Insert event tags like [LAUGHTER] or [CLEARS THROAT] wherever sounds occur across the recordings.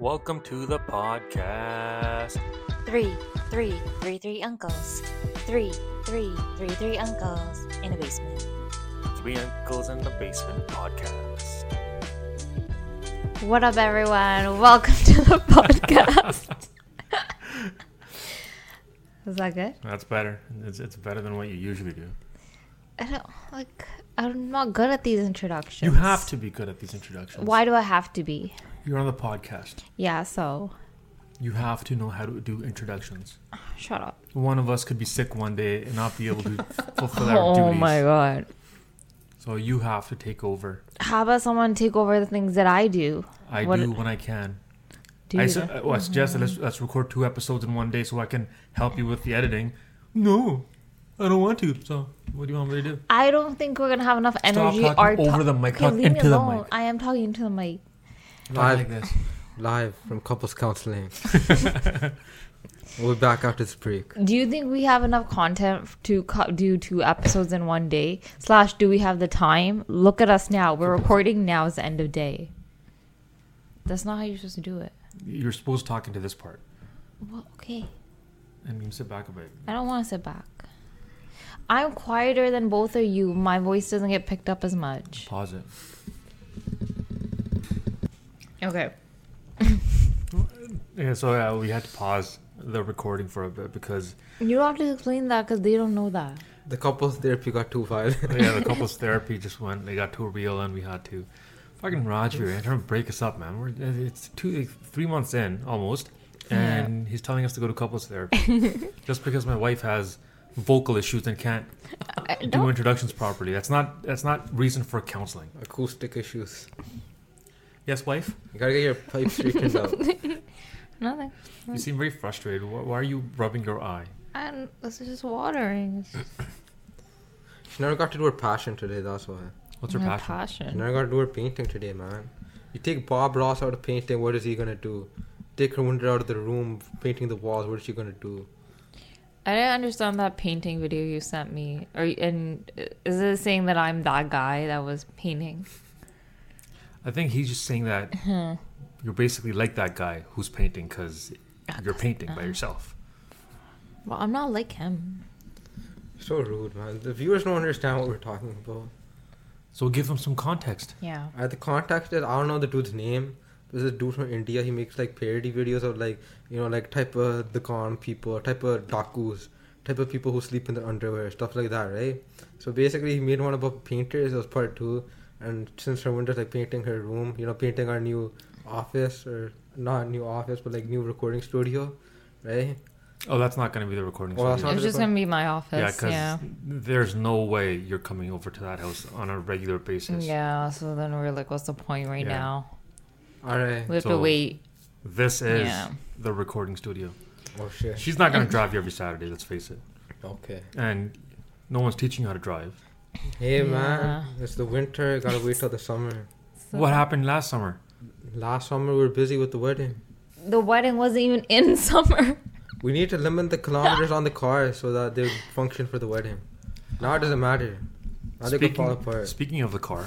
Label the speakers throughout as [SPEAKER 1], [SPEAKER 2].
[SPEAKER 1] Welcome to the podcast.
[SPEAKER 2] Three, three, three, three uncles. Three, three, three, three uncles in a basement.
[SPEAKER 1] Three Uncles in the Basement podcast.
[SPEAKER 2] What up, everyone? Welcome to [LAUGHS] the [LAUGHS] podcast. Is that good?
[SPEAKER 1] That's better. It's, it's better than what you usually do.
[SPEAKER 2] I don't like. I'm not good at these introductions.
[SPEAKER 1] You have to be good at these introductions.
[SPEAKER 2] Why do I have to be?
[SPEAKER 1] You're on the podcast.
[SPEAKER 2] Yeah. So
[SPEAKER 1] You have to know how to do introductions.
[SPEAKER 2] shut up.
[SPEAKER 1] One of us could be sick one day and not be able to
[SPEAKER 2] [LAUGHS]
[SPEAKER 1] fulfill our
[SPEAKER 2] Oh
[SPEAKER 1] duties.
[SPEAKER 2] my god.
[SPEAKER 1] So you have to take over.
[SPEAKER 2] How about someone take over the things that I do?
[SPEAKER 1] I
[SPEAKER 2] What-
[SPEAKER 1] do when I can.
[SPEAKER 2] Do
[SPEAKER 1] I,
[SPEAKER 2] you
[SPEAKER 1] su-
[SPEAKER 2] do-
[SPEAKER 1] well, I suggested let's, let's record two episodes in one day so I can help you with the editing. No, I don't want to. So what do you want me to do?
[SPEAKER 2] I don't think we're gonna have enough energy.
[SPEAKER 1] talking
[SPEAKER 2] or
[SPEAKER 1] over the mic,
[SPEAKER 2] Okay,
[SPEAKER 1] not
[SPEAKER 2] leave me
[SPEAKER 1] into the
[SPEAKER 2] alone.
[SPEAKER 1] mic.
[SPEAKER 2] I am talking into the mic.
[SPEAKER 1] Not
[SPEAKER 3] I'll-
[SPEAKER 1] like this.
[SPEAKER 3] Live from couples counseling. we'll be back after this break.
[SPEAKER 2] Do you think we have enough content to co- do two episodes in one day? Slash, do we have the time? Look at us now. We're recording now. Is the end of day. That's not how you're supposed to do it.
[SPEAKER 1] You're supposed to talk into this part.
[SPEAKER 2] Well, okay.
[SPEAKER 1] And you can sit back a bit.
[SPEAKER 2] I don't want to sit back. I'm quieter than both of you. My voice doesn't get picked up as much.
[SPEAKER 1] Pause it.
[SPEAKER 2] Okay.
[SPEAKER 1] Yeah, so uh, we had to pause the recording for a bit because
[SPEAKER 2] You don't have to explain that because they don't know that.
[SPEAKER 3] The couples therapy got too violent. [LAUGHS]
[SPEAKER 1] yeah, the couples therapy just went. They got too real, and we had to fucking Roger and trying to break us up, man. We're uh, it's two, three months in almost, and he's telling us to go to couples therapy [LAUGHS] just because my wife has vocal issues and can't
[SPEAKER 2] I
[SPEAKER 1] do
[SPEAKER 2] don't,
[SPEAKER 1] introductions properly. That's not that's not reason for counseling.
[SPEAKER 3] Acoustic issues.
[SPEAKER 1] Yes, wife.
[SPEAKER 3] You gotta get your pipes straightened out.
[SPEAKER 2] nothing.
[SPEAKER 1] You seem very frustrated. Why, why are you rubbing your eye?
[SPEAKER 2] And this is just watering. It's just
[SPEAKER 3] She never got to do her passion today, that's why.
[SPEAKER 1] What's your
[SPEAKER 2] my
[SPEAKER 1] passion?
[SPEAKER 3] She never got to do her painting today, man. You take Bob Ross out of painting, what is he gonna do? Take her window out of the room, painting the walls, what is she gonna do?
[SPEAKER 2] I didn't understand that painting video you sent me. Or and uh, is it saying that I'm that guy that was painting?
[SPEAKER 1] I think he's just saying that
[SPEAKER 2] Mm-hmm.
[SPEAKER 1] you're basically like that guy who's painting because you're painting
[SPEAKER 2] Uh-huh.
[SPEAKER 1] by yourself.
[SPEAKER 2] Well, I'm not like him.
[SPEAKER 3] So rude, man. The viewers don't understand what we're talking about.
[SPEAKER 1] So give him some context.
[SPEAKER 2] Yeah.
[SPEAKER 3] I the contact is I don't know the dude's name. There's a dude from India. He makes like parody videos of like you know like type of the con people, type of dakus, type of people who sleep in their underwear, stuff like that, right? So basically, he made one about painters. It was part two, and since her windows like painting her room, you know, painting our new office or not new office, but like new recording studio, right?
[SPEAKER 1] Oh, that's not going to be the recording.
[SPEAKER 3] Well, that's
[SPEAKER 1] studio.
[SPEAKER 3] not
[SPEAKER 2] It's just gonna be my office.
[SPEAKER 1] yeah,
[SPEAKER 2] Yeah.
[SPEAKER 1] because there's no way you're coming over to that house on a regular
[SPEAKER 2] Yeah.
[SPEAKER 1] basis.
[SPEAKER 2] So then we're like, what's the point right
[SPEAKER 1] Yeah.
[SPEAKER 2] now?
[SPEAKER 3] All right.
[SPEAKER 2] We have to
[SPEAKER 1] So-
[SPEAKER 2] wait.
[SPEAKER 1] This is
[SPEAKER 2] Yeah.
[SPEAKER 1] the recording studio.
[SPEAKER 3] Oh shit.
[SPEAKER 1] She's not going to drive you every Saturday, let's face it.
[SPEAKER 3] Okay.
[SPEAKER 1] And no one's teaching you how to drive.
[SPEAKER 3] Hey
[SPEAKER 2] Yeah.
[SPEAKER 3] man, it's the winter. Gotta wait till the summer.
[SPEAKER 2] So-
[SPEAKER 1] what happened last summer?
[SPEAKER 3] Last summer we were busy with the wedding.
[SPEAKER 2] The wedding wasn't even in [LAUGHS] summer.
[SPEAKER 3] We need to limit the kilometers on the car so that they function for the wedding. Now it doesn't matter. Now they can fall apart.
[SPEAKER 1] speaking of the car,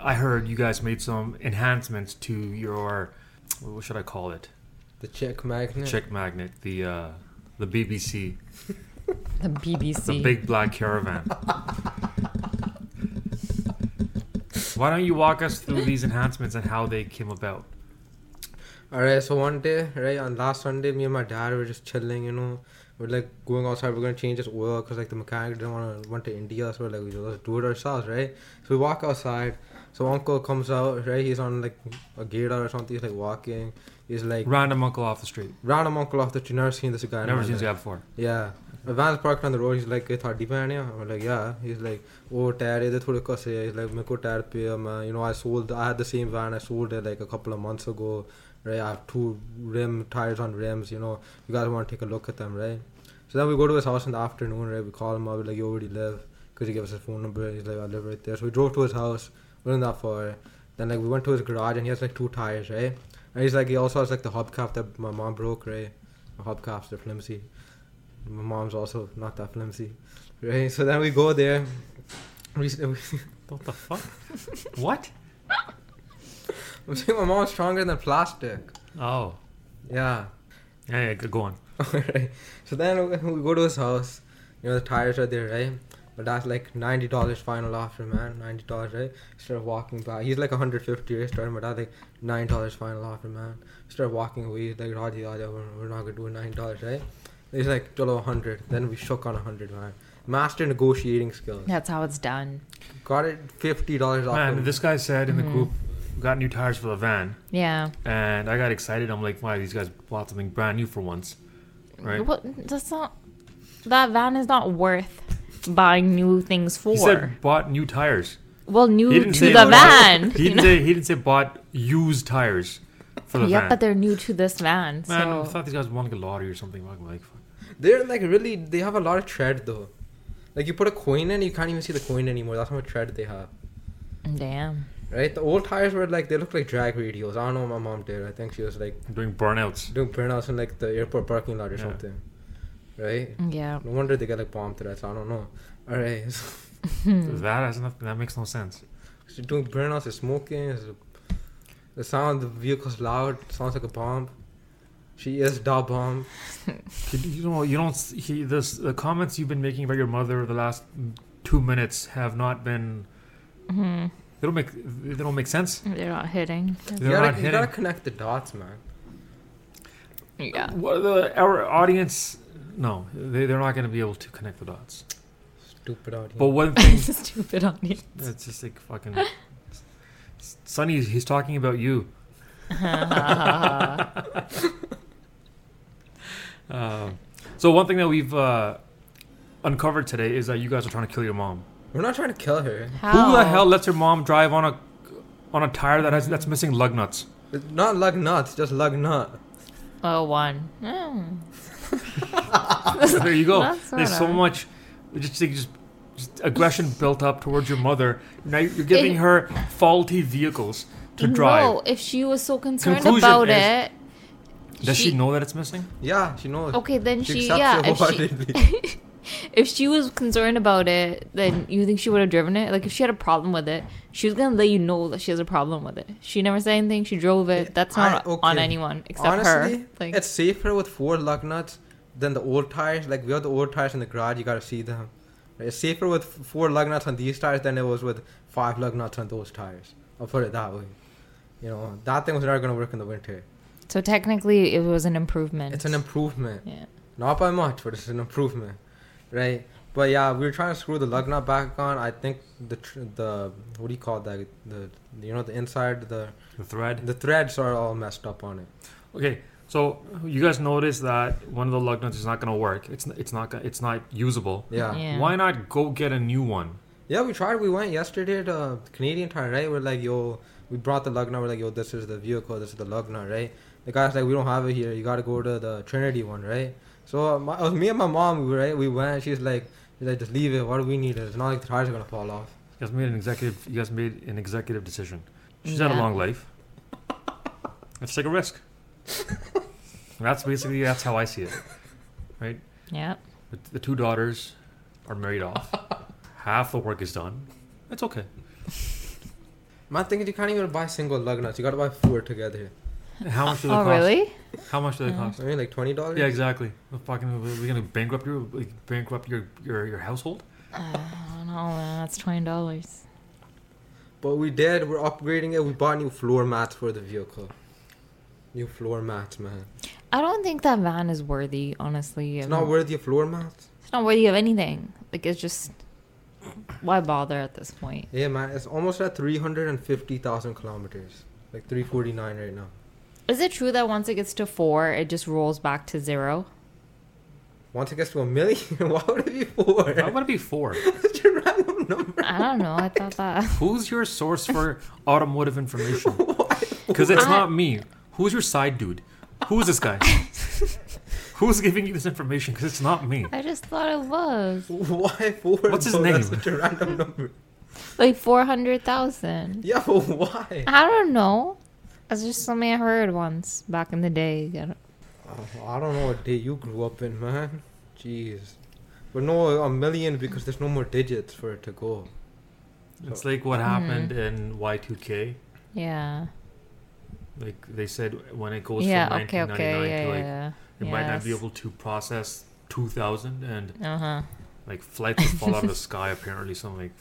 [SPEAKER 1] I heard you guys made some enhancements to your, what should I call it?
[SPEAKER 3] the check magnet.
[SPEAKER 1] Chick Magnet, the uh, the BBC,
[SPEAKER 2] The BBC.
[SPEAKER 1] the big black caravan. Why don't you walk us through these enhancements and how they came about?
[SPEAKER 3] Alright, so one day, right, on last Sunday, me and my dad were just chilling, you know. We're like going outside, we're gonna change this oil because like the mechanic didn't want to went to India, so we're like, let's do it ourselves, right? So we walk outside. So uncle comes out, right? He's on like a gator or something. He's like walking. He's like
[SPEAKER 1] Random uncle off the street.
[SPEAKER 3] random uncle off the street. Never seen this guy. in
[SPEAKER 1] Never
[SPEAKER 3] my
[SPEAKER 1] seen this
[SPEAKER 3] life.
[SPEAKER 1] guy before.
[SPEAKER 3] Yeah. A van's parked on the road. He's like, "Hey, ਤੁਹਾਡੀ ਭੈਣ ਆ?" I'm like, "Yeah." He's like, "Oh, tire ਇਹਦੇ ਥੋੜੇ ਘਸੇ ਆ." He's like, "ਮੇਰੇ ਕੋ tire ਪਏ ਆ ਮੈਂ uh, you know I sold I had the same van I sold it like a couple of months ago. Right? I have two rim tires on rims. You know, you guys want to take a look at them, right?" So then we go to his house in the afternoon, right? We call him up, we're like, "Yo, where do you live?" Because he gave us his phone number. He's like, "I live right there." So we drove to his house. Wasn't that far. Then like we went to his garage and he has like two tires, right? And he's like, he also has like the hubcap that my mom broke, right? My hubcaps, they're flimsy. My mom's also not that flimsy, right? So then we go there. [LAUGHS] We, we,
[SPEAKER 1] [LAUGHS] What the fuck? what?
[SPEAKER 3] I'm saying my mom's stronger than plastic.
[SPEAKER 1] Oh,
[SPEAKER 3] Yeah. [LAUGHS]
[SPEAKER 1] yeah, yeah, go on.
[SPEAKER 3] right. So then we we go to his house. You know the tires are there, right? But that's like ninety dollars final offer, man. Ninety dollars, right? Start walking by. He's like hundred fifty. Right? Starting, but I like nine dollars final offer, man. Start walking away. He's like Raji, Raja, we're, we're not gonna do nine dollars, right? He's like chalo hundred. Then we shook on a hundred, man. Master negotiating skills.
[SPEAKER 2] That's how it's done.
[SPEAKER 3] Got it fifty dollars off.
[SPEAKER 1] Man,
[SPEAKER 3] him.
[SPEAKER 1] this guy said in the
[SPEAKER 2] Mhm.
[SPEAKER 1] group, got new tires for the van,
[SPEAKER 2] Yeah.
[SPEAKER 1] and I got excited. I'm like, wow, these guys bought something brand new for once, right?
[SPEAKER 2] What? That's not. That van is not worth buying new things for.
[SPEAKER 1] He said bought new tires.
[SPEAKER 2] well,
[SPEAKER 1] He
[SPEAKER 2] new
[SPEAKER 1] didn't
[SPEAKER 2] to
[SPEAKER 1] say
[SPEAKER 2] the
[SPEAKER 1] bought-
[SPEAKER 2] van.
[SPEAKER 1] He
[SPEAKER 2] you [LAUGHS]
[SPEAKER 1] didn't
[SPEAKER 2] know?
[SPEAKER 1] say he didn't say bought used tires for the
[SPEAKER 2] yeah,
[SPEAKER 1] van.
[SPEAKER 2] but they're new to this van.
[SPEAKER 1] Man, I
[SPEAKER 2] so
[SPEAKER 1] thought these guys won like a lottery or something. Like, like, fuck.
[SPEAKER 3] They're like really. They have a lot of tread though. Like you put a coin in, you can't even see the coin anymore. That's how much tread they have.
[SPEAKER 2] damn.
[SPEAKER 3] Right? The old tires were like they looked like drag radios. I don't know what my mom did. I think she was like
[SPEAKER 1] doing burnouts.
[SPEAKER 3] doing burnouts in like the airport parking lot or
[SPEAKER 1] Yeah.
[SPEAKER 3] something. Right?
[SPEAKER 2] Yeah.
[SPEAKER 3] No wonder they get like bomb threats. I don't know. Alright. [LAUGHS]
[SPEAKER 2] Hmm.
[SPEAKER 1] That has not, that makes no sense.
[SPEAKER 3] She's doing burnouts, they're smoking, it's- the sound of the vehicle's loud, sounds like a bomb. She is da bomb.
[SPEAKER 1] You, you know, you don't. s- He, this, the comments you've been making about your mother the last two minutes have not been.
[SPEAKER 2] hmm
[SPEAKER 1] They don't make. They don't make sense.
[SPEAKER 2] They're not hitting.
[SPEAKER 3] You
[SPEAKER 1] They're not
[SPEAKER 3] gotta, you
[SPEAKER 1] hitting.
[SPEAKER 3] gotta connect the dots, man.
[SPEAKER 2] Yeah.
[SPEAKER 1] What are the our audience? No, they, they're not going to be able to connect the dots.
[SPEAKER 3] Stupid audience.
[SPEAKER 1] But one thing,
[SPEAKER 2] [LAUGHS] Stupid on
[SPEAKER 1] [LAUGHS]
[SPEAKER 2] you.
[SPEAKER 1] it's just like fucking. Sonny, he's talking about you. Uh-huh. [LAUGHS] Um, so one thing that we've uh, uncovered today is that you guys are trying to kill your mom.
[SPEAKER 3] We're not trying to kill her.
[SPEAKER 2] How?
[SPEAKER 1] Who the hell lets her mom drive on a on a tire that has that's missing lug
[SPEAKER 2] [LAUGHS]
[SPEAKER 1] nuts?
[SPEAKER 3] It's not lug nuts, just lug nut.
[SPEAKER 2] Oh, one. Mm.
[SPEAKER 1] there you go.
[SPEAKER 2] That's
[SPEAKER 1] There's so
[SPEAKER 2] alright.
[SPEAKER 1] much just like, just just aggression built up towards your mother. Now you're giving
[SPEAKER 2] It-
[SPEAKER 1] her faulty vehicles to drive.
[SPEAKER 2] No, if she was so concerned
[SPEAKER 1] Conclusion
[SPEAKER 2] about
[SPEAKER 1] is-
[SPEAKER 2] it.
[SPEAKER 1] Does she, know that it's missing?
[SPEAKER 3] Yeah, she knows.
[SPEAKER 2] Okay, then Oh, she,
[SPEAKER 3] accepts
[SPEAKER 2] yeah.
[SPEAKER 3] it
[SPEAKER 2] If [LAUGHS] she,
[SPEAKER 3] wholeheartedly.
[SPEAKER 2] if she was concerned about it, then you think she would have driven it? Like if she had a problem with it, she was gonna let you know that she has a problem with it. She never said anything. She drove it. That's
[SPEAKER 3] I-
[SPEAKER 2] not
[SPEAKER 3] okay.
[SPEAKER 2] on anyone except
[SPEAKER 3] Honestly,
[SPEAKER 2] her. Like
[SPEAKER 3] it's safer with four lug nuts than the old tires. Like we have the old tires in the garage, you gotta see them. It's safer with f- four lug nuts on these tires than it was with five lug nuts on those tires. I'll put it that way. You know that thing was never gonna work in the winter.
[SPEAKER 2] so technically, it was an improvement.
[SPEAKER 3] It's an improvement,
[SPEAKER 2] yeah.
[SPEAKER 3] not by much, but it's an improvement, right? But yeah, we were trying to screw the lug nut back on. I think the tr- the what do you call that? The you know the inside the
[SPEAKER 1] The thread.
[SPEAKER 3] the threads are all messed up on it.
[SPEAKER 1] Okay, so you guys notice that one of the lug nuts is not going to work. It's it's not gonna- it's not usable.
[SPEAKER 3] Yeah.
[SPEAKER 2] Yeah.
[SPEAKER 1] Why not go get a new one?
[SPEAKER 3] Yeah, we tried. We went yesterday to uh, Canadian Tire, right? We're like, yo, we brought the lug nut. We're like, yo, this is the vehicle. This is the lug nut, right? The guy's like, we don't have it here. You got to go to the Trinity one, right? So uh, my, it was me and my mom, we were, right? We went. She's like, she's like, just leave it. What do we need? it? It's not like the tires are gonna fall off.
[SPEAKER 1] You guys made an executive. You guys made an executive decision. She's had a
[SPEAKER 2] Yeah.
[SPEAKER 1] long life. Let's take a risk. that's basically that's how I see it. Right?
[SPEAKER 2] Yeah.
[SPEAKER 1] The, the two daughters are married off. Half the work is done. It's okay.
[SPEAKER 3] My thing is, you can't even buy single lug nuts. You got to buy four together.
[SPEAKER 1] How much do they
[SPEAKER 2] Oh
[SPEAKER 1] cost?
[SPEAKER 3] [LAUGHS]
[SPEAKER 2] really?
[SPEAKER 1] How much do they cost?
[SPEAKER 3] I mean, like twenty dollars.
[SPEAKER 1] Yeah, exactly. We're fucking, we're gonna bankrupt your like, bankrupt your, your your household.
[SPEAKER 2] Uh, I don't know, man. That's twenty dollars.
[SPEAKER 3] But we did. We're upgrading it. We bought new floor mats for the vehicle. New floor mats, man.
[SPEAKER 2] I don't think that van is worthy. Honestly,
[SPEAKER 3] It's not worthy of floor mats.
[SPEAKER 2] It's not worthy of anything. Like it's just why bother at this point?
[SPEAKER 3] Yeah, man, it's almost at 350,000 kilometers. Like 349 right now.
[SPEAKER 2] Is it true that once it gets to four, it just rolls back to zero?
[SPEAKER 3] Once it gets to a million, [LAUGHS] why would it be four?
[SPEAKER 1] Why would it be four?
[SPEAKER 3] Such a random number.
[SPEAKER 2] I don't know. I thought that.
[SPEAKER 1] Who's your source
[SPEAKER 2] [LAUGHS]
[SPEAKER 1] for automotive information? Because it's
[SPEAKER 2] I-
[SPEAKER 1] not me. Who's your side dude? Who's this
[SPEAKER 2] [LAUGHS]
[SPEAKER 1] guy? Who's giving you this information? Because it's not me.
[SPEAKER 2] I just thought it was
[SPEAKER 3] Why four?
[SPEAKER 1] What's his
[SPEAKER 3] bro? That's
[SPEAKER 1] name?
[SPEAKER 3] such a random number.
[SPEAKER 2] like four hundred thousand.
[SPEAKER 3] Yeah, but
[SPEAKER 1] [LAUGHS]
[SPEAKER 3] why?
[SPEAKER 2] I don't know. It's just something I heard once back in the day. I don't-
[SPEAKER 3] Oh, I don't know what day you grew up in, man. Jeez. But no, a million because there's no more digits for it to go.
[SPEAKER 2] Hmm.
[SPEAKER 1] It's like what happened in Y2K.
[SPEAKER 2] Yeah,
[SPEAKER 1] Like they said, when it goes
[SPEAKER 2] yeah.
[SPEAKER 1] from
[SPEAKER 2] Okay.
[SPEAKER 1] 1999
[SPEAKER 2] Okay. Yeah.
[SPEAKER 1] to like
[SPEAKER 2] yeah.
[SPEAKER 1] it might not be
[SPEAKER 2] Yes.
[SPEAKER 1] able to process 2000 and
[SPEAKER 2] Uh huh.
[SPEAKER 1] like flights will fall out of
[SPEAKER 2] [LAUGHS]
[SPEAKER 1] the sky apparently so I'm like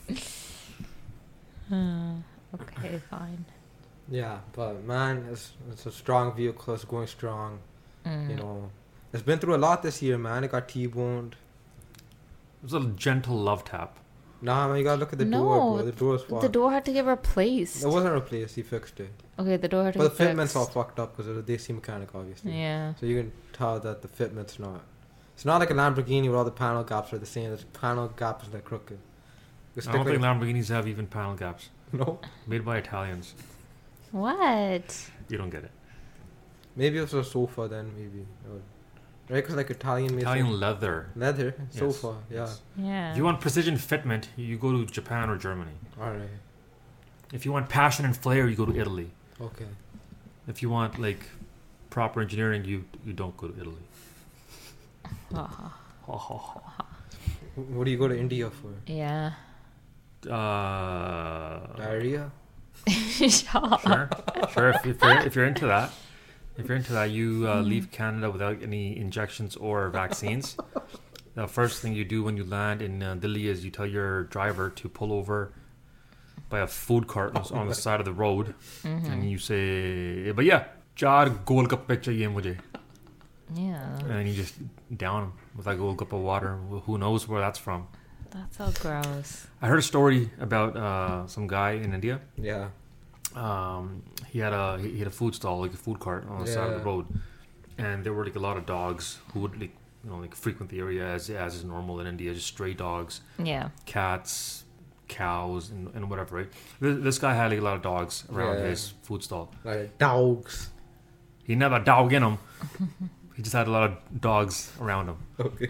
[SPEAKER 2] Uh, okay.
[SPEAKER 1] [LAUGHS]
[SPEAKER 2] Fine.
[SPEAKER 3] Yeah, but man, it's it's a strong vehicle. It's going strong.
[SPEAKER 2] Mm.
[SPEAKER 3] You know, it's been through a lot this year, man. It got T-boned.
[SPEAKER 1] it was a gentle love tap
[SPEAKER 3] Nah, man, you gotta look at the
[SPEAKER 2] No,
[SPEAKER 3] door, bro. The door's fucked.
[SPEAKER 2] The door had to get replaced.
[SPEAKER 3] It wasn't replaced. He fixed it.
[SPEAKER 2] okay, the door had to
[SPEAKER 3] But
[SPEAKER 2] get
[SPEAKER 3] the fitment's all
[SPEAKER 2] fixed.
[SPEAKER 3] fucked up because it's a DC mechanic, obviously.
[SPEAKER 2] Yeah.
[SPEAKER 3] So you can tell that the fitment's not. It's not like a Lamborghini where all the panel gaps are the same. The panel gap is like crooked. It's
[SPEAKER 1] I don't
[SPEAKER 3] like-
[SPEAKER 1] think Lamborghinis have even panel gaps
[SPEAKER 3] [LAUGHS] no.
[SPEAKER 1] made by Italians
[SPEAKER 2] What?
[SPEAKER 1] you don't get it
[SPEAKER 3] Maybe it was a sofa then, maybe. Or- Right? Because like Italian made
[SPEAKER 1] Italian
[SPEAKER 3] some-
[SPEAKER 1] leather
[SPEAKER 3] leather
[SPEAKER 1] Yes,
[SPEAKER 3] sofa. Yeah.
[SPEAKER 1] yes.
[SPEAKER 2] Yeah.
[SPEAKER 1] If you want precision fitment you go to Japan or Germany
[SPEAKER 3] All right.
[SPEAKER 1] if you want passion and flair you go to Italy
[SPEAKER 3] Okay.
[SPEAKER 1] if you want like proper engineering you you don't go to Italy
[SPEAKER 2] Ah,
[SPEAKER 3] Wh- What do you go to India for?
[SPEAKER 2] [LAUGHS] yeah. [LAUGHS]
[SPEAKER 1] uh,
[SPEAKER 3] Diarrhea.
[SPEAKER 2] Shut up.
[SPEAKER 1] [LAUGHS] sure, sure. If, if you're if you're into that, if you're into that, you uh, leave Canada without any injections or vaccines. The first thing you do when you land in uh, Delhi is you tell your driver to pull over by a food cart on- on the side of the road,
[SPEAKER 2] Mm-hmm.
[SPEAKER 1] and
[SPEAKER 3] Mm.
[SPEAKER 1] you say, "Eh, "But yeah, char golgappe chahiye mujhe,"
[SPEAKER 2] Yeah.
[SPEAKER 1] and you just down 'em with like a golgappa water. Who knows where that's from?
[SPEAKER 2] That's so gross.
[SPEAKER 1] I heard a story about uh, some guy in India.
[SPEAKER 3] Yeah.
[SPEAKER 1] um, he had a he had a food stall like a food cart on the side of the
[SPEAKER 3] Yeah.
[SPEAKER 1] road, and there were like a lot of dogs who would like you know like frequent the area as as is normal in India, just stray dogs,
[SPEAKER 2] Yeah.
[SPEAKER 1] cats, cows, and, and whatever. Right? This, this guy had like a lot of dogs around
[SPEAKER 3] Yeah.
[SPEAKER 1] his food stall.
[SPEAKER 3] Like dogs.
[SPEAKER 1] He never had a dog in him. [LAUGHS] he just had a lot of dogs around him,
[SPEAKER 3] Okay.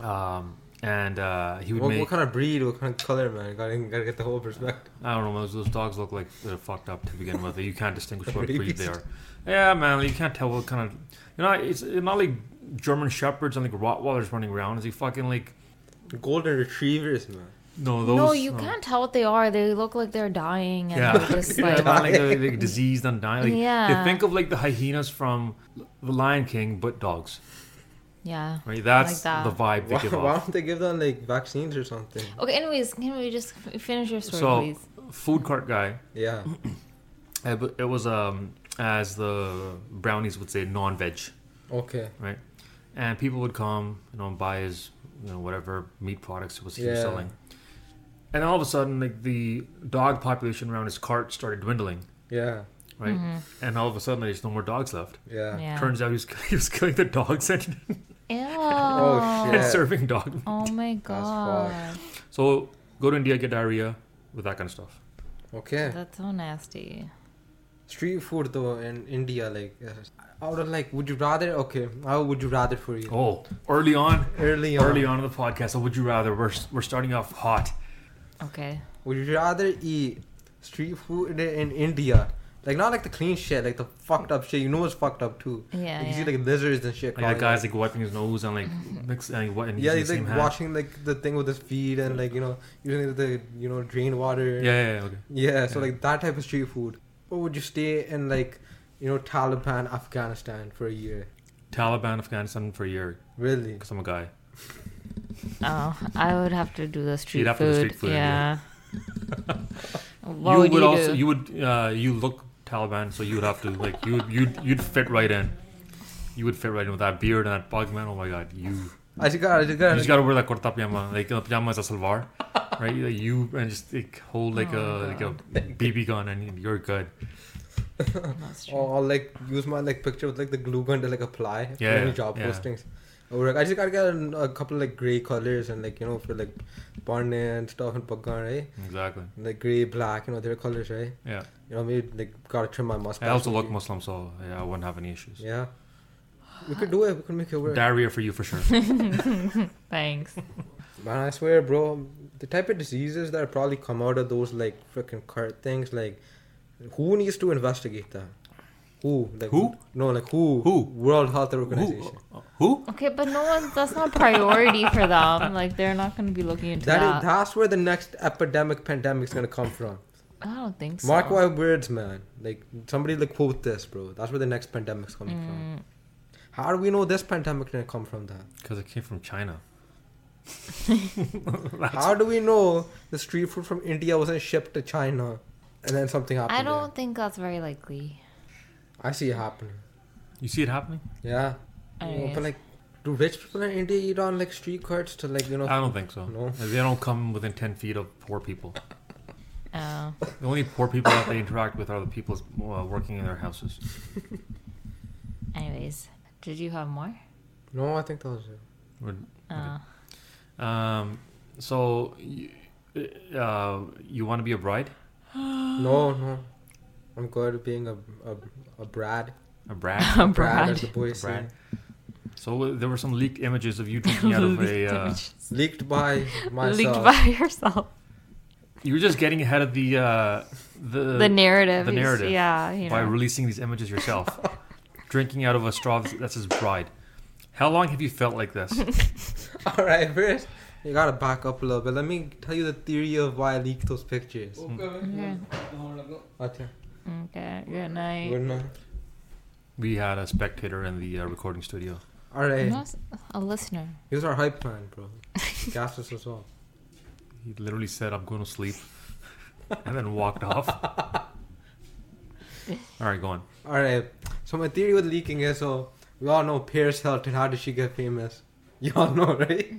[SPEAKER 1] um, and uh, he would
[SPEAKER 3] What,
[SPEAKER 1] make
[SPEAKER 3] what kind of breed? What kind of color, man? Gotta, gotta get the whole perspective.
[SPEAKER 1] I don't know. Those, those dogs look like they're fucked up to begin with. You can't
[SPEAKER 3] [LAUGHS]
[SPEAKER 1] distinguish what breed they
[SPEAKER 3] Rabies.
[SPEAKER 1] are. Yeah, man, you can't tell what kind of. You know, it's not like German shepherds and like Rottweilers running around. Is he fucking like?
[SPEAKER 3] Golden retrievers, man.
[SPEAKER 1] No, those. uh,
[SPEAKER 2] no, you can't tell what they are. They look like they're dying and
[SPEAKER 1] Yeah,
[SPEAKER 2] they're just
[SPEAKER 1] Yeah,
[SPEAKER 2] like
[SPEAKER 1] not like [LAUGHS] they're, like, diseased and dying. Like,
[SPEAKER 2] Yeah.
[SPEAKER 1] they think of like the hyenas from The Lion King, but dogs.
[SPEAKER 2] Yeah.
[SPEAKER 1] Right, that's
[SPEAKER 2] that.
[SPEAKER 1] the vibe they
[SPEAKER 3] Why,
[SPEAKER 1] give
[SPEAKER 3] [LAUGHS] why
[SPEAKER 1] off.
[SPEAKER 3] don't they give them like vaccines or something?
[SPEAKER 2] Okay, anyways, can we just f- finish your story,
[SPEAKER 1] So-
[SPEAKER 2] please?
[SPEAKER 1] Food cart guy. [CLEARS THROAT]
[SPEAKER 3] Yeah.
[SPEAKER 1] uh, but It was um, as the brownies would say, non-veg.
[SPEAKER 3] Okay.
[SPEAKER 1] right? And people would come, you know, and buy his, you know, whatever meat products was he was
[SPEAKER 3] Yeah.
[SPEAKER 1] selling. And all of a sudden, like the dog population around his cart started dwindling,
[SPEAKER 3] Yeah.
[SPEAKER 1] right? And all of a sudden, there's no more dogs left.
[SPEAKER 3] Yeah.
[SPEAKER 2] Mm-hmm. Yeah.
[SPEAKER 1] Turns out he was, [LAUGHS] he was killing the dogs and,
[SPEAKER 2] Ew.
[SPEAKER 3] Oh,
[SPEAKER 1] and
[SPEAKER 3] Yeah.
[SPEAKER 1] serving dog.
[SPEAKER 2] Oh my god.
[SPEAKER 1] So go to India, get diarrhea with that kind of stuff.
[SPEAKER 3] Okay.
[SPEAKER 2] That's so nasty.
[SPEAKER 3] Street food though in India, like yes. I would have like, would you rather? Okay, how would you rather for you?
[SPEAKER 1] Oh, early on,
[SPEAKER 3] Early on,
[SPEAKER 1] early on in the podcast, so would you rather? We're, we're starting off hot.
[SPEAKER 2] Okay.
[SPEAKER 3] would you rather eat street food in, in India? Like not like the clean shit, like the fucked up shit. You know it's fucked up too.
[SPEAKER 2] Yeah.
[SPEAKER 3] like, You
[SPEAKER 2] yeah.
[SPEAKER 3] see like lizards and
[SPEAKER 1] Like
[SPEAKER 3] shit.
[SPEAKER 1] that
[SPEAKER 3] crawling
[SPEAKER 1] guy's like wiping his nose
[SPEAKER 3] [LAUGHS]
[SPEAKER 1] and like mix and, what- and
[SPEAKER 3] yeah,
[SPEAKER 1] using
[SPEAKER 3] he's
[SPEAKER 1] the
[SPEAKER 3] like
[SPEAKER 1] same hand.
[SPEAKER 3] washing like the thing with his feet and like you know using the you know drain
[SPEAKER 1] Yeah,
[SPEAKER 3] water.
[SPEAKER 1] yeah, yeah, okay.
[SPEAKER 3] Yeah, so
[SPEAKER 1] Yeah.
[SPEAKER 3] like that type of street food. Or would you stay in like you know Taliban Afghanistan for a year?
[SPEAKER 1] Taliban Afghanistan for a year
[SPEAKER 3] Really?
[SPEAKER 1] because I'm a guy.
[SPEAKER 2] Oh, I would have to do the street,
[SPEAKER 1] have to
[SPEAKER 2] food.
[SPEAKER 1] do street food,
[SPEAKER 2] Yeah.
[SPEAKER 1] yeah.
[SPEAKER 2] [LAUGHS] what
[SPEAKER 1] you
[SPEAKER 2] would, you
[SPEAKER 1] also
[SPEAKER 2] do?
[SPEAKER 1] you would uh, you look Taliban, so you would have to like you you you'd fit right in. You would fit right in with that beard and that pug man. Oh my god, you you
[SPEAKER 3] I just got, I just got,
[SPEAKER 1] just gotta wear that kurta pyjama, like uh, pyjama is a salwar, right? Like, you and just like hold like
[SPEAKER 2] Oh,
[SPEAKER 1] a like a BB gun and you're good.
[SPEAKER 2] That's true.
[SPEAKER 3] or, or uh, like use my like picture with like the glue gun to like apply for
[SPEAKER 1] Yeah,
[SPEAKER 3] any
[SPEAKER 1] yeah,
[SPEAKER 3] job
[SPEAKER 1] yeah.
[SPEAKER 3] postings. Or like, I just gotta get a, a couple like gray colors and like you know for like bonnet and stuff and paggan, right?
[SPEAKER 1] Exactly.
[SPEAKER 3] Like gray, black, you know their colors, right?
[SPEAKER 1] Yeah.
[SPEAKER 3] You know maybe like gotta trim my mustache.
[SPEAKER 1] I also
[SPEAKER 3] maybe.
[SPEAKER 1] look Muslim, so yeah, I wouldn't have any issues.
[SPEAKER 3] Yeah, we could do it. We could make it work.
[SPEAKER 1] Diarrhea for you for sure.
[SPEAKER 2] Thanks.
[SPEAKER 3] Man, I swear, bro, the type of diseases that probably come out of those like freaking cart things, like who needs to investigate that? Who? Like,
[SPEAKER 1] Who?
[SPEAKER 3] No, like who?
[SPEAKER 1] Who?
[SPEAKER 3] World Health [LAUGHS] Organization.
[SPEAKER 1] Who? Oh. Who?
[SPEAKER 2] Okay, but no one. That's not priority for them. Like they're not going to be looking into
[SPEAKER 3] That
[SPEAKER 2] that.
[SPEAKER 3] is, that's where the next epidemic pandemic's gonna come from.
[SPEAKER 2] I don't think so.
[SPEAKER 3] Mark my words, man. Like somebody like quote this, bro. That's where the next pandemic's coming from.
[SPEAKER 2] Mm,
[SPEAKER 3] How do we know this pandemic didn't come from that?
[SPEAKER 1] Because it came from
[SPEAKER 2] [LAUGHS]
[SPEAKER 1] China. [LAUGHS]
[SPEAKER 3] How do we know the street food from India wasn't shipped to China, and then something happened?
[SPEAKER 2] I don't think that's very likely.
[SPEAKER 3] there? I see it happening.
[SPEAKER 1] You see it happening?
[SPEAKER 3] Yeah.
[SPEAKER 2] Anyways.
[SPEAKER 3] But like, do rich people in India eat on like street carts to like you know?
[SPEAKER 1] I don't think so.
[SPEAKER 3] No.
[SPEAKER 1] They don't come within 10 feet of poor people.
[SPEAKER 2] Uh,
[SPEAKER 1] The only poor people that they interact with are the people uh, working in their houses.
[SPEAKER 2] anyways, did you have more?
[SPEAKER 3] No, I think that was it.
[SPEAKER 1] Or-
[SPEAKER 3] [LAUGHS]
[SPEAKER 2] Uh,
[SPEAKER 1] Um, so, you, uh, you want to be a bride?
[SPEAKER 3] No, no. I'm good being a a, a Brad.
[SPEAKER 1] A bride?
[SPEAKER 2] Brad.
[SPEAKER 3] Brad,
[SPEAKER 2] [LAUGHS]
[SPEAKER 3] as the boys say.
[SPEAKER 1] Brad. So uh, there were some leaked images of you drinking out
[SPEAKER 2] [LAUGHS]
[SPEAKER 1] of a. Uh,
[SPEAKER 3] Leaked by myself.
[SPEAKER 2] Leaked by yourself.
[SPEAKER 1] you were just getting ahead of the uh, the,
[SPEAKER 2] the narrative.
[SPEAKER 1] the
[SPEAKER 2] is-
[SPEAKER 1] narrative
[SPEAKER 2] Yeah. You know.
[SPEAKER 1] by releasing these images
[SPEAKER 2] [LAUGHS]
[SPEAKER 1] yourself, drinking out of a straw that's his bride. How long have you felt like this?
[SPEAKER 3] [LAUGHS] All right, first you gotta back up a little bit. Let me tell you the theory of why I leaked those pictures.
[SPEAKER 2] Okay.
[SPEAKER 3] Okay.
[SPEAKER 2] Okay, Good night.
[SPEAKER 3] Good night.
[SPEAKER 1] We had a spectator in the uh, recording studio.
[SPEAKER 3] All right.
[SPEAKER 2] Not a listener.
[SPEAKER 3] He was our hype man, bro. Gassed us as well.
[SPEAKER 1] He literally said, "I'm going to sleep," and then walked off. All right, go on.
[SPEAKER 3] All right. So my theory with leaking is so we all know Paris Hilton. How did she get famous? [LAUGHS] Y'all know, right?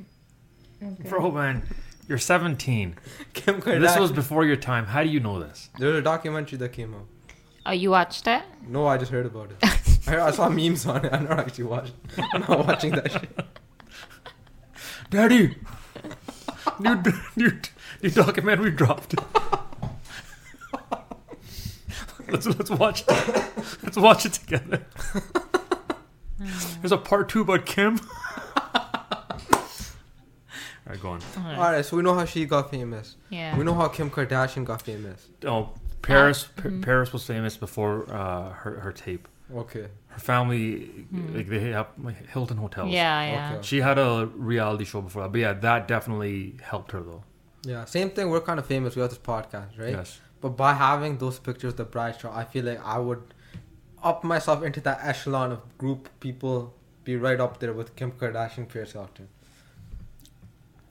[SPEAKER 3] [LAUGHS]
[SPEAKER 1] Bro, man, you're 17.
[SPEAKER 3] Kim Kardashian.
[SPEAKER 1] This was before your time. How do you know this?
[SPEAKER 3] There was a documentary that came out.
[SPEAKER 2] Oh, you watched it?
[SPEAKER 3] No, I just heard
[SPEAKER 1] [LAUGHS]
[SPEAKER 3] about it. I, I saw memes on it. I never actually watched. it. [LAUGHS] I'm not watching that shit.
[SPEAKER 1] [LAUGHS] Daddy, new new new documentary dropped. let's let's watch it. let's watch it together. There's a part two about Kim. [LAUGHS] All right, go on.
[SPEAKER 2] I don't know.
[SPEAKER 3] All right. So we know how she got famous.
[SPEAKER 2] Yeah.
[SPEAKER 3] We know how Kim Kardashian got famous.
[SPEAKER 1] Oh, Paris.
[SPEAKER 2] Uh,
[SPEAKER 1] Pa-
[SPEAKER 2] mm-hmm.
[SPEAKER 1] Paris was famous before uh, her her tape.
[SPEAKER 3] Okay.
[SPEAKER 1] Her family, like they have like, Hilton hotels.
[SPEAKER 2] Mm. Yeah, yeah.
[SPEAKER 3] Okay.
[SPEAKER 1] She had a reality show before that, but yeah, that definitely helped her though.
[SPEAKER 3] Yeah. Same thing. We're kind of famous. We have this podcast, right?
[SPEAKER 1] Yes.
[SPEAKER 3] But by having those pictures, of the bride shot, I feel like I would up myself into that echelon of group people, be right up there with Kim Kardashian, Paris Hilton.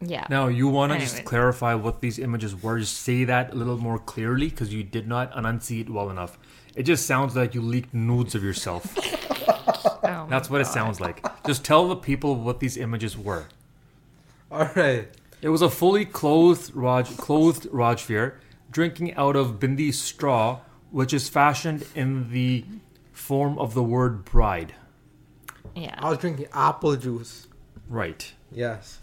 [SPEAKER 2] Yeah.
[SPEAKER 1] Now you want to just
[SPEAKER 2] Anyways.
[SPEAKER 1] clarify what these images were. Just say that a little more clearly because you did not enunciate well enough. It just sounds like you leaked nudes of
[SPEAKER 2] [LAUGHS]
[SPEAKER 1] yourself.
[SPEAKER 2] Oh,
[SPEAKER 1] That's what it sounds like. Just tell the people what these images were.
[SPEAKER 3] All right.
[SPEAKER 1] It was a fully clothed Raj, clothed Rajveer drinking out of bindi straw, which is fashioned in the form of the word bride.
[SPEAKER 2] yeah.
[SPEAKER 3] I was drinking apple juice.
[SPEAKER 1] Right.
[SPEAKER 3] Yes.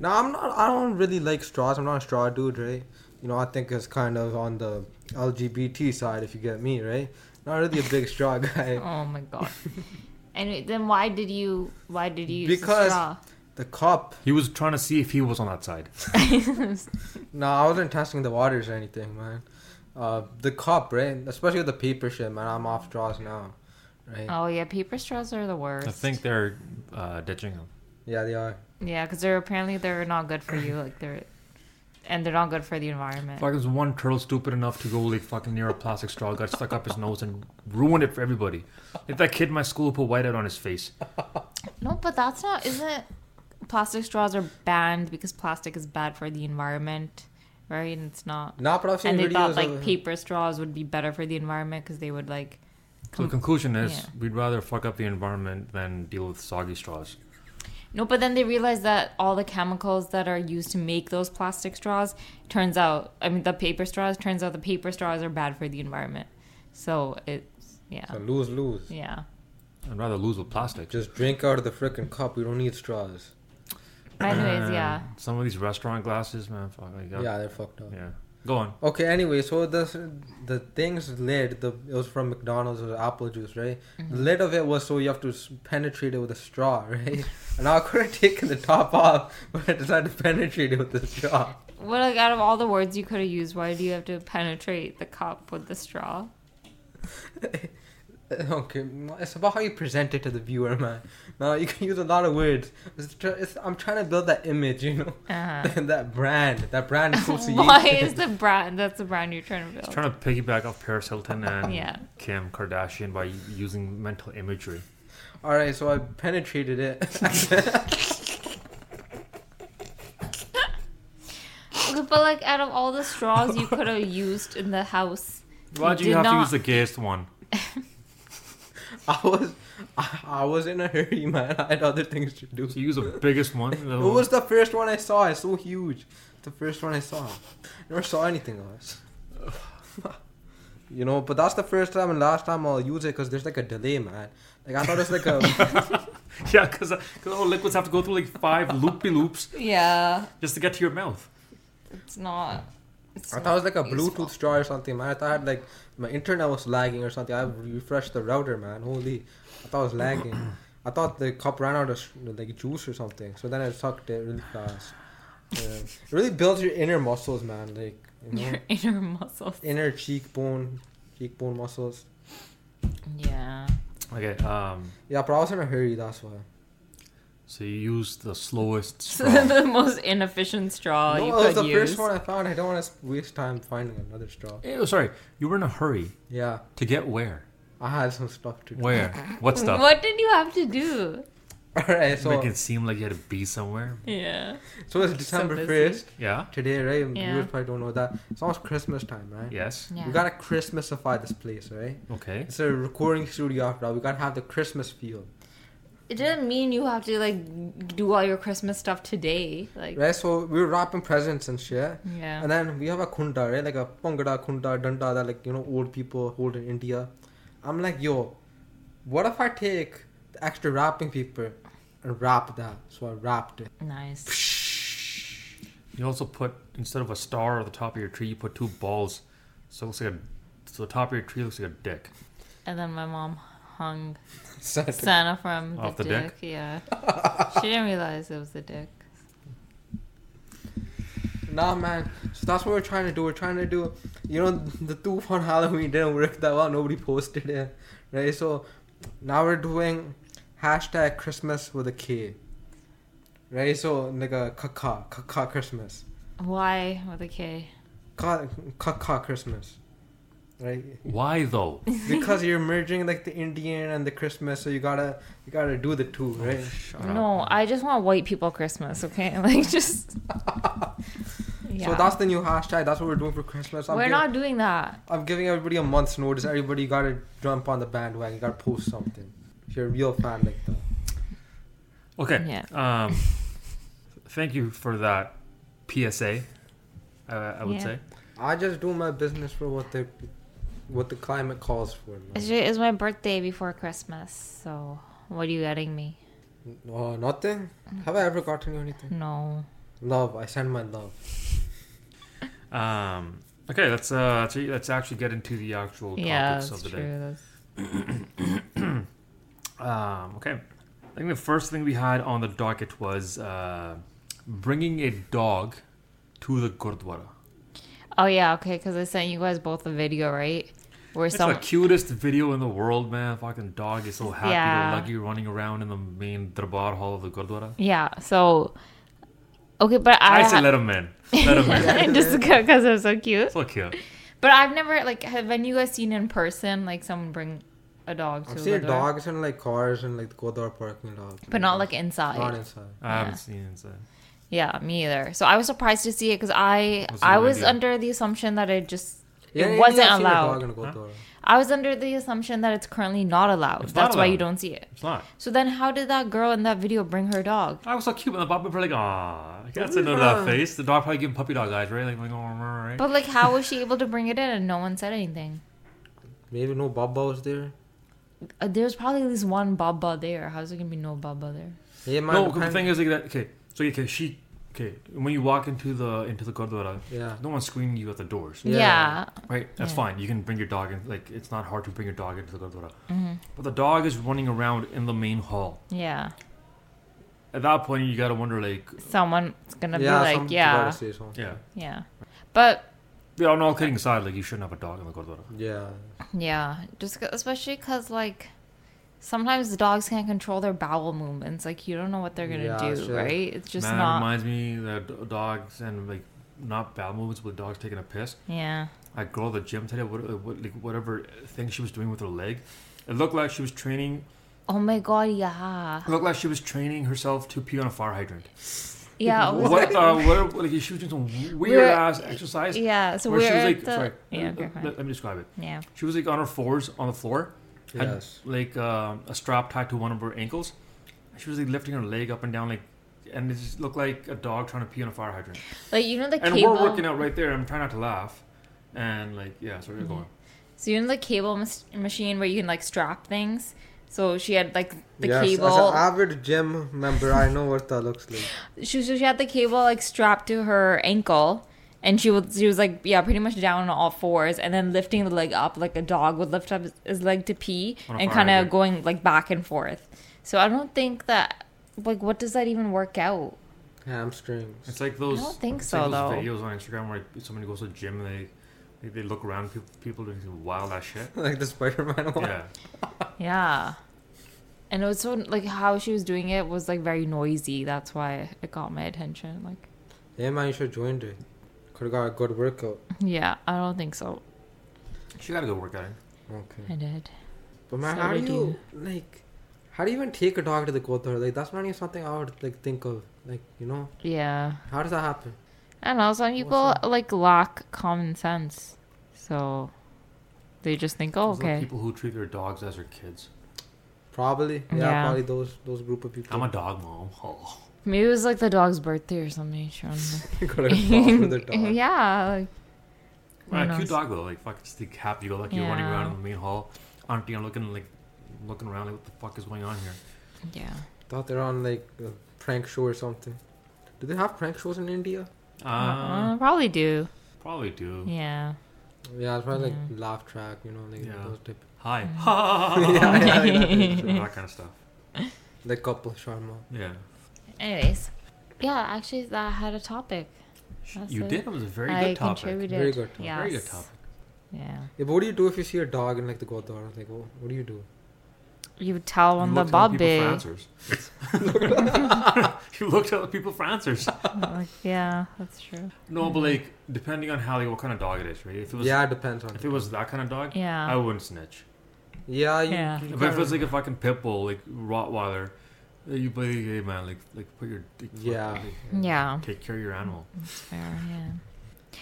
[SPEAKER 3] Now I'm not. I don't really like straws. I'm not a straw dude, right? You know, I think it's kind of on the LGBT side, if you get me, right? Not really a big straw [LAUGHS] guy.
[SPEAKER 2] Oh my god. and then why did you? Why did you? Use
[SPEAKER 3] Because-
[SPEAKER 2] the
[SPEAKER 3] The cup.
[SPEAKER 1] He was trying to see if he was on that side.
[SPEAKER 3] [LAUGHS] No, I wasn't testing the waters or anything, man. Uh, the cup, right? Especially with the paper shit, man. I'm off straws now, right?
[SPEAKER 2] straw? Oh yeah, paper straws are the worst.
[SPEAKER 1] I think they're uh, ditching him.
[SPEAKER 3] Yeah, they are.
[SPEAKER 2] Yeah, because they're apparently they're not good for you. Like they're, and they're not good for the environment.
[SPEAKER 1] Fuck, there's one turtle stupid enough to go like fucking near a plastic straw, got stuck up his nose and ruined it for everybody. Like that kid in my school who put whiteout on his face.
[SPEAKER 2] No, but that's not. Isn't plastic straws are banned because plastic is bad for the environment, right? And it's not.
[SPEAKER 3] Nah, but I've seen
[SPEAKER 2] And they
[SPEAKER 3] videos
[SPEAKER 2] thought like
[SPEAKER 3] of
[SPEAKER 2] paper straws would be better for the environment because they would like.
[SPEAKER 1] So the conclusion is
[SPEAKER 2] yeah.
[SPEAKER 1] we'd rather fuck up the environment than deal with soggy straws.
[SPEAKER 2] No, but then they realized that all the chemicals that are used to make those plastic straws turns out, I mean, the paper straws turns out the paper straws are bad for the environment. So it's yeah,
[SPEAKER 3] So lose, lose.
[SPEAKER 2] yeah.
[SPEAKER 1] I'd rather lose with plastic.
[SPEAKER 3] Just drink out of the frickin' cup. We don't need straws.
[SPEAKER 2] But anyways,
[SPEAKER 1] Man, [CLEARS THROAT]
[SPEAKER 2] yeah.
[SPEAKER 1] Some of these restaurant glasses, man, fuck like
[SPEAKER 3] Yeah,
[SPEAKER 1] yeah.
[SPEAKER 3] they're fucked up.
[SPEAKER 1] yeah. Go on.
[SPEAKER 3] Okay, anyway, so the the things lid, the it was from McDonald's, it was apple juice, right?
[SPEAKER 2] Mm-hmm.
[SPEAKER 3] The lid of it was so you have to s- penetrate it with a straw, [LAUGHS] right? and I could have [LAUGHS] taken the top off, but I decided to penetrate it with the straw.
[SPEAKER 2] What like out of all the words you could have used, why do you have to penetrate the cup with the straw?
[SPEAKER 3] [LAUGHS] Okay, it's about how you present it to the viewer, man. Now you can use a lot of words. It's tr- it's, I'm trying to build that image, you know, [LAUGHS]
[SPEAKER 2] Uh-huh.
[SPEAKER 3] that brand, that
[SPEAKER 2] [LAUGHS]
[SPEAKER 3] brand association.
[SPEAKER 2] Why is the brand? That's the brand you're trying to build.
[SPEAKER 1] It's trying to piggyback off Paris
[SPEAKER 2] [LAUGHS]
[SPEAKER 1] Hilton and
[SPEAKER 2] Oh. Yeah.
[SPEAKER 1] Kim Kardashian by using mental imagery.
[SPEAKER 3] All right, so I penetrated it. [LAUGHS]
[SPEAKER 2] Okay, But like, out of all the straws you could have used in the house,
[SPEAKER 1] Why do you
[SPEAKER 2] did
[SPEAKER 1] have to
[SPEAKER 2] not-
[SPEAKER 1] use the gayest one?
[SPEAKER 3] I was, I, I was in a hurry, man. I had other things to do.
[SPEAKER 1] You use the biggest
[SPEAKER 3] [LAUGHS]
[SPEAKER 1] one. the
[SPEAKER 3] It
[SPEAKER 1] one-
[SPEAKER 3] was the first one I saw. It's so huge. The first one I saw. Never saw anything else. [LAUGHS] you know, but that's the first time and last time I'll use it because there's like a delay, man. Like I thought it's like a.
[SPEAKER 1] [LAUGHS] Yeah, because all liquids have to go through like
[SPEAKER 2] [LAUGHS]
[SPEAKER 1] five loopy loops
[SPEAKER 2] yeah,
[SPEAKER 1] just to get to your mouth.
[SPEAKER 2] it's not. It's
[SPEAKER 3] I thought it was like a
[SPEAKER 2] not useful.
[SPEAKER 3] Bluetooth straw or something, man. I thought like my internet was lagging or something. I refreshed the router, man. Holy, I thought it was lagging. I thought the cup ran out of sh- like juice or something. So then I sucked it really fast. Yeah. It really builds your inner muscles, man. Like you
[SPEAKER 2] [LAUGHS]
[SPEAKER 3] know.
[SPEAKER 2] Your inner muscles.
[SPEAKER 3] inner cheekbone, cheekbone muscles.
[SPEAKER 2] [LAUGHS] Yeah.
[SPEAKER 1] Okay, um,
[SPEAKER 3] Yeah, but I was in a hurry, that's why.
[SPEAKER 1] so you use the
[SPEAKER 2] [LAUGHS]
[SPEAKER 1] slowest
[SPEAKER 2] So
[SPEAKER 1] straw.
[SPEAKER 2] the most inefficient straw Uh,
[SPEAKER 3] no,
[SPEAKER 2] you
[SPEAKER 3] it
[SPEAKER 2] could
[SPEAKER 3] was the
[SPEAKER 2] use. [LAUGHS]
[SPEAKER 3] first one I found. I don't want to waste time finding another straw.
[SPEAKER 1] Eh, oh, sorry, you were in a hurry
[SPEAKER 3] Yeah,
[SPEAKER 1] to get where?
[SPEAKER 3] I had some stuff to do.
[SPEAKER 1] Where?
[SPEAKER 2] [LAUGHS]
[SPEAKER 1] What stuff?
[SPEAKER 2] What did you have to do?
[SPEAKER 3] [LAUGHS] All right,
[SPEAKER 1] Make
[SPEAKER 3] so
[SPEAKER 1] it seem like you had to be somewhere.
[SPEAKER 2] Yeah.
[SPEAKER 3] so it's December
[SPEAKER 2] busy.
[SPEAKER 3] first
[SPEAKER 1] Yeah.
[SPEAKER 3] today, right?
[SPEAKER 2] Yeah.
[SPEAKER 3] You probably don't know that. It's almost Christmas time, right?
[SPEAKER 1] Yes.
[SPEAKER 2] Yeah.
[SPEAKER 3] We gotta Christmasify this place, right?
[SPEAKER 1] Okay.
[SPEAKER 3] It's a recording studio after all. We gotta have the Christmas feel,
[SPEAKER 2] it didn't mean you have to like do all your Christmas stuff today. Like.
[SPEAKER 3] right? So we were wrapping presents and shit.
[SPEAKER 2] Yeah.
[SPEAKER 3] And then we have a kunda, right? Like a pangada, kunda, danda that like, you know, old people hold in India. I'm like, yo, what if I take the extra wrapping paper and wrap that? So I wrapped it. [LAUGHS]
[SPEAKER 2] nice.
[SPEAKER 1] You also put instead of a star at the top of your tree, you put two balls, so it looks like a so the top of your tree looks like a dick.
[SPEAKER 2] And then my mom hung
[SPEAKER 3] Santa.
[SPEAKER 2] Santa from the,
[SPEAKER 1] Off the
[SPEAKER 2] dick.
[SPEAKER 1] dick? [LAUGHS]
[SPEAKER 2] Yeah. she didn't realize it was the dick.
[SPEAKER 3] Nah, man. So that's what we're trying to do. We're trying to do, you know, [LAUGHS] the two on Halloween didn't work that well. Nobody posted it, right? So now we're doing hashtag Christmas with a K, right? So like a kaka, kaka Christmas.
[SPEAKER 2] Why with a K?
[SPEAKER 3] Ka- Kaka Christmas, right?
[SPEAKER 1] Why
[SPEAKER 2] [LAUGHS]
[SPEAKER 1] though?
[SPEAKER 3] Because you're merging like the Indian and the Christmas, so you gotta you gotta do the two, right?
[SPEAKER 1] Shut
[SPEAKER 2] No, I just want white people Christmas, okay? [LAUGHS] Like
[SPEAKER 1] [LAUGHS]
[SPEAKER 2] just Yeah.
[SPEAKER 3] So that's the new hashtag. That's what we're doing for Christmas. I'm
[SPEAKER 2] We're
[SPEAKER 3] gi-
[SPEAKER 2] not doing that.
[SPEAKER 3] I'm giving everybody a month's notice. Everybody gotta jump on the bandwagon. You gotta post something. If you're a real fan like that.
[SPEAKER 1] Okay.
[SPEAKER 2] Yeah.
[SPEAKER 1] Um, thank you for that PSA. I, I would
[SPEAKER 2] Yeah.
[SPEAKER 1] say.
[SPEAKER 3] I just do my business for what the what the climate calls for.
[SPEAKER 2] It's,
[SPEAKER 3] Man.
[SPEAKER 2] ju- it's my birthday before Christmas, so what are you getting me?
[SPEAKER 3] No, nothing. Have I ever gotten you anything?
[SPEAKER 2] No.
[SPEAKER 3] Love. I send my love.
[SPEAKER 1] Um, okay, let's uh, let's, let's actually get into the actual topics
[SPEAKER 2] yeah, that's
[SPEAKER 1] of the
[SPEAKER 2] true.
[SPEAKER 1] day.
[SPEAKER 2] That's,
[SPEAKER 1] Um, okay. I think the first thing we had on the docket was uh, bringing a dog to the Gurdwara.
[SPEAKER 2] oh yeah, okay, because I sent you guys both a video, right? Where
[SPEAKER 1] It's
[SPEAKER 2] some
[SPEAKER 1] the cutest video in the world, man. Fucking dog is so happy,
[SPEAKER 2] Yeah.
[SPEAKER 1] lucky, running around in the main Darbar hall of the Gurdwara.
[SPEAKER 2] yeah, so okay, but I,
[SPEAKER 1] I, say let him in.
[SPEAKER 2] [LAUGHS]
[SPEAKER 1] Let him in.
[SPEAKER 2] just because they're so cute.
[SPEAKER 1] So cute.
[SPEAKER 2] But I've never like have any you guys seen in person like someone bring a dog to
[SPEAKER 3] I've
[SPEAKER 2] the
[SPEAKER 3] seen
[SPEAKER 2] door?
[SPEAKER 3] dogs in like cars and like the Godar parking lot.
[SPEAKER 2] but not like
[SPEAKER 3] Not
[SPEAKER 2] inside.
[SPEAKER 3] inside.
[SPEAKER 1] I haven't seen it. So.
[SPEAKER 2] Yeah, me either. So I was surprised to see it because I
[SPEAKER 1] That's a
[SPEAKER 2] I
[SPEAKER 1] good
[SPEAKER 2] was
[SPEAKER 1] idea.
[SPEAKER 2] under the assumption that it just
[SPEAKER 3] Yeah, yeah,
[SPEAKER 2] it
[SPEAKER 3] yeah,
[SPEAKER 2] wasn't
[SPEAKER 3] I've seen a
[SPEAKER 2] allowed.
[SPEAKER 3] dog in a Godar.
[SPEAKER 2] I was under the assumption that it's currently not allowed.
[SPEAKER 1] It's not
[SPEAKER 2] That's why you
[SPEAKER 1] allowed.
[SPEAKER 2] don't see it.
[SPEAKER 1] It's not.
[SPEAKER 2] So then, how did that girl in that video bring her dog?
[SPEAKER 1] I was so cute, and the puppy probably like, ah, that's another that face. The dog probably giving puppy dog eyes, right? Like, like, oh, right?
[SPEAKER 2] But like, how was she able to bring it in and no one said anything?
[SPEAKER 3] Maybe no Baba was there.
[SPEAKER 2] Uh, there's probably at least one Baba there. How's there gonna be no Baba there?
[SPEAKER 3] Yeah, man,
[SPEAKER 1] No, 'cause the
[SPEAKER 3] depend-
[SPEAKER 1] thing is like that. Okay, so okay, she okay. When you walk into the into the Gurdwara,
[SPEAKER 3] Yeah.
[SPEAKER 1] no one's screaming you at the doors,
[SPEAKER 3] Yeah.
[SPEAKER 2] Yeah,
[SPEAKER 1] right? That's
[SPEAKER 2] Yeah.
[SPEAKER 1] fine. You can bring your dog in. Like it's not hard to bring your dog into the Gurdwara. But the dog is running around in the main hall.
[SPEAKER 2] Mm-hmm. yeah.
[SPEAKER 1] At that point, you gotta wonder like,
[SPEAKER 2] Someone's gonna
[SPEAKER 3] yeah,
[SPEAKER 2] be like,
[SPEAKER 3] something
[SPEAKER 2] yeah,
[SPEAKER 3] gotta say something.
[SPEAKER 1] yeah,
[SPEAKER 2] yeah. But
[SPEAKER 1] Yeah, no, all kidding aside, like you shouldn't have a dog in the Gurdwara.
[SPEAKER 3] Yeah.
[SPEAKER 2] Yeah, just 'cause- especially because like sometimes the dogs can't control their bowel movements. Like you don't know what they're gonna
[SPEAKER 3] Yeah,
[SPEAKER 2] do,
[SPEAKER 3] sure.
[SPEAKER 2] right? It's just
[SPEAKER 1] Man, it
[SPEAKER 2] not.
[SPEAKER 1] reminds me that d- dogs and like not bowel movements with dogs taking a piss.
[SPEAKER 2] Yeah,
[SPEAKER 1] That girl at the gym today, what, uh, what, like whatever thing she was doing with her leg, it looked like she was training.
[SPEAKER 2] Oh my god, yeah.
[SPEAKER 1] It looked like she was training herself to pee on a fire hydrant.
[SPEAKER 2] [LAUGHS] Yeah. oh it was-
[SPEAKER 1] What? Uh, what? Like she was doing some weird ass exercise.
[SPEAKER 2] yeah, so
[SPEAKER 1] where
[SPEAKER 2] we're
[SPEAKER 1] she was
[SPEAKER 2] at
[SPEAKER 1] like,
[SPEAKER 2] the,
[SPEAKER 1] sorry,
[SPEAKER 2] yeah,
[SPEAKER 1] uh,
[SPEAKER 2] okay,
[SPEAKER 1] uh,
[SPEAKER 2] fine.
[SPEAKER 1] let, let me describe it.
[SPEAKER 2] yeah,
[SPEAKER 1] She was like on her fours on the floor, had
[SPEAKER 3] Yes.
[SPEAKER 1] like uh, a strap tied to one of her ankles. She was like lifting her leg up and down, like, and it just looked like a dog trying to pee on a fire hydrant.
[SPEAKER 2] like you know the
[SPEAKER 1] and
[SPEAKER 2] cable.
[SPEAKER 1] we're working out right there. I'm trying not to laugh, and like, yeah, so we're going.
[SPEAKER 2] Mm-hmm. So you know the cable mas- machine where you can like strap things. So she had like the
[SPEAKER 3] yes, As
[SPEAKER 2] cable.
[SPEAKER 3] an avid gym member, I know what that looks like.
[SPEAKER 2] she so she had the cable like strapped to her ankle and she was she was like yeah pretty much down on all fours and then lifting the leg up like a dog would lift up his- his leg to pee
[SPEAKER 1] On a
[SPEAKER 2] and
[SPEAKER 1] fire
[SPEAKER 2] kind of
[SPEAKER 1] hydrant.
[SPEAKER 2] going like back and forth so i don't think that like what does that even work out
[SPEAKER 3] Hamstrings.
[SPEAKER 1] It's like those.
[SPEAKER 2] don't think
[SPEAKER 1] it's like
[SPEAKER 2] so,
[SPEAKER 1] those
[SPEAKER 2] though.
[SPEAKER 1] Videos on Instagram where somebody goes to the gym and they, they, they look around people, people doing some wild ass
[SPEAKER 2] [LAUGHS]
[SPEAKER 1] shit.
[SPEAKER 3] like the Spider Man one.
[SPEAKER 1] Yeah,
[SPEAKER 2] yeah and it was so like how she was doing it was like very noisy that's why it got my attention like [LAUGHS]
[SPEAKER 3] Yeah, man, you should join it. Could have got a good workout.
[SPEAKER 2] yeah i don't think so
[SPEAKER 1] she got a good workout. in.
[SPEAKER 3] Okay.
[SPEAKER 2] i did
[SPEAKER 3] But man,
[SPEAKER 2] So
[SPEAKER 3] how do
[SPEAKER 2] did
[SPEAKER 3] you like? How do you even take a dog to the Kothar? Like that's not even something I would like think of. Like you know,
[SPEAKER 2] yeah
[SPEAKER 3] how does that happen?
[SPEAKER 2] I don't know. Some people
[SPEAKER 3] What's
[SPEAKER 2] like lack common sense, so they just think, "Oh,
[SPEAKER 1] Those are the
[SPEAKER 2] okay."
[SPEAKER 1] people who treat their dogs as their kids.
[SPEAKER 3] Probably, yeah,
[SPEAKER 2] Yeah.
[SPEAKER 3] probably those those group of people.
[SPEAKER 1] I'm
[SPEAKER 3] [LAUGHS]
[SPEAKER 1] a dog mom. [LAUGHS] Oh.
[SPEAKER 2] Maybe it was like the dog's birthday or something.
[SPEAKER 3] [LAUGHS]
[SPEAKER 2] She
[SPEAKER 3] Gotta talk with the
[SPEAKER 2] [LAUGHS] wanted to-
[SPEAKER 3] dog.
[SPEAKER 2] yeah, like Who
[SPEAKER 1] Right, cute
[SPEAKER 2] knows?
[SPEAKER 1] dog though. Like fuck, just like happy go lucky you're running
[SPEAKER 2] Yeah.
[SPEAKER 1] around in the main hall. Auntie, I'm looking like looking around like what the fuck is going on here.
[SPEAKER 2] yeah.
[SPEAKER 3] Thought they're on like a prank show or something. Do they have prank shows in India?
[SPEAKER 1] Uh,
[SPEAKER 2] Uh, probably do.
[SPEAKER 1] Probably do.
[SPEAKER 2] Yeah.
[SPEAKER 3] Yeah, it's probably
[SPEAKER 2] Yeah.
[SPEAKER 3] like laugh track. You know, like
[SPEAKER 1] Yeah.
[SPEAKER 3] those type.
[SPEAKER 1] Hi.
[SPEAKER 2] Mm-hmm.
[SPEAKER 1] [LAUGHS]
[SPEAKER 3] yeah, yeah, exactly.
[SPEAKER 1] that kind of stuff.
[SPEAKER 3] The couple Sharma.
[SPEAKER 1] Yeah.
[SPEAKER 2] Anyways, yeah. Actually, that had a topic. That's
[SPEAKER 1] you
[SPEAKER 2] it.
[SPEAKER 1] did. It was a very
[SPEAKER 2] I
[SPEAKER 1] good topic.
[SPEAKER 2] contributed.
[SPEAKER 3] Very good topic.
[SPEAKER 2] Yes.
[SPEAKER 1] Very good topic.
[SPEAKER 2] Yeah.
[SPEAKER 3] Yeah, but what do you do if you see a dog in like the Kothar? Like, what, what do you do?
[SPEAKER 2] You tell them
[SPEAKER 1] You
[SPEAKER 2] the
[SPEAKER 1] looked at people for
[SPEAKER 2] bobby.
[SPEAKER 1] answers. [LAUGHS] you looked at the people for answers.
[SPEAKER 2] [LAUGHS] like, yeah, that's true.
[SPEAKER 1] No, but like depending on how like what kind of dog it is, right? If it was
[SPEAKER 3] yeah, it depends on.
[SPEAKER 1] if it was that kind of dog, I
[SPEAKER 2] Yeah.
[SPEAKER 1] wouldn't snitch.
[SPEAKER 3] Yeah, you,
[SPEAKER 2] Yeah.
[SPEAKER 3] you
[SPEAKER 1] If it
[SPEAKER 3] kinda-
[SPEAKER 1] was like a fucking pit bull, like Rottweiler, uh, you play the game, man. Like, like put your like, fuck-
[SPEAKER 3] Yeah.
[SPEAKER 1] like,
[SPEAKER 2] Yeah.
[SPEAKER 1] Take care of your animal.
[SPEAKER 2] That's fair. Yeah.
[SPEAKER 1] Uh-huh.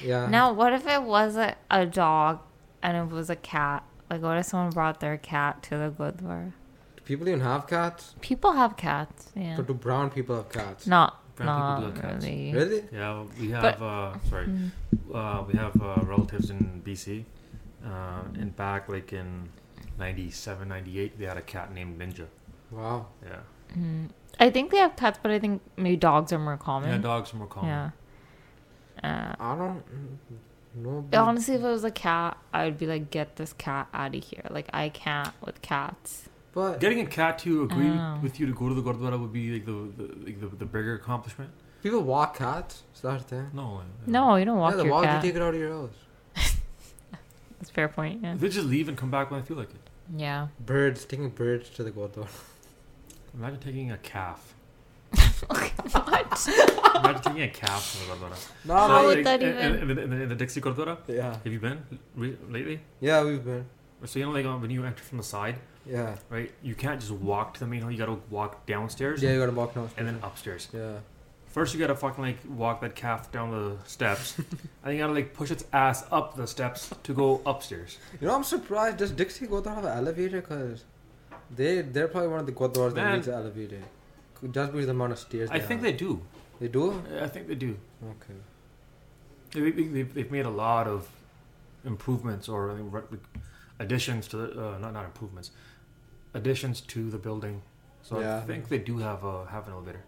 [SPEAKER 3] yeah.
[SPEAKER 2] Now, what if it wasn't a dog and it was a cat? Like, what if someone brought their cat to the Gurdwara?
[SPEAKER 3] Do people even have cats?
[SPEAKER 2] People have cats, yeah.
[SPEAKER 3] But do brown people have cats?
[SPEAKER 2] Not,
[SPEAKER 1] Brown people
[SPEAKER 2] not
[SPEAKER 1] do have cats.
[SPEAKER 2] really.
[SPEAKER 3] Really?
[SPEAKER 1] Yeah, we have.
[SPEAKER 2] But-
[SPEAKER 1] uh, sorry,
[SPEAKER 2] Mm.
[SPEAKER 1] uh, we have uh, relatives in BC, uh, and back like in 97, 98, they had a cat named Ninja.
[SPEAKER 3] Wow.
[SPEAKER 1] Yeah,
[SPEAKER 2] Mm. I think they have cats, but I think maybe dogs are more common.
[SPEAKER 1] yeah, dogs are more common.
[SPEAKER 2] Yeah. Uh,
[SPEAKER 3] I don't know. about-
[SPEAKER 2] honestly, if it was a cat, I would be like, get this cat out of here. Like, I can't with cats.
[SPEAKER 3] But
[SPEAKER 1] Getting a cat to agree
[SPEAKER 2] Oh.
[SPEAKER 1] with you to go to the Gurdwara would be like the the, like, the, the bigger accomplishment.
[SPEAKER 3] people walk cats. Is that a thing?
[SPEAKER 1] No, like,
[SPEAKER 2] No, you don't walk
[SPEAKER 3] yeah, the
[SPEAKER 2] your
[SPEAKER 3] walk
[SPEAKER 2] cat.
[SPEAKER 3] you take it out of your house.
[SPEAKER 2] That's a fair point, yeah.
[SPEAKER 1] They just leave and come back when I feel like it. [LAUGHS]
[SPEAKER 2] Yeah.
[SPEAKER 3] Birds taking birds to the Godwara.
[SPEAKER 1] Imagine taking a calf.
[SPEAKER 2] what?
[SPEAKER 1] Imagine taking a calf to the Gurdwara.
[SPEAKER 3] No,
[SPEAKER 2] Oh, How
[SPEAKER 1] So,
[SPEAKER 3] no,
[SPEAKER 2] would
[SPEAKER 1] like,
[SPEAKER 2] that
[SPEAKER 1] in-
[SPEAKER 2] even-
[SPEAKER 1] In, in, the- in the Dixie Cordura,
[SPEAKER 3] yeah,
[SPEAKER 1] have you been re- lately?
[SPEAKER 3] yeah, we've been.
[SPEAKER 1] So you know, like uh, when you enter from the side,
[SPEAKER 3] Yeah,
[SPEAKER 1] right? You can't just walk to the main hall. You gotta walk downstairs
[SPEAKER 3] yeah, you gotta walk now.
[SPEAKER 1] and then upstairs.
[SPEAKER 3] Yeah,
[SPEAKER 1] First, you gotta fucking like walk that calf down the
[SPEAKER 2] [LAUGHS]
[SPEAKER 1] steps, and you gotta like push its ass up the steps to go upstairs.
[SPEAKER 3] you know, I'm surprised. Does Dixie Godwara have an elevator? Cause they they're probably one of the Godwaras that
[SPEAKER 1] Man.
[SPEAKER 3] needs an elevator. Just because the amount of stairs.
[SPEAKER 1] I think they do.
[SPEAKER 3] they do.
[SPEAKER 1] I think they do.
[SPEAKER 3] Okay.
[SPEAKER 1] They, they, they've- they've made a lot of improvements or uh, re- additions to the, uh, not not improvements, additions to the building. So I
[SPEAKER 3] Yeah.
[SPEAKER 1] think they do have a have an elevator.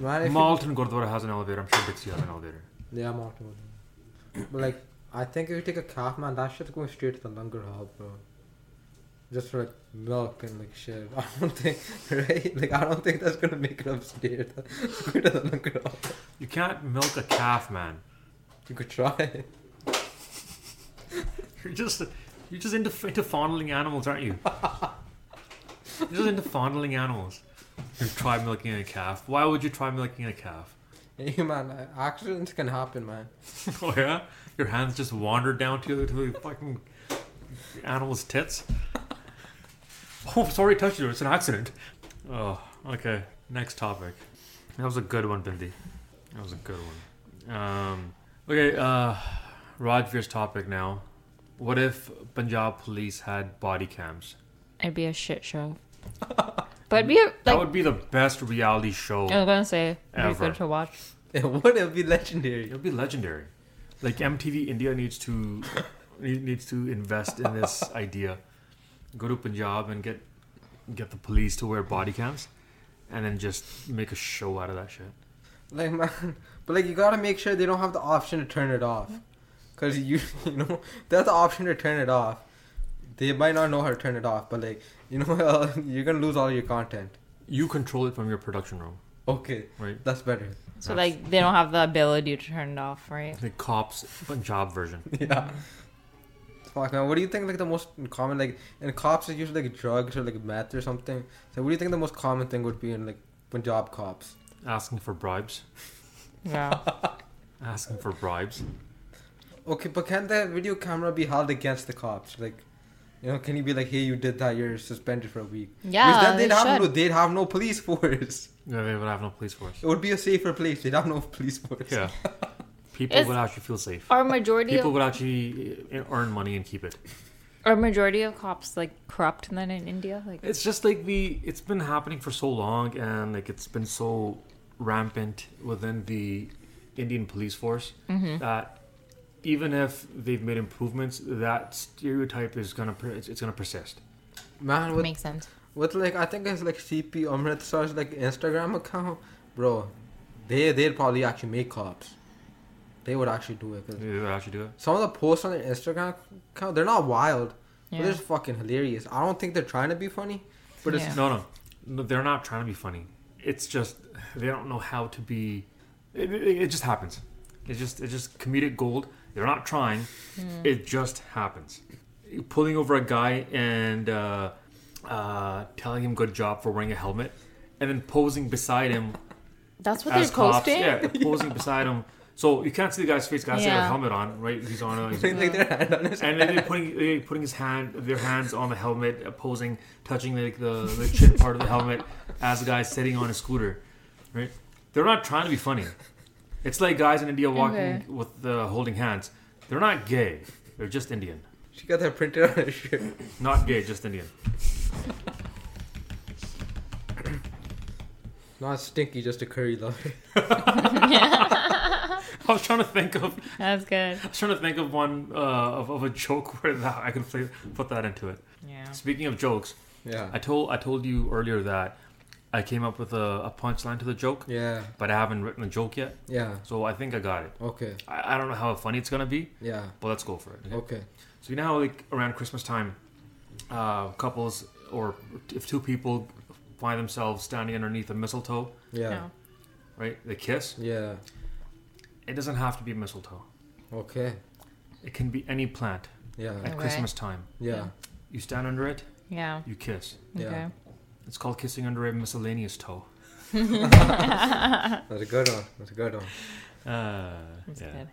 [SPEAKER 3] Man, if you-
[SPEAKER 1] Malton Gurdwara has an elevator. I'm sure Dixie has an elevator.
[SPEAKER 3] Yeah, I'm out of it. But like, I think if you take a calf, man, that shit's going straight to the Langar Hub, bro. Just for like milk and like shit. [LAUGHS] I don't think, right? Like, I don't think that's gonna make it upstairs. [LAUGHS] It's going to the Langar Hub.
[SPEAKER 1] You can't milk a calf, man.
[SPEAKER 3] You could try. [LAUGHS]
[SPEAKER 1] You're just you're just into into fondling animals, aren't you? you're just into fondling animals. You try milking a calf. Why would you try milking a calf?
[SPEAKER 3] Hey man, uh, accidents can happen, man.
[SPEAKER 1] [LAUGHS] oh yeah, your hands just wandered down to the, to the fucking animal's tits. [LAUGHS] Oh, sorry, I touched you. It's an accident. Oh, okay. Next topic. That was a good one, Bindi. That was a good one. Um, okay, uh, Rajveer's topic now. What if Punjab police had body cams?
[SPEAKER 2] It'd be a shit show. but it'd be a,
[SPEAKER 1] that
[SPEAKER 2] like Oh,
[SPEAKER 1] would be the best reality show.
[SPEAKER 2] I was gonna say it'd be
[SPEAKER 1] Ever.
[SPEAKER 2] good to watch.
[SPEAKER 3] It would have been legendary.
[SPEAKER 1] It'll be legendary. Like MTV India needs to need- needs to invest in [LAUGHS] this idea. Go to Punjab and get get the police to wear body cams, and then just make a show out of that shit.
[SPEAKER 3] Like man, but like you gotta make sure they don't have the option to turn it off, cause you [LAUGHS] you know that's the option to turn it off. They might not know how to turn it off, but like you know [LAUGHS] you're gonna lose all your content.
[SPEAKER 1] You control it from your production room,
[SPEAKER 3] Okay,
[SPEAKER 1] right?
[SPEAKER 3] that's better. [LAUGHS]
[SPEAKER 2] So
[SPEAKER 1] That's-
[SPEAKER 2] like they don't have the ability to turn it off, right?
[SPEAKER 1] the cops Punjab version.
[SPEAKER 3] Yeah. Fuck man, what do you think like the most common like in cops is usually like drugs or like meth or something. So what do you think the most common thing would be in like Punjab cops?
[SPEAKER 1] Asking for bribes.
[SPEAKER 2] Yeah.
[SPEAKER 1] Asking for bribes.
[SPEAKER 3] Okay, but can the video camera be held against the cops? Like, you know, can you be like, hey, you did that, you're suspended for a week? Which
[SPEAKER 2] Yeah.
[SPEAKER 3] then
[SPEAKER 2] They
[SPEAKER 3] they'd have, no,
[SPEAKER 2] should.
[SPEAKER 3] they'd have no police [LAUGHS] force.
[SPEAKER 1] Yeah, they would have no police force.
[SPEAKER 3] It would be a safer place. They'd have no police force.
[SPEAKER 1] Yeah, people
[SPEAKER 2] It's-
[SPEAKER 1] would actually feel safe.
[SPEAKER 2] Our majority
[SPEAKER 1] People
[SPEAKER 2] of,
[SPEAKER 1] would actually uh, earn money and keep it.
[SPEAKER 2] our majority of cops like corrupt and then in India like
[SPEAKER 1] It's just like the it's been happening for so long and like it's been so rampant within the Indian police force that even if they've made improvements, that stereotype is gonna per- it's, it's gonna persist.
[SPEAKER 3] Man, with,
[SPEAKER 2] makes sense.
[SPEAKER 3] with like, I think it's like CP Amritsar's like Instagram account, bro. They, they'd probably actually make cops. They would actually do it. 'cause
[SPEAKER 1] They would actually do it.
[SPEAKER 3] Some of the posts on their Instagram account, they're not wild. But
[SPEAKER 2] Yeah.
[SPEAKER 3] they're just fucking hilarious. I don't think they're trying to be funny, but it's
[SPEAKER 2] Yeah.
[SPEAKER 1] No, no, no, they're not trying to be funny. It's just they don't know how to be. It, it, it just happens. It's just it's just comedic gold. They're not trying. It just happens. Pulling over a guy and uh, uh, telling him good job for wearing a helmet, and then posing beside him
[SPEAKER 2] That's what
[SPEAKER 1] as
[SPEAKER 2] they're
[SPEAKER 1] cops.
[SPEAKER 2] posting. [LAUGHS]
[SPEAKER 1] Yeah, posing beside him. So you can't see the guy's face. Guy's got
[SPEAKER 2] Yeah.
[SPEAKER 1] a helmet on, right? He's on. A, he's
[SPEAKER 3] like, like their hand on his
[SPEAKER 1] and then they're putting they're putting his hand their hands on the helmet, uh, posing, touching like the, the chin part of the helmet as the guy's sitting on a scooter. Right? They're not trying to be funny. It's like guys in India walking
[SPEAKER 2] Okay.
[SPEAKER 1] with the holding hands. They're not gay. They're just Indian.
[SPEAKER 3] She got that printed on her shirt. [LAUGHS]
[SPEAKER 1] Not gay, just Indian. [LAUGHS]
[SPEAKER 3] Not stinky, just a curry [LAUGHS] lover.
[SPEAKER 1] I was trying to think of
[SPEAKER 2] That's good.
[SPEAKER 1] I was trying to think of one uh, of, of a joke where that I could play, put that into it.
[SPEAKER 2] Yeah.
[SPEAKER 1] Speaking of jokes,
[SPEAKER 3] Yeah.
[SPEAKER 1] I told I told you earlier that I came up with a, a punchline to the joke,
[SPEAKER 3] Yeah.
[SPEAKER 1] but I haven't written a joke yet.
[SPEAKER 3] Yeah.
[SPEAKER 1] So I think I got it.
[SPEAKER 3] Okay.
[SPEAKER 1] I, I don't know how funny it's gonna be,
[SPEAKER 3] Yeah.
[SPEAKER 1] but let's go for it. okay?
[SPEAKER 3] Okay.
[SPEAKER 1] So you know how like around Christmas time, uh, couples or if two people find themselves standing underneath a mistletoe,
[SPEAKER 3] Yeah.
[SPEAKER 2] No.
[SPEAKER 1] right? They kiss.
[SPEAKER 3] Yeah.
[SPEAKER 1] It doesn't have to be mistletoe.
[SPEAKER 3] Okay.
[SPEAKER 1] It can be any plant
[SPEAKER 3] Yeah.
[SPEAKER 1] at
[SPEAKER 2] Okay.
[SPEAKER 1] Christmas time.
[SPEAKER 3] Yeah.
[SPEAKER 1] You stand under it,
[SPEAKER 2] Yeah.
[SPEAKER 1] you kiss.
[SPEAKER 2] Okay.
[SPEAKER 3] Yeah.
[SPEAKER 1] It's called kissing under a miscellaneous toe.
[SPEAKER 3] [LAUGHS]
[SPEAKER 2] [LAUGHS]
[SPEAKER 3] That's a good one. That's a good one.
[SPEAKER 1] Uh,
[SPEAKER 2] That's
[SPEAKER 1] yeah.
[SPEAKER 2] good.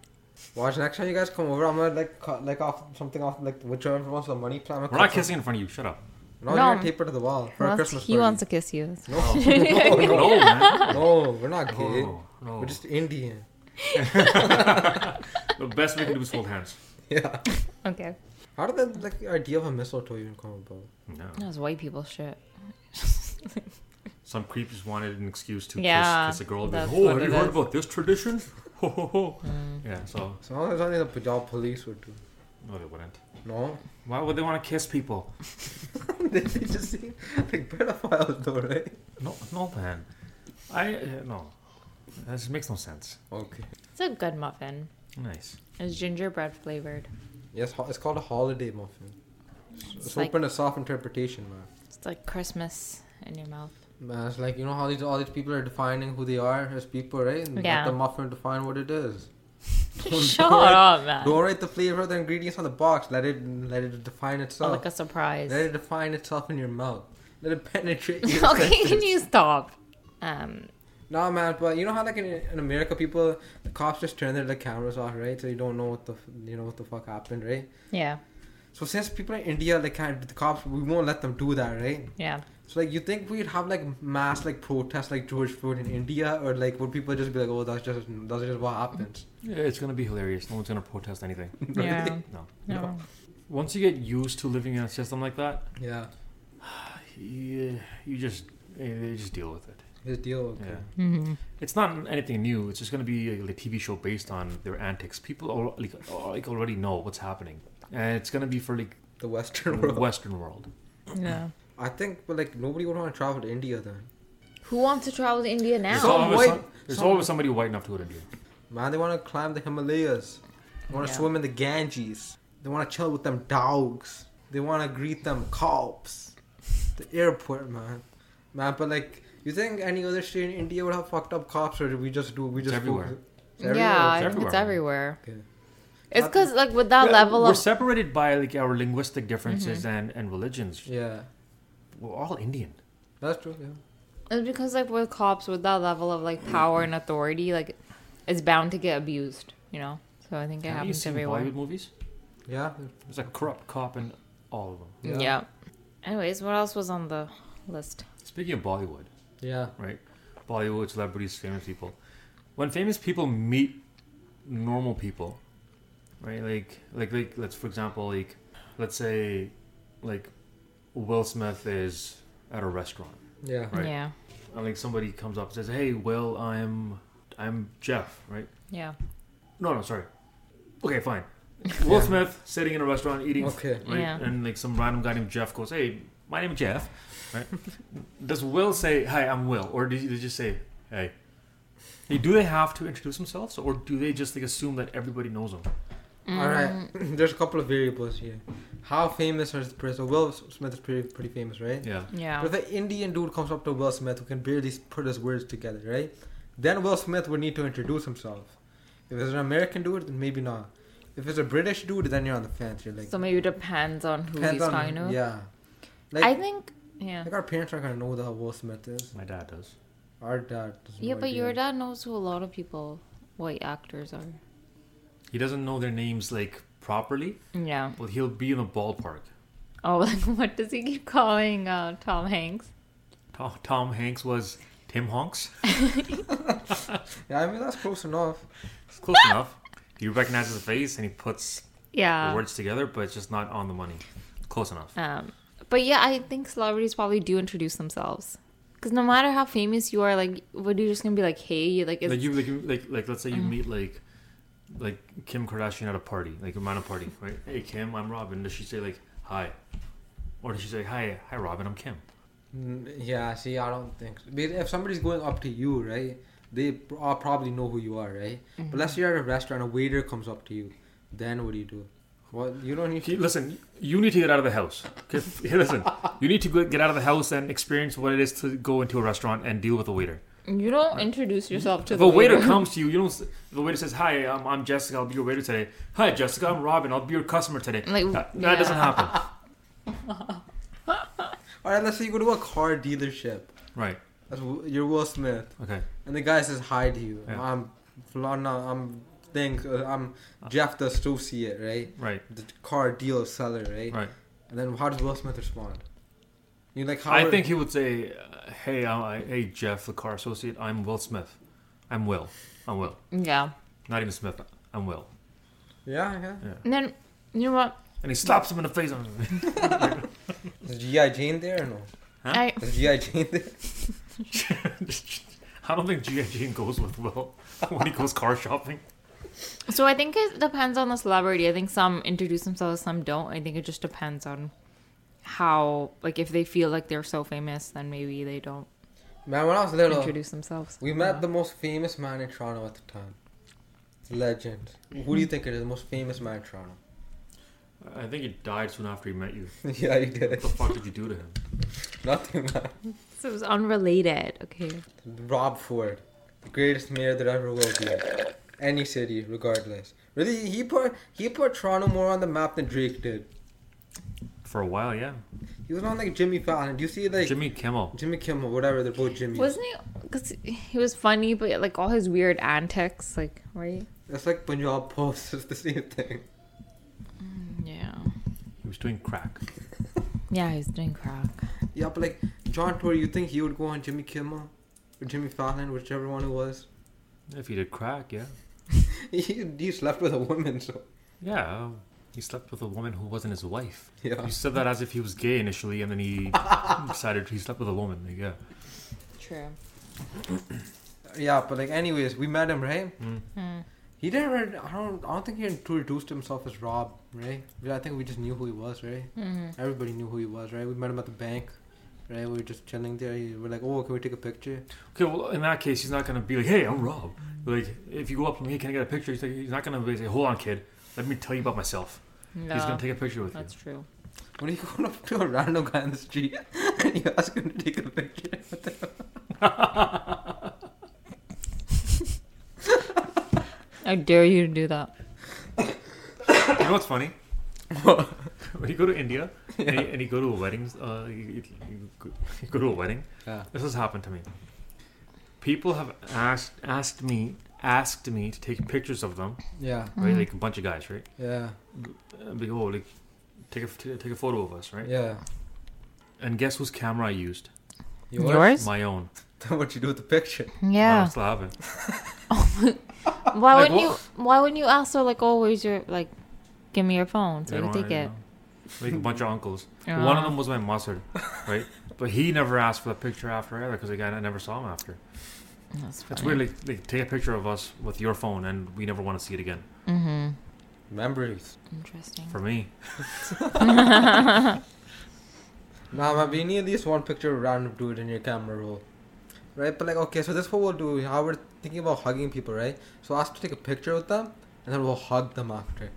[SPEAKER 3] Watch next time you guys come over. I'm gonna like cut like off something off like whichever one's the money plan. I'm
[SPEAKER 1] We're
[SPEAKER 3] gonna
[SPEAKER 1] not
[SPEAKER 3] cut some-
[SPEAKER 1] kissing in front of you. Shut up.
[SPEAKER 3] No, no.
[SPEAKER 2] No.
[SPEAKER 3] gonna tape it to the wall
[SPEAKER 2] He
[SPEAKER 3] for a
[SPEAKER 2] wants,
[SPEAKER 3] Christmas.
[SPEAKER 2] he
[SPEAKER 3] party.
[SPEAKER 2] wants to kiss you. [LAUGHS]
[SPEAKER 1] No,
[SPEAKER 3] [LAUGHS]
[SPEAKER 1] no, Oh, man.
[SPEAKER 3] No, we're not gay.
[SPEAKER 1] No, no.
[SPEAKER 3] We're just Indian.
[SPEAKER 1] The best we can do is hold hands.
[SPEAKER 3] Yeah.
[SPEAKER 2] Okay.
[SPEAKER 3] How did the like idea of a mistletoe even come about?
[SPEAKER 1] No.
[SPEAKER 2] That was white people [LAUGHS] shit.
[SPEAKER 1] Some creep just wanted an excuse to
[SPEAKER 2] Yeah,
[SPEAKER 1] kiss, kiss a girl. and be
[SPEAKER 2] that's
[SPEAKER 1] like, oh,
[SPEAKER 2] what
[SPEAKER 1] have
[SPEAKER 2] it
[SPEAKER 1] you heard
[SPEAKER 2] is.
[SPEAKER 1] about this tradition? [LAUGHS] Ho, ho, ho.
[SPEAKER 2] Mm.
[SPEAKER 1] Yeah, so
[SPEAKER 3] So that's something the Punjab police would do.
[SPEAKER 1] no, they wouldn't.
[SPEAKER 3] No, [LAUGHS]
[SPEAKER 1] Why would they want to kiss people?
[SPEAKER 3] they just [LAUGHS] seem like pedophiles though, right?
[SPEAKER 1] No, no, man. I uh, no. This makes no sense.
[SPEAKER 3] Okay.
[SPEAKER 2] It's a good muffin.
[SPEAKER 1] Nice.
[SPEAKER 2] It's gingerbread flavored.
[SPEAKER 3] Yes, ho- it's called a holiday muffin. It's
[SPEAKER 2] like-
[SPEAKER 3] open to soft interpretation, man.
[SPEAKER 2] It's like Christmas in your mouth.
[SPEAKER 3] Man, it's like you know how these all these people are defining who they are as people, right? And let
[SPEAKER 2] Yeah.
[SPEAKER 3] the muffin define what it is. Don't
[SPEAKER 2] Shut
[SPEAKER 3] write-
[SPEAKER 2] up, man.
[SPEAKER 3] Don't write the flavor of the ingredients on the box. Let it let it define
[SPEAKER 2] Oh,
[SPEAKER 3] itself.
[SPEAKER 2] like a surprise. [LAUGHS]
[SPEAKER 3] Let it define itself in your mouth. Let it [LAUGHS] penetrate. Your
[SPEAKER 2] okay,
[SPEAKER 3] senses. [LAUGHS]
[SPEAKER 2] can you stop? Um,
[SPEAKER 3] Nah, man, but you know how like in, in America, people, the cops just turn their like cameras off, right? So you don't know what the f- you know what the fuck happened, right?
[SPEAKER 2] yeah,
[SPEAKER 3] So since people in India, like can't the cops, we won't let them do that, right? [LAUGHS]
[SPEAKER 2] yeah.
[SPEAKER 3] So like you think we'd have like mass like protests like George Floyd in India, or like would people just be like, oh, that's just that's just what happens?
[SPEAKER 1] Yeah, it's gonna be hilarious. No one's gonna protest anything.
[SPEAKER 2] Yeah.
[SPEAKER 1] No.
[SPEAKER 2] No.
[SPEAKER 1] Once you get used to living in a system like that,
[SPEAKER 3] Yeah,
[SPEAKER 1] you, you just you just deal with it.
[SPEAKER 3] just deal. with it.
[SPEAKER 1] Yeah.
[SPEAKER 2] hmm
[SPEAKER 1] It's not anything new. It's just gonna be a, like, TV show based on their antics. People al- like, al- like already know what's happening, and it's gonna be for like
[SPEAKER 3] The Western
[SPEAKER 1] the
[SPEAKER 3] world.
[SPEAKER 1] Western world.
[SPEAKER 2] Yeah.
[SPEAKER 3] I think, but like nobody would want to travel to India then.
[SPEAKER 2] Who wants to travel to India now?
[SPEAKER 1] There's,
[SPEAKER 3] Some
[SPEAKER 1] always,
[SPEAKER 3] white-
[SPEAKER 1] some, there's
[SPEAKER 3] some-
[SPEAKER 1] always somebody white enough to go to India.
[SPEAKER 3] Man, they want to climb the Himalayas. They want to
[SPEAKER 2] Yeah.
[SPEAKER 3] swim in the Ganges. They want to chill with them dogs. They want to greet them cops. The airport, man. Man, but like, you think any other state in India would have fucked up cops, or do we just do we
[SPEAKER 1] It's
[SPEAKER 3] just
[SPEAKER 1] everywhere.
[SPEAKER 3] focus- It's
[SPEAKER 2] yeah, I
[SPEAKER 1] It's
[SPEAKER 2] think it's everywhere.
[SPEAKER 3] Okay.
[SPEAKER 2] It's because like with that
[SPEAKER 1] Yeah,
[SPEAKER 2] level
[SPEAKER 1] we're
[SPEAKER 2] of Mm-hmm.
[SPEAKER 1] separated by like our linguistic differences and, and religions.
[SPEAKER 3] Yeah,
[SPEAKER 1] We're all Indian.
[SPEAKER 3] that's true. Yeah.
[SPEAKER 2] It's because like with cops with that level of like power and authority, like it's bound to get abused, you know? So I think it
[SPEAKER 1] Have you
[SPEAKER 2] happens
[SPEAKER 1] seen
[SPEAKER 2] everywhere.
[SPEAKER 1] Bollywood movies?
[SPEAKER 3] Yeah.
[SPEAKER 1] There's a corrupt cop in all of them.
[SPEAKER 2] Yeah.
[SPEAKER 3] Yeah.
[SPEAKER 2] Anyways, what else was on the list?
[SPEAKER 1] Speaking of Bollywood,
[SPEAKER 3] Yeah.
[SPEAKER 1] right? Bollywood celebrities, famous people. When famous people meet normal people, right? Like, like, like, let's for example, like, let's say, like, Will Smith is at a restaurant,
[SPEAKER 3] Yeah.
[SPEAKER 1] Right.
[SPEAKER 2] Yeah.
[SPEAKER 1] and like somebody comes up and says, "Hey, Will, I'm, I'm Jeff," right?
[SPEAKER 2] Yeah.
[SPEAKER 1] No, no, sorry. Okay, fine. Will Smith sitting in a restaurant eating,
[SPEAKER 3] Okay.
[SPEAKER 1] right?
[SPEAKER 2] Yeah.
[SPEAKER 1] And like some random guy named Jeff goes, "Hey, my name is Jeff." Right? does Will say, "Hi, I'm Will," or do they just say, "Hey"? Hey, Do they have to introduce themselves, or do they just like assume that everybody knows them?
[SPEAKER 3] All
[SPEAKER 2] Mm,
[SPEAKER 3] right. [LAUGHS] There's a couple of variables here. How famous is the person? Will Smith is pretty pretty famous, right?
[SPEAKER 1] Yeah.
[SPEAKER 2] Yeah.
[SPEAKER 3] But if an Indian dude comes up to Will Smith who can barely put his words together, right? Then Will Smith would need to introduce himself. If it's an American dude, then maybe not. If it's a British dude, then you're on the fence. You're like,
[SPEAKER 2] So maybe it depends on who
[SPEAKER 3] depends
[SPEAKER 2] he's
[SPEAKER 3] on-
[SPEAKER 2] talking to.
[SPEAKER 3] Yeah. Like,
[SPEAKER 2] I think yeah.
[SPEAKER 3] like our parents aren't gonna know who the hell Will Smith is.
[SPEAKER 1] My dad does.
[SPEAKER 3] Our dad. has no
[SPEAKER 2] Yeah, but
[SPEAKER 3] idea.
[SPEAKER 2] your dad knows who a lot of people white actors are.
[SPEAKER 1] He doesn't know their names like properly,
[SPEAKER 2] Yeah.
[SPEAKER 1] but he'll be in the ballpark.
[SPEAKER 2] Oh, [LAUGHS] like what does he keep calling uh, Tom Hanks?
[SPEAKER 1] Tom, Tom Hanks was Tim Honks.
[SPEAKER 3] Yeah, I mean that's close enough.
[SPEAKER 1] It's close enough. He recognizes the face and he puts the
[SPEAKER 2] Yeah.
[SPEAKER 1] words together, but it's just not on the money. Close enough.
[SPEAKER 2] Um, but yeah, I think celebrities probably do introduce themselves. Because no matter how famous you are, like, what are you just gonna be like, hey, like, it's,
[SPEAKER 1] like you, like, you, like, like, let's say
[SPEAKER 2] Mm-hmm.
[SPEAKER 1] you meet like, like Kim Kardashian at a party, like a man at a party, right? Hey Kim, I'm Robin. Does she say like hi, or does she say hi, hi Robin, I'm Kim?
[SPEAKER 3] Mm, Yeah, see, I don't think. So. Because If somebody's going up to you, right, they pr- all probably know who you are, right? But
[SPEAKER 1] Mm-hmm.
[SPEAKER 3] let's say you're at a restaurant, a waiter comes up to you, then what do you do? Well, you don't need
[SPEAKER 1] Okay, listen, you need to get out of the house. [LAUGHS] 'Cause- hey, listen, you need to go- get out of the house and experience what it is to go into a restaurant and deal with a waiter.
[SPEAKER 2] you don't introduce yourself to
[SPEAKER 1] If
[SPEAKER 2] the
[SPEAKER 1] a waiter
[SPEAKER 2] waiter.
[SPEAKER 1] comes to you, you don't. s- If the waiter says, "Hi, I'm, I'm Jessica. I'll be your waiter today." Hi, Jessica. I'm Robin. I'll be your customer today.
[SPEAKER 2] Like,
[SPEAKER 1] that, that
[SPEAKER 2] yeah.
[SPEAKER 1] doesn't happen,
[SPEAKER 2] [LAUGHS]
[SPEAKER 3] All right, let's say you go to a car dealership.
[SPEAKER 1] right?
[SPEAKER 3] That's, Wi- you're Will Smith,
[SPEAKER 1] Okay.
[SPEAKER 3] and the guy says hi to you.
[SPEAKER 1] Yeah.
[SPEAKER 3] I'm Flana. I'm thing. uh, I'm Jeff the associate, right?
[SPEAKER 1] Right.
[SPEAKER 3] The car dealer seller, right?
[SPEAKER 1] Right.
[SPEAKER 3] And then how does Will Smith respond? You like how?
[SPEAKER 1] I
[SPEAKER 3] would-
[SPEAKER 1] think he would say, uh, "Hey, I, I, hey Jeff, the car associate. I'm Will Smith. I'm Will. I'm Will.
[SPEAKER 2] [LAUGHS] yeah.
[SPEAKER 1] Not even Smith. I'm Will."
[SPEAKER 3] Yeah, yeah.
[SPEAKER 2] And then, you know what?
[SPEAKER 1] And he slaps him in the face. [LAUGHS]
[SPEAKER 3] Is GI Jane there or no?
[SPEAKER 2] I,
[SPEAKER 3] Is GI Jane
[SPEAKER 1] [LAUGHS]
[SPEAKER 3] there?
[SPEAKER 1] I don't think GI Jane [LAUGHS] goes with Will when he goes car shopping.
[SPEAKER 2] so I think it depends on the celebrity. I think some introduce themselves, some don't. I think it just depends on how, like, if they feel like they're so famous, then maybe they don't
[SPEAKER 3] Man, when I was little,
[SPEAKER 2] introduce themselves.
[SPEAKER 3] we met the most famous man in Toronto at the time. Legend. Who do you think it is? The most famous man in Toronto? [LAUGHS]
[SPEAKER 1] I think he died soon after he met you.
[SPEAKER 3] yeah, you
[SPEAKER 1] What
[SPEAKER 3] did. [LAUGHS]
[SPEAKER 1] the fuck did you do to him?
[SPEAKER 3] Nothing, man.
[SPEAKER 2] So it was unrelated. Okay.
[SPEAKER 3] Rob Ford, the greatest mayor that ever will be. any city, regardless. Really, he put he put Toronto more on the map than Drake did.
[SPEAKER 1] For a while, yeah.
[SPEAKER 3] He was on like Jimmy Fallon. Do you see like Jimmy,
[SPEAKER 1] Jimmy Kimmel.
[SPEAKER 3] Kimmel, whatever? They're both Jimmy.
[SPEAKER 2] Wasn't he? Because he was funny, but like all his weird antics, like right?
[SPEAKER 3] That's like Punjab Post. [LAUGHS] It's the same thing.
[SPEAKER 2] Yeah.
[SPEAKER 1] He was doing crack.
[SPEAKER 2] Yeah, he was doing crack.
[SPEAKER 3] Yeah, but like John Tory, you think he would go on Jimmy Kimmel or Jimmy Fallon, whichever one it was?
[SPEAKER 1] If he did crack, yeah.
[SPEAKER 3] [LAUGHS] he, he slept with a woman, so
[SPEAKER 1] Yeah. uh, He slept with a woman who wasn't his wife.
[SPEAKER 3] yeah.
[SPEAKER 1] You said that as if he was gay initially, and then he decided he slept with a woman. Like, yeah.
[SPEAKER 2] True.
[SPEAKER 3] Yeah, but like anyways, we met him, right?
[SPEAKER 1] Mm.
[SPEAKER 2] Hmm.
[SPEAKER 3] He didn't. I don't. I don't think he introduced himself as Rob, right? But I think we just knew who he was, right?
[SPEAKER 2] Mhm.
[SPEAKER 3] Everybody knew who he was, right? We met him at the bank, right? We were just chilling there. We were like, "Oh, can we take a picture?"
[SPEAKER 1] Okay, well, in that case, he's not gonna be like, "Hey, I'm Rob." Like, if you go up to me, "Hey, can I get a picture?" He's, like, he's not gonna be like, "Hold on, kid. Let me tell you about myself." He's
[SPEAKER 2] No,
[SPEAKER 1] gonna take a picture with [LAUGHS]
[SPEAKER 2] that's true.
[SPEAKER 3] When you [LAUGHS] go up to a random guy in the street [LAUGHS] and you ask him to take a picture,
[SPEAKER 2] I dare you to do that.
[SPEAKER 1] you. You know what's funny? when you go to [LAUGHS] India and, you, and you go to weddings, uh, you, you- you go- you go to a wedding.
[SPEAKER 3] yeah,
[SPEAKER 1] This has happened to me. People have asked asked me asked me to take pictures of them,
[SPEAKER 3] yeah,
[SPEAKER 1] right?
[SPEAKER 2] Mhm.
[SPEAKER 1] Like a bunch of guys, right?
[SPEAKER 3] yeah,
[SPEAKER 1] Uh, Like, oh, like take a t- take a photo of us, right?
[SPEAKER 3] yeah.
[SPEAKER 1] And guess whose camera I used?
[SPEAKER 2] Yours?
[SPEAKER 3] [LAUGHS]
[SPEAKER 1] My own.
[SPEAKER 3] what you do with the picture?
[SPEAKER 1] I
[SPEAKER 2] Yeah.
[SPEAKER 1] still have it.
[SPEAKER 2] Why
[SPEAKER 3] Like,
[SPEAKER 2] wouldn't you? Why wouldn't you ask her like, oh, where's your like? Give me your phone so
[SPEAKER 1] They
[SPEAKER 2] I can
[SPEAKER 1] don't-
[SPEAKER 2] take
[SPEAKER 1] I
[SPEAKER 2] it.
[SPEAKER 1] don't know. Like a bunch of
[SPEAKER 2] [LAUGHS]
[SPEAKER 1] uncles. One of
[SPEAKER 2] Uh,
[SPEAKER 1] them was my mustard, right? but he never asked for the picture after either because again, I never saw him after.
[SPEAKER 2] That's
[SPEAKER 1] It's
[SPEAKER 2] funny.
[SPEAKER 1] weird. Like, like take a picture of us with your phone, and we never want to see it again.
[SPEAKER 2] Mhm.
[SPEAKER 3] Memories.
[SPEAKER 2] Interesting. [LAUGHS]
[SPEAKER 1] For [LAUGHS] me,
[SPEAKER 2] Mm-hmm.
[SPEAKER 3] Nah, man, we need at least one picture of a random dude in your camera roll. Right, but like, okay, so this what we'll do. How we're thinking about hugging people, right? So ask to take a picture with them, and then we'll hug them after.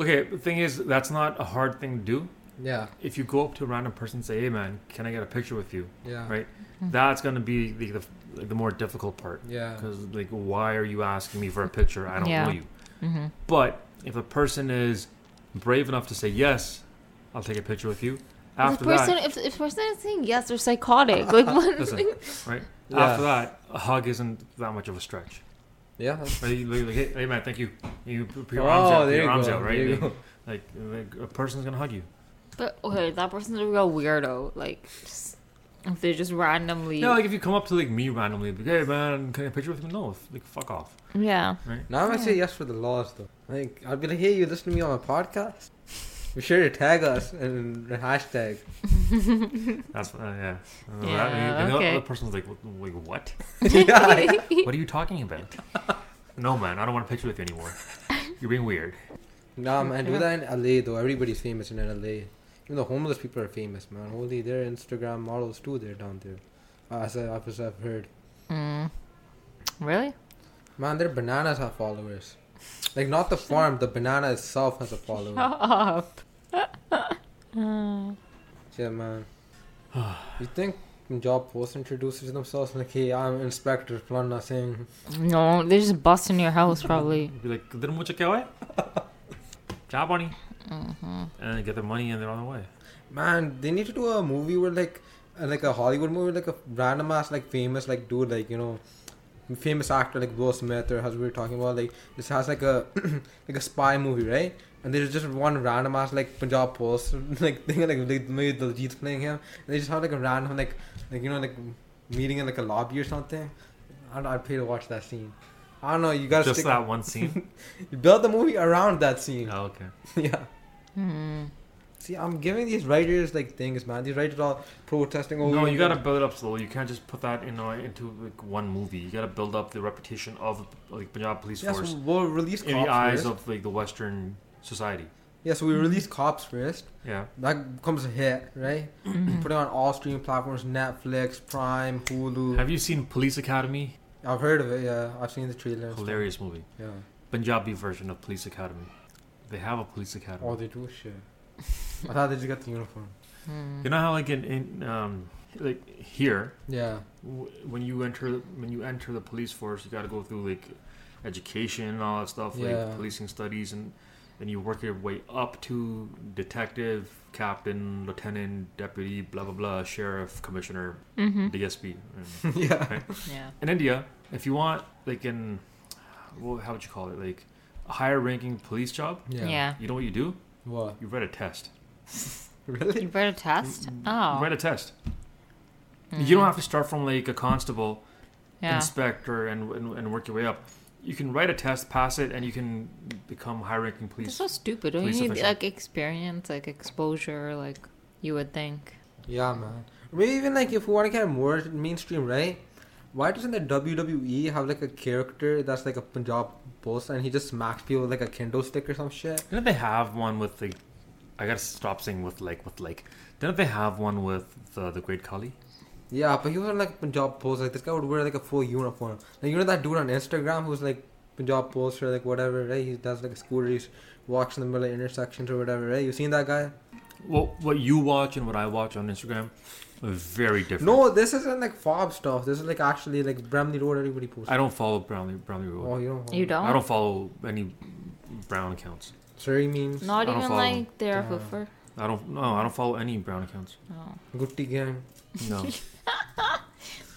[SPEAKER 1] okay. The thing is, that's not a hard thing to do.
[SPEAKER 3] Yeah,
[SPEAKER 1] If you go up to a random person and say, "Hey, man, can I get a picture with you?"
[SPEAKER 3] yeah,
[SPEAKER 1] Right.
[SPEAKER 2] Mm.
[SPEAKER 1] That's gonna be the the, like, the more difficult part
[SPEAKER 3] yeah,
[SPEAKER 1] because like, why are you asking me for a picture? I don't
[SPEAKER 2] Yeah.
[SPEAKER 1] know you.
[SPEAKER 2] Mhm.
[SPEAKER 1] But if a person is brave enough to say yes, I'll take a picture with you.
[SPEAKER 2] If
[SPEAKER 1] After
[SPEAKER 2] the person,
[SPEAKER 1] that,
[SPEAKER 2] if if the person is saying yes, they're psychotic. [LAUGHS] Like what?
[SPEAKER 1] listen, right?
[SPEAKER 3] Yeah.
[SPEAKER 1] After that, a hug isn't that much of a stretch.
[SPEAKER 3] yeah.
[SPEAKER 1] Right? You look like, hey, hey, man, thank you. You put your arms
[SPEAKER 3] Oh,
[SPEAKER 1] out,
[SPEAKER 3] there
[SPEAKER 1] your
[SPEAKER 3] you
[SPEAKER 1] arms
[SPEAKER 3] go.
[SPEAKER 1] out,
[SPEAKER 3] there
[SPEAKER 1] right?
[SPEAKER 3] you
[SPEAKER 1] Like,
[SPEAKER 3] go.
[SPEAKER 1] like, like a person's gonna hug you.
[SPEAKER 2] But okay, that person's a real weirdo. Like, just, if they're just randomly,
[SPEAKER 1] No, like if you come up to like me randomly, like, hey man, can I get a picture with you? No, if- like fuck off.
[SPEAKER 2] yeah,
[SPEAKER 3] Now I'm gonna say yes for the laws though. Like I'd be like, hey, you listen to me on my podcast? Be sure to tag us and the hashtag. [LAUGHS]
[SPEAKER 1] That's uh, yeah. Uh,
[SPEAKER 2] Yeah,
[SPEAKER 1] that- the
[SPEAKER 2] okay.
[SPEAKER 1] other person's like, "What- like
[SPEAKER 2] [LAUGHS]
[SPEAKER 1] what?
[SPEAKER 3] yeah,
[SPEAKER 1] What are you talking about? [LAUGHS] no, man, I don't want a picture with you
[SPEAKER 2] [LAUGHS]
[SPEAKER 1] anymore. You're being weird.
[SPEAKER 3] Nah, man, do that in LA though. Everybody's famous in LA. Even the homeless people are famous, man. Holy, they're Instagram models too. They're down there, Uh, as, I, as I've heard.
[SPEAKER 2] mm. really? [LAUGHS]
[SPEAKER 3] Man, their bananas have followers. Like not the farm, the banana itself has a follower.
[SPEAKER 2] Up. Uh,
[SPEAKER 3] Yeah, man. You think Punjab Post introduces themselves like, hey, I'm Inspector Plana Singh.
[SPEAKER 2] no, they're just busting your house, probably.
[SPEAKER 1] You'd be like, "Then mujhe kya
[SPEAKER 2] [LAUGHS]
[SPEAKER 1] hua hai? Job money,
[SPEAKER 2] hmm
[SPEAKER 1] and they get their money and they're on their way.
[SPEAKER 3] Man, they need to do a movie where like, uh, like a Hollywood movie, like a random ass like famous like dude like you know, famous actor like Will Smith or as we were talking about like this has like a [CLEARS THROAT] like a spy movie right, and there's just one random ass like Punjab Post [LAUGHS] like thing like, like maybe Diljit's playing him, and they just have like a random like like you know like meeting in like a lobby or something. I'd, I'd pay to watch that scene. I don't know. You gotta
[SPEAKER 1] Just
[SPEAKER 3] stick,
[SPEAKER 1] that one
[SPEAKER 3] [LAUGHS]
[SPEAKER 1] scene.
[SPEAKER 3] you build the movie around that scene.
[SPEAKER 1] oh, okay.
[SPEAKER 3] [LAUGHS] yeah.
[SPEAKER 1] Mm-hmm.
[SPEAKER 2] Mm.
[SPEAKER 3] See, I'm giving these writers like things, man. These writers are protesting over.
[SPEAKER 1] no, you gotta build it up slowly. You can't just put that in uh, into like one movie. You gotta build up the reputation of like Punjab police
[SPEAKER 3] Yes,
[SPEAKER 1] force
[SPEAKER 3] we'll release
[SPEAKER 1] in the
[SPEAKER 3] cops
[SPEAKER 1] eyes
[SPEAKER 3] first.
[SPEAKER 1] of like the Western society.
[SPEAKER 3] Yes, we release cops first.
[SPEAKER 1] Yeah,
[SPEAKER 3] That becomes a hit, right?
[SPEAKER 2] Mm. Mm-hmm.
[SPEAKER 3] Put it on all streaming platforms: Netflix, Prime, Hulu.
[SPEAKER 1] have you seen Police Academy?
[SPEAKER 3] I've heard of it. Yeah, I've seen the trailer.
[SPEAKER 1] Hilarious movie.
[SPEAKER 3] Yeah.
[SPEAKER 1] Punjabi version of Police Academy. They have a police academy.
[SPEAKER 3] Oh, they do shit. I thought they just got the uniform.
[SPEAKER 2] Mm.
[SPEAKER 1] You know how like in, in um like here
[SPEAKER 3] Yeah. [LAUGHS]
[SPEAKER 1] w- when you enter when you enter the police force, you got to go through like education and all that stuff,
[SPEAKER 3] Yeah.
[SPEAKER 1] like policing studies, and then you work your way up to detective, captain, lieutenant, deputy, blah blah blah, sheriff, commissioner,
[SPEAKER 2] Mm-hmm.
[SPEAKER 1] DSP. and-
[SPEAKER 3] yeah.
[SPEAKER 2] Yeah.
[SPEAKER 1] in India, if you want like in well, how would you call it? Like a higher ranking police job,
[SPEAKER 2] yeah.
[SPEAKER 1] you know what you do?
[SPEAKER 3] What?
[SPEAKER 1] You write a test.
[SPEAKER 3] Really?
[SPEAKER 2] You wrote a test?
[SPEAKER 1] Mm-hmm. You
[SPEAKER 2] Oh. Hmm. Mm.
[SPEAKER 1] write a test. You don't have to start from like a constable,
[SPEAKER 2] Yeah.
[SPEAKER 1] inspector and, and and work your way up. You can write a test, pass it, and you can become high ranking
[SPEAKER 2] That's
[SPEAKER 1] police.
[SPEAKER 2] so stupid. Don't you
[SPEAKER 1] police
[SPEAKER 2] need
[SPEAKER 1] official.
[SPEAKER 2] like experience, like exposure, like you would think?
[SPEAKER 3] Yeah, man. Maybe even like if we want to get more mainstream, right? Why doesn't the WWE have like a character that's like a Punjab boss and he just smacks people with like a Kindle stick or some shit?
[SPEAKER 1] Didn't they have one with the I gotta stop saying with like with like didn't they have one with the the Great Kali?
[SPEAKER 3] Yeah, but he was on like Punjab post. Like this guy would wear like a full uniform. Like you know that dude on Instagram who's like Punjab post or like whatever, right? He does like scooters, walks in the middle of intersections or whatever, right? You seen that guy?
[SPEAKER 1] Well, what you watch and what I watch on Instagram are very different.
[SPEAKER 3] No, this isn't like fob stuff. This is like actually like Bramley Road. Everybody posts.
[SPEAKER 1] I don't follow Brownlee Brownlee Road.
[SPEAKER 3] Oh, you don't.
[SPEAKER 2] You don't?
[SPEAKER 1] I don't follow any Brown accounts.
[SPEAKER 3] Sorry, memes.
[SPEAKER 1] I
[SPEAKER 2] Not
[SPEAKER 1] don't
[SPEAKER 2] even
[SPEAKER 1] follow
[SPEAKER 2] like their
[SPEAKER 3] Damn.
[SPEAKER 2] hoofer.
[SPEAKER 1] I don't. No, I don't follow any Brown accounts.
[SPEAKER 2] Oh.
[SPEAKER 3] Gutti gang. [LAUGHS]
[SPEAKER 1] No.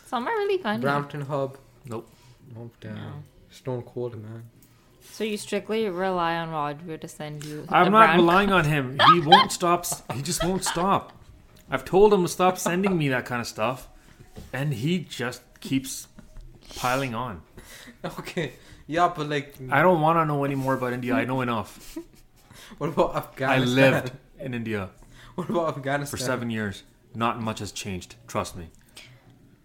[SPEAKER 2] Some are really funny.
[SPEAKER 3] Brampton Hub.
[SPEAKER 1] Nope.
[SPEAKER 3] Nope. Damn.
[SPEAKER 2] No.
[SPEAKER 3] Stone cold, man. [LAUGHS]
[SPEAKER 2] So you strictly rely on Roger to send you. a
[SPEAKER 1] I'm not
[SPEAKER 2] brand-
[SPEAKER 1] relying on him. He won't stop. s- He just won't stop. I've told him to stop sending me that kind of stuff, and he just keeps piling on.
[SPEAKER 3] Okay. Yeah, but like,
[SPEAKER 1] I don't want to know any more about India. I know enough.
[SPEAKER 3] what about
[SPEAKER 1] I
[SPEAKER 3] Afghanistan?
[SPEAKER 1] lived in India
[SPEAKER 3] [LAUGHS] What about
[SPEAKER 1] for
[SPEAKER 3] Afghanistan?
[SPEAKER 1] seven years. Not much has changed. Trust me.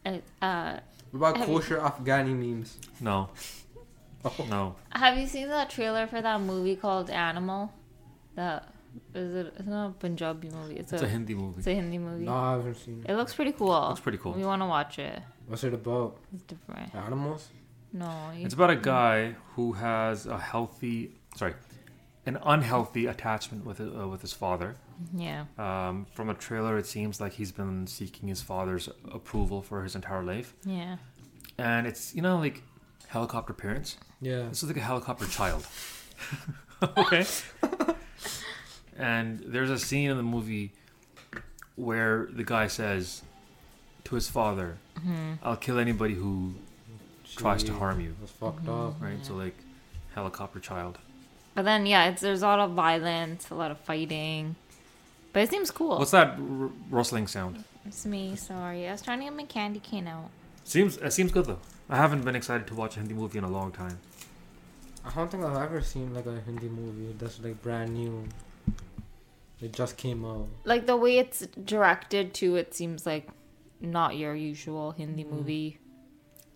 [SPEAKER 2] Uh, uh,
[SPEAKER 3] What about
[SPEAKER 2] Have you-
[SPEAKER 3] kosher Afghani memes?
[SPEAKER 1] No.
[SPEAKER 3] Oh.
[SPEAKER 1] No.
[SPEAKER 2] have you seen that trailer for that movie called Animal? That is it. It's not a Punjabi movie. It's a.
[SPEAKER 1] It's a Hindi movie.
[SPEAKER 2] it's a Hindi movie.
[SPEAKER 3] No, I haven't seen it.
[SPEAKER 2] It looks pretty cool.
[SPEAKER 1] Looks pretty cool.
[SPEAKER 2] We want to watch it.
[SPEAKER 3] What's it about?
[SPEAKER 2] It's different.
[SPEAKER 3] Animals?
[SPEAKER 2] No. You,
[SPEAKER 1] It's about a guy who has a healthy, sorry, an unhealthy attachment with uh, with his father.
[SPEAKER 2] yeah.
[SPEAKER 1] Um, from a trailer, it seems like he's been seeking his father's approval for his entire life,
[SPEAKER 2] Yeah.
[SPEAKER 1] and it's you know like helicopter parents.
[SPEAKER 3] Yeah.
[SPEAKER 1] This is like a helicopter child. okay. and there's a scene in the movie where the guy says to his father,
[SPEAKER 2] Mm-hmm.
[SPEAKER 1] "I'll kill anybody who tries to
[SPEAKER 3] Gee,
[SPEAKER 1] harm you."
[SPEAKER 3] That's fucked
[SPEAKER 2] Mm-hmm.
[SPEAKER 3] up.
[SPEAKER 1] Right. So like helicopter child.
[SPEAKER 2] But then yeah, it's there's a lot of violence, a lot of fighting. But it seems cool.
[SPEAKER 1] What's that r- rustling sound?
[SPEAKER 2] it's me. Sorry, I was trying to get my candy cane out.
[SPEAKER 1] Seems it seems good though. I haven't been excited to watch a Hindi movie in a long time.
[SPEAKER 3] I don't think I've ever seen like a Hindi movie that's like brand new. It just came out.
[SPEAKER 2] Like the way it's directed too, it seems like not your usual Hindi movie.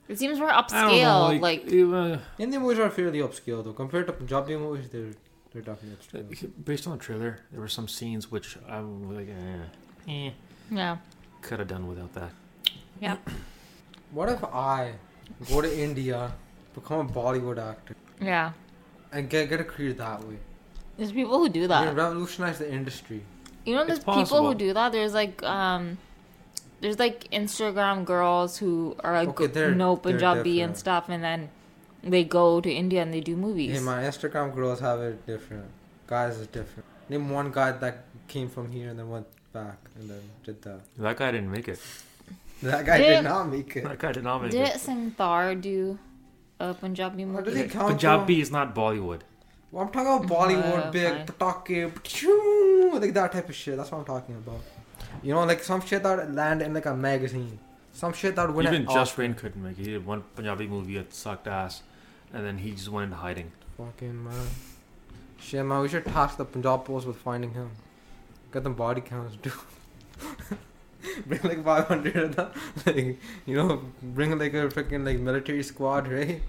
[SPEAKER 2] It seems more
[SPEAKER 1] Mm. I don't know,
[SPEAKER 2] upscale. Like,
[SPEAKER 1] it,
[SPEAKER 3] Hindi movies are fairly obscure though. Compared to Punjabi movies, they're they're definitely obscure.
[SPEAKER 1] uh, based on the trailer, there were some scenes which I was like, eh, eh
[SPEAKER 2] yeah,
[SPEAKER 1] could have done without that.
[SPEAKER 2] yeah.
[SPEAKER 3] What if I go to India, become a Bollywood actor,
[SPEAKER 2] Yeah.
[SPEAKER 3] and get get a career that way?
[SPEAKER 2] There's people who do
[SPEAKER 3] I mean,
[SPEAKER 2] that.
[SPEAKER 3] revolutionize the industry.
[SPEAKER 2] You know,
[SPEAKER 1] It's
[SPEAKER 2] there's people
[SPEAKER 1] possible.
[SPEAKER 2] who do that. There's like, um, there's like Instagram girls who are like
[SPEAKER 3] Okay, they're-
[SPEAKER 2] no
[SPEAKER 3] they're
[SPEAKER 2] Punjabi and
[SPEAKER 3] different.
[SPEAKER 2] stuff, and then they go to India and they do movies.
[SPEAKER 3] Hey, my Instagram girls have it different. Guys is different. Name one guy that came from here and then went back and then did that.
[SPEAKER 1] That guy didn't make it.
[SPEAKER 3] That guy
[SPEAKER 2] Did-
[SPEAKER 3] did not make it.
[SPEAKER 1] That guy did not make
[SPEAKER 2] Did
[SPEAKER 1] it.
[SPEAKER 2] Singthar do a Punjabi
[SPEAKER 3] What does
[SPEAKER 2] movie?
[SPEAKER 3] he
[SPEAKER 1] Like,
[SPEAKER 3] count? for?
[SPEAKER 1] Punjabi is not Bollywood.
[SPEAKER 3] Well, I'm talking about Bollywood,
[SPEAKER 2] Uh,
[SPEAKER 3] big
[SPEAKER 2] fine.
[SPEAKER 3] patake, pachoo, like that type of shit. That's what I'm talking about. You know, like some shit that would land in like a magazine. Some shit that would win
[SPEAKER 1] Even
[SPEAKER 3] an
[SPEAKER 1] Just
[SPEAKER 3] Oscar.
[SPEAKER 1] Rain couldn't make it. He did one Punjabi movie that sucked ass, and then he just went into hiding.
[SPEAKER 3] Fucking man. Shit, man, we should task the Punjab Post with finding him. Get them body counts, dude. [LAUGHS] bring like 500 of them. [LAUGHS] Like, you know, bring like a freaking like military squad, right?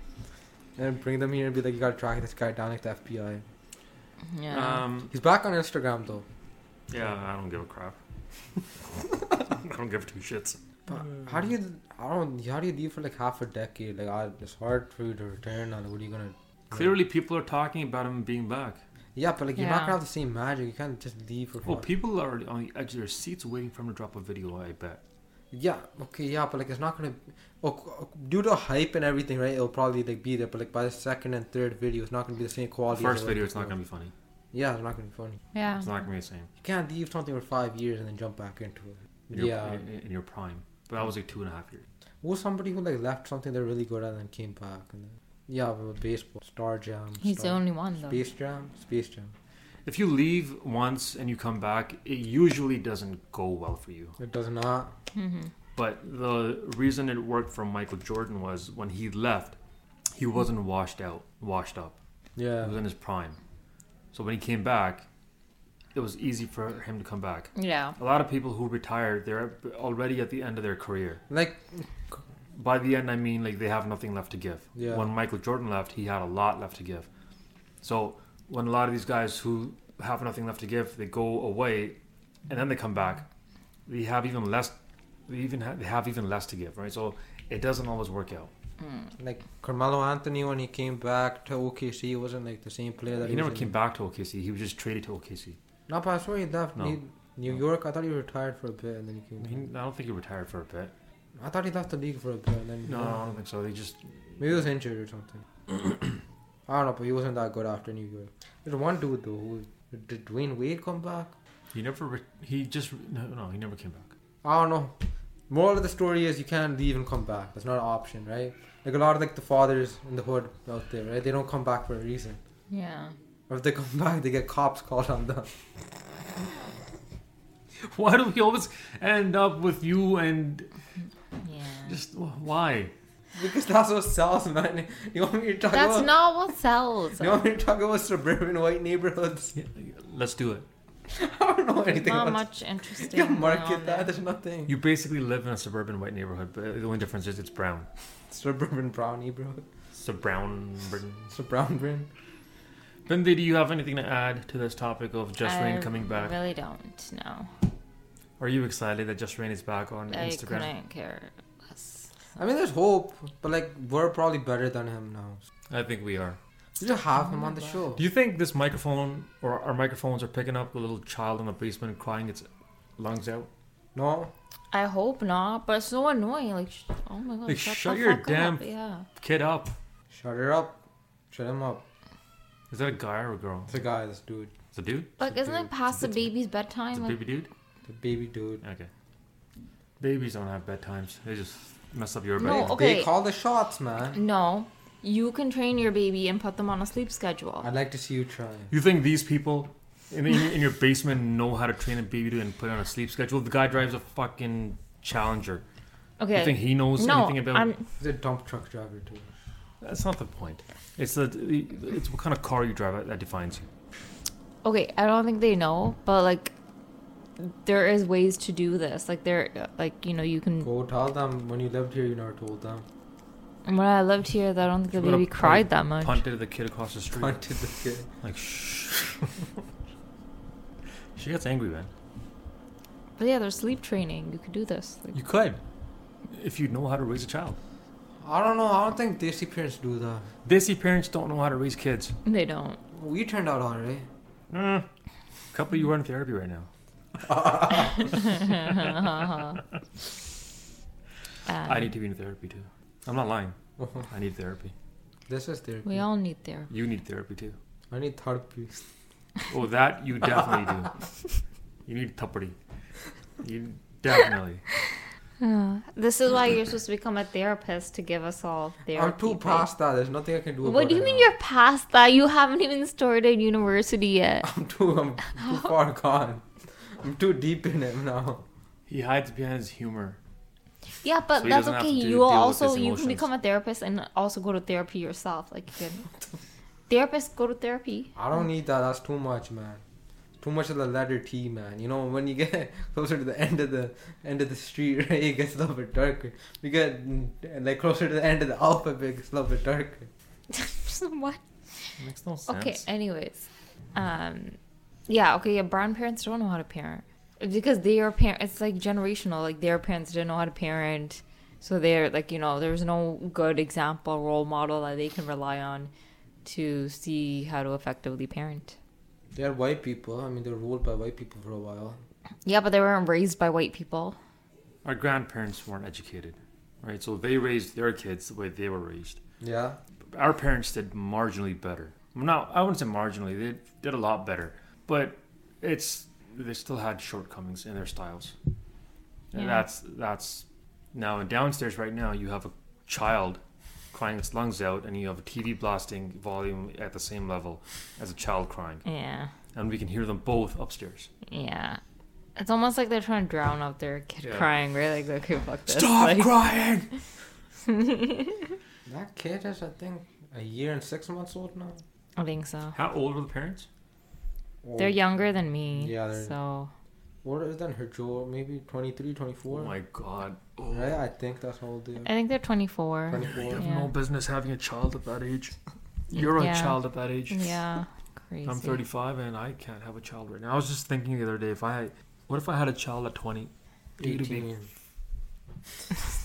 [SPEAKER 3] And bring them here and be like, you gotta track this guy down like the FBI.
[SPEAKER 2] Yeah.
[SPEAKER 1] Um,
[SPEAKER 3] He's back on Instagram though.
[SPEAKER 1] yeah, I don't give a crap. [LAUGHS] I don't give two shits.
[SPEAKER 3] But
[SPEAKER 1] Mm.
[SPEAKER 3] how do you? I don't. How do you leave for like half a decade? Like I, it's hard for you to return. And what are you gonna?
[SPEAKER 1] Clearly, people are talking about him being back.
[SPEAKER 3] Yeah, but like you're not
[SPEAKER 2] Yeah.
[SPEAKER 3] gonna have the same magic. You can't just leave for.
[SPEAKER 1] Well,
[SPEAKER 3] fun.
[SPEAKER 1] people are on the edge of their seats waiting for him to drop a video, I bet.
[SPEAKER 3] yeah, okay, yeah, but like it's not gonna oh, due to hype and everything, right? It'll probably like be there, but like by the second and third video, it's not gonna be the same quality.
[SPEAKER 1] First video, it's not gonna be funny.
[SPEAKER 3] Yeah, it's not gonna be funny.
[SPEAKER 2] Yeah.
[SPEAKER 1] It's not gonna be the same.
[SPEAKER 3] You can't leave something for five years and then jump back into it.
[SPEAKER 1] In your,
[SPEAKER 3] yeah.
[SPEAKER 1] in, in your prime, but I was like two and a half years.
[SPEAKER 3] Who's somebody who like left something they're really good at and then came back? And then, yeah, but baseball, Star Jam.
[SPEAKER 2] He's the
[SPEAKER 3] Star,
[SPEAKER 2] only one though.
[SPEAKER 3] Space Jam, Space Jam.
[SPEAKER 1] If you leave once and you come back, it usually doesn't go well for you.
[SPEAKER 3] It does not.
[SPEAKER 2] Mm-hmm.
[SPEAKER 1] But the reason it worked for Michael Jordan was when he left, he wasn't washed out, washed up. He
[SPEAKER 3] Yeah.
[SPEAKER 1] was in his prime. So when he came back, it was easy for him to come back.
[SPEAKER 2] Yeah.
[SPEAKER 1] A lot of people who retire, they're already at the end of their career.
[SPEAKER 3] Like
[SPEAKER 1] By the end, I mean like they have nothing left to give.
[SPEAKER 3] Yeah.
[SPEAKER 1] When Michael Jordan left, he had a lot left to give. So when a lot of these guys who have nothing left to give, they go away, and then they come back, they have even less. They even ha- they have even less to give, right? So it doesn't always work out.
[SPEAKER 3] like Carmelo Anthony when he came back to OKC, he wasn't like the same player that
[SPEAKER 1] he never
[SPEAKER 3] was
[SPEAKER 1] came
[SPEAKER 3] in.
[SPEAKER 1] back to OKC. He was just traded to OKC.
[SPEAKER 3] No, but I swear he left
[SPEAKER 1] No.
[SPEAKER 3] New- New
[SPEAKER 1] No.
[SPEAKER 3] York. I thought he retired for a bit and then he
[SPEAKER 1] He,
[SPEAKER 3] came.
[SPEAKER 1] I don't think he retired for a bit.
[SPEAKER 3] back. I thought he left the league for a bit and then
[SPEAKER 1] No, I don't think so. They just
[SPEAKER 3] Maybe he was injured or
[SPEAKER 1] [COUGHS]
[SPEAKER 3] something. I don't know, but he wasn't that good after New York. There's one dude though. Who, did Dwayne Wade come back?
[SPEAKER 1] he never re- he just no, no he never came back.
[SPEAKER 3] I don't know. Moral of the story is you can't leave and come back. That's not an option, right? Like a lot of like the fathers in the hood out there, right? They don't come back for a reason.
[SPEAKER 2] Yeah.
[SPEAKER 3] Or if they come [LAUGHS] back, they get cops called on them.
[SPEAKER 1] [LAUGHS]
[SPEAKER 3] [LAUGHS]
[SPEAKER 1] Why do we always end up with you and
[SPEAKER 2] Yeah.
[SPEAKER 1] just why?
[SPEAKER 3] Because that's what sells, man. [LAUGHS] You want me to talk
[SPEAKER 2] That's
[SPEAKER 3] about?
[SPEAKER 2] not what sells.
[SPEAKER 1] [LAUGHS]
[SPEAKER 3] you want me to talk about suburban white neighborhoods?
[SPEAKER 1] Let's do it.
[SPEAKER 3] [LAUGHS] I don't know anything
[SPEAKER 2] Not
[SPEAKER 3] about.
[SPEAKER 2] much
[SPEAKER 3] [LAUGHS] you
[SPEAKER 2] interesting.
[SPEAKER 3] can
[SPEAKER 2] going
[SPEAKER 3] market
[SPEAKER 2] on
[SPEAKER 3] that.
[SPEAKER 2] there.
[SPEAKER 3] There's nothing.
[SPEAKER 1] You basically live in a suburban white neighborhood, but the only difference is it's brown.
[SPEAKER 3] Suburban brownie, bro. [LAUGHS]
[SPEAKER 1] It's a brown.
[SPEAKER 3] It's a brown brand.
[SPEAKER 1] Bindi, do you have anything to add to this topic of Just
[SPEAKER 2] I
[SPEAKER 1] Rain coming back?
[SPEAKER 2] really don't. No.
[SPEAKER 1] Are you excited that Just Rain is back on
[SPEAKER 2] I
[SPEAKER 1] Instagram?
[SPEAKER 2] couldn't care less.
[SPEAKER 3] I mean, there's hope, but like we're probably better than him now.
[SPEAKER 1] I think we are.
[SPEAKER 3] You just have him
[SPEAKER 2] Oh
[SPEAKER 3] on the
[SPEAKER 2] my God.
[SPEAKER 3] show.
[SPEAKER 1] Do you think this microphone or our microphones are picking up the little child in the basement crying its lungs out?
[SPEAKER 3] No,
[SPEAKER 2] I hope not, but it's so annoying. Like, sh- oh my god,
[SPEAKER 1] Like,
[SPEAKER 2] shut,
[SPEAKER 1] shut
[SPEAKER 2] the
[SPEAKER 1] your
[SPEAKER 2] fuck
[SPEAKER 1] damn-
[SPEAKER 2] up. Yeah.
[SPEAKER 1] Kid up.
[SPEAKER 3] shut her up. Shut him up.
[SPEAKER 1] Is that a guy or a girl?
[SPEAKER 3] It's a guy, this dude,
[SPEAKER 1] It's a dude?
[SPEAKER 2] Like, isn't
[SPEAKER 3] dude.
[SPEAKER 2] it past the
[SPEAKER 1] It's a-
[SPEAKER 2] baby's
[SPEAKER 1] It's
[SPEAKER 2] bedtime?
[SPEAKER 1] a
[SPEAKER 2] Like,
[SPEAKER 1] baby dude?
[SPEAKER 3] the baby dude.
[SPEAKER 1] Okay. Babies don't have bedtimes. They just mess up your bed.
[SPEAKER 2] No,
[SPEAKER 3] They
[SPEAKER 2] okay.
[SPEAKER 3] call the shots, man.
[SPEAKER 2] no, you can train your baby and put them on a sleep schedule.
[SPEAKER 3] I'd like to see you try.
[SPEAKER 1] You think these people in, in, in your basement know how to train a baby to and put it on a sleep schedule? The guy drives a fucking Challenger.
[SPEAKER 2] Okay.
[SPEAKER 1] You think he knows
[SPEAKER 2] no,
[SPEAKER 1] anything about?
[SPEAKER 2] I'm,
[SPEAKER 3] He's a dump truck driver too.
[SPEAKER 1] That's not the point. It's the it's what kind of car you drive that defines you.
[SPEAKER 2] okay. I don't think they know, but like, there is ways to do this. Like, there, like you know, you can.
[SPEAKER 3] Go tell them when you lived here, you never told [LAUGHS] them.
[SPEAKER 2] When I lived here, I don't think the
[SPEAKER 1] She would've
[SPEAKER 2] baby cried that much.
[SPEAKER 1] Punted the kid across the street.
[SPEAKER 3] Punted the kid.
[SPEAKER 1] Like shh. she gets angry, man.
[SPEAKER 2] But yeah, there's sleep training. You could do this. Like,
[SPEAKER 1] You could, if you know how to raise a child.
[SPEAKER 3] I don't know. I don't think Desi parents do that.
[SPEAKER 1] Desi parents don't know how to raise kids.
[SPEAKER 2] they don't.
[SPEAKER 3] We turned out alright. [LAUGHS]
[SPEAKER 1] Mm. Couple, you are in therapy right now.
[SPEAKER 2] [LAUGHS]
[SPEAKER 1] I
[SPEAKER 2] Um,
[SPEAKER 1] need to be in therapy too. I'm not lying. I need therapy.
[SPEAKER 3] this is therapy.
[SPEAKER 2] we all need therapy.
[SPEAKER 1] You need therapy too.
[SPEAKER 3] I need therapy.
[SPEAKER 1] Oh, that you definitely do. You need tupperty. You definitely.
[SPEAKER 2] Uh, This is why you're supposed to become a therapist to give us all therapy.
[SPEAKER 3] I'm too
[SPEAKER 2] right?
[SPEAKER 3] past that. There's nothing I can do.
[SPEAKER 2] What
[SPEAKER 3] about
[SPEAKER 2] do you
[SPEAKER 3] it
[SPEAKER 2] mean
[SPEAKER 3] now.
[SPEAKER 2] you're past that? You haven't even started university yet.
[SPEAKER 3] [LAUGHS] I'm too. I'm too
[SPEAKER 2] [LAUGHS]
[SPEAKER 3] far gone. I'm too deep in it now.
[SPEAKER 1] He hides behind his humor.
[SPEAKER 2] Yeah, but
[SPEAKER 1] So he
[SPEAKER 2] that's
[SPEAKER 1] doesn't have
[SPEAKER 2] okay.
[SPEAKER 1] to
[SPEAKER 2] You will
[SPEAKER 1] deal with
[SPEAKER 2] also
[SPEAKER 1] his
[SPEAKER 2] you can
[SPEAKER 1] emotions.
[SPEAKER 2] become a therapist and also go to therapy yourself. Like you can.
[SPEAKER 1] [LAUGHS]
[SPEAKER 2] Therapists go to therapy.
[SPEAKER 3] I don't need that. That's too much, man. Too much of the letter T, man. You know, when you get [LAUGHS] closer to the end of the end of the street, [LAUGHS] right, it gets a little bit darker. You get mm, like closer to the end of the alphabet, it gets a little bit darker.
[SPEAKER 2] what?
[SPEAKER 1] Makes no sense.
[SPEAKER 2] Okay. Anyways, um, yeah. Okay. Yeah. Brown parents don't know how to parent because their parent. It's like generational. Like their parents didn't know how to parent, so they're like you know there's no good example role model that they can rely on to see how to effectively parent.
[SPEAKER 3] They are white people. I mean, they were ruled by white people for a while.
[SPEAKER 2] Yeah, but they weren't raised by white people.
[SPEAKER 1] our grandparents weren't educated, right? So they raised their kids the way they were raised.
[SPEAKER 3] Yeah.
[SPEAKER 1] Our parents did marginally better. No, I wouldn't say marginally. They did a lot better, but it's they still had shortcomings in their styles, and
[SPEAKER 2] Yeah.
[SPEAKER 1] that's that's now downstairs right now you have a child crying its lungs out, and you have a TV blasting volume at the same level as a child crying,
[SPEAKER 2] Yeah.
[SPEAKER 1] and we can hear them both upstairs.
[SPEAKER 2] Yeah. It's almost like they're trying to drown out their kid
[SPEAKER 1] Yeah.
[SPEAKER 2] crying, right? Like, okay, fuck this.
[SPEAKER 1] Stop
[SPEAKER 2] Like,
[SPEAKER 1] crying!
[SPEAKER 3] That kid is, I think, a year and six months old now.
[SPEAKER 2] I think so.
[SPEAKER 1] How old were the parents?
[SPEAKER 3] Or
[SPEAKER 2] They're younger than me.
[SPEAKER 3] Yeah,
[SPEAKER 2] Yeah.
[SPEAKER 3] they're-
[SPEAKER 2] So,
[SPEAKER 3] Older than her, Joe, maybe 23, 24.
[SPEAKER 1] Oh my god. Oh.
[SPEAKER 3] right? I think that's how old they are.
[SPEAKER 2] I think they're 24.
[SPEAKER 3] 24.
[SPEAKER 1] You have
[SPEAKER 2] Yeah.
[SPEAKER 1] no business having a child at that age. You're
[SPEAKER 2] Yeah.
[SPEAKER 1] a child at that age.
[SPEAKER 2] Yeah. Crazy.
[SPEAKER 1] I'm 35 and I can't have a child right now. I was just thinking the other day if I what if I had a child at 20? It would be-
[SPEAKER 3] 18.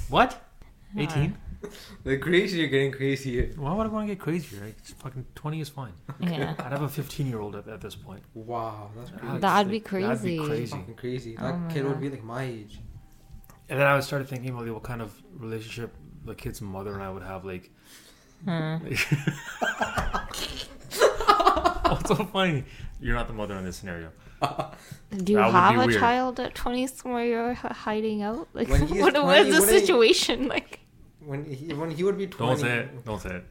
[SPEAKER 1] What? 18?
[SPEAKER 3] The crazy, you're getting crazier.
[SPEAKER 1] Why would I want to get crazier? Like, it's fucking 20 is fine.
[SPEAKER 2] Yeah.
[SPEAKER 1] I'd have a 15 year old at, at this point.
[SPEAKER 3] Wow, that's crazy.
[SPEAKER 1] I'd
[SPEAKER 2] That'd be
[SPEAKER 1] think- That'd be
[SPEAKER 2] crazy.
[SPEAKER 1] crazy.
[SPEAKER 3] fucking crazy.
[SPEAKER 2] Oh
[SPEAKER 3] That
[SPEAKER 2] my
[SPEAKER 3] kid would
[SPEAKER 2] God.
[SPEAKER 3] be like my age. [LAUGHS]
[SPEAKER 1] And then I started thinking about like, what kind of relationship the kid's mother and I would have. Like,
[SPEAKER 2] Huh.
[SPEAKER 1] [LAUGHS] what's so funny? You're not the mother in this scenario.
[SPEAKER 2] Do you
[SPEAKER 1] That would be
[SPEAKER 2] have a
[SPEAKER 1] weird.
[SPEAKER 2] child at 20 where you're h- hiding out? Like,
[SPEAKER 3] When
[SPEAKER 2] [LAUGHS]
[SPEAKER 3] he's
[SPEAKER 2] what was the
[SPEAKER 3] 20, what are you-
[SPEAKER 2] situation? Like,
[SPEAKER 3] When he, when he would be 20.
[SPEAKER 1] Don't say it. Don't say it.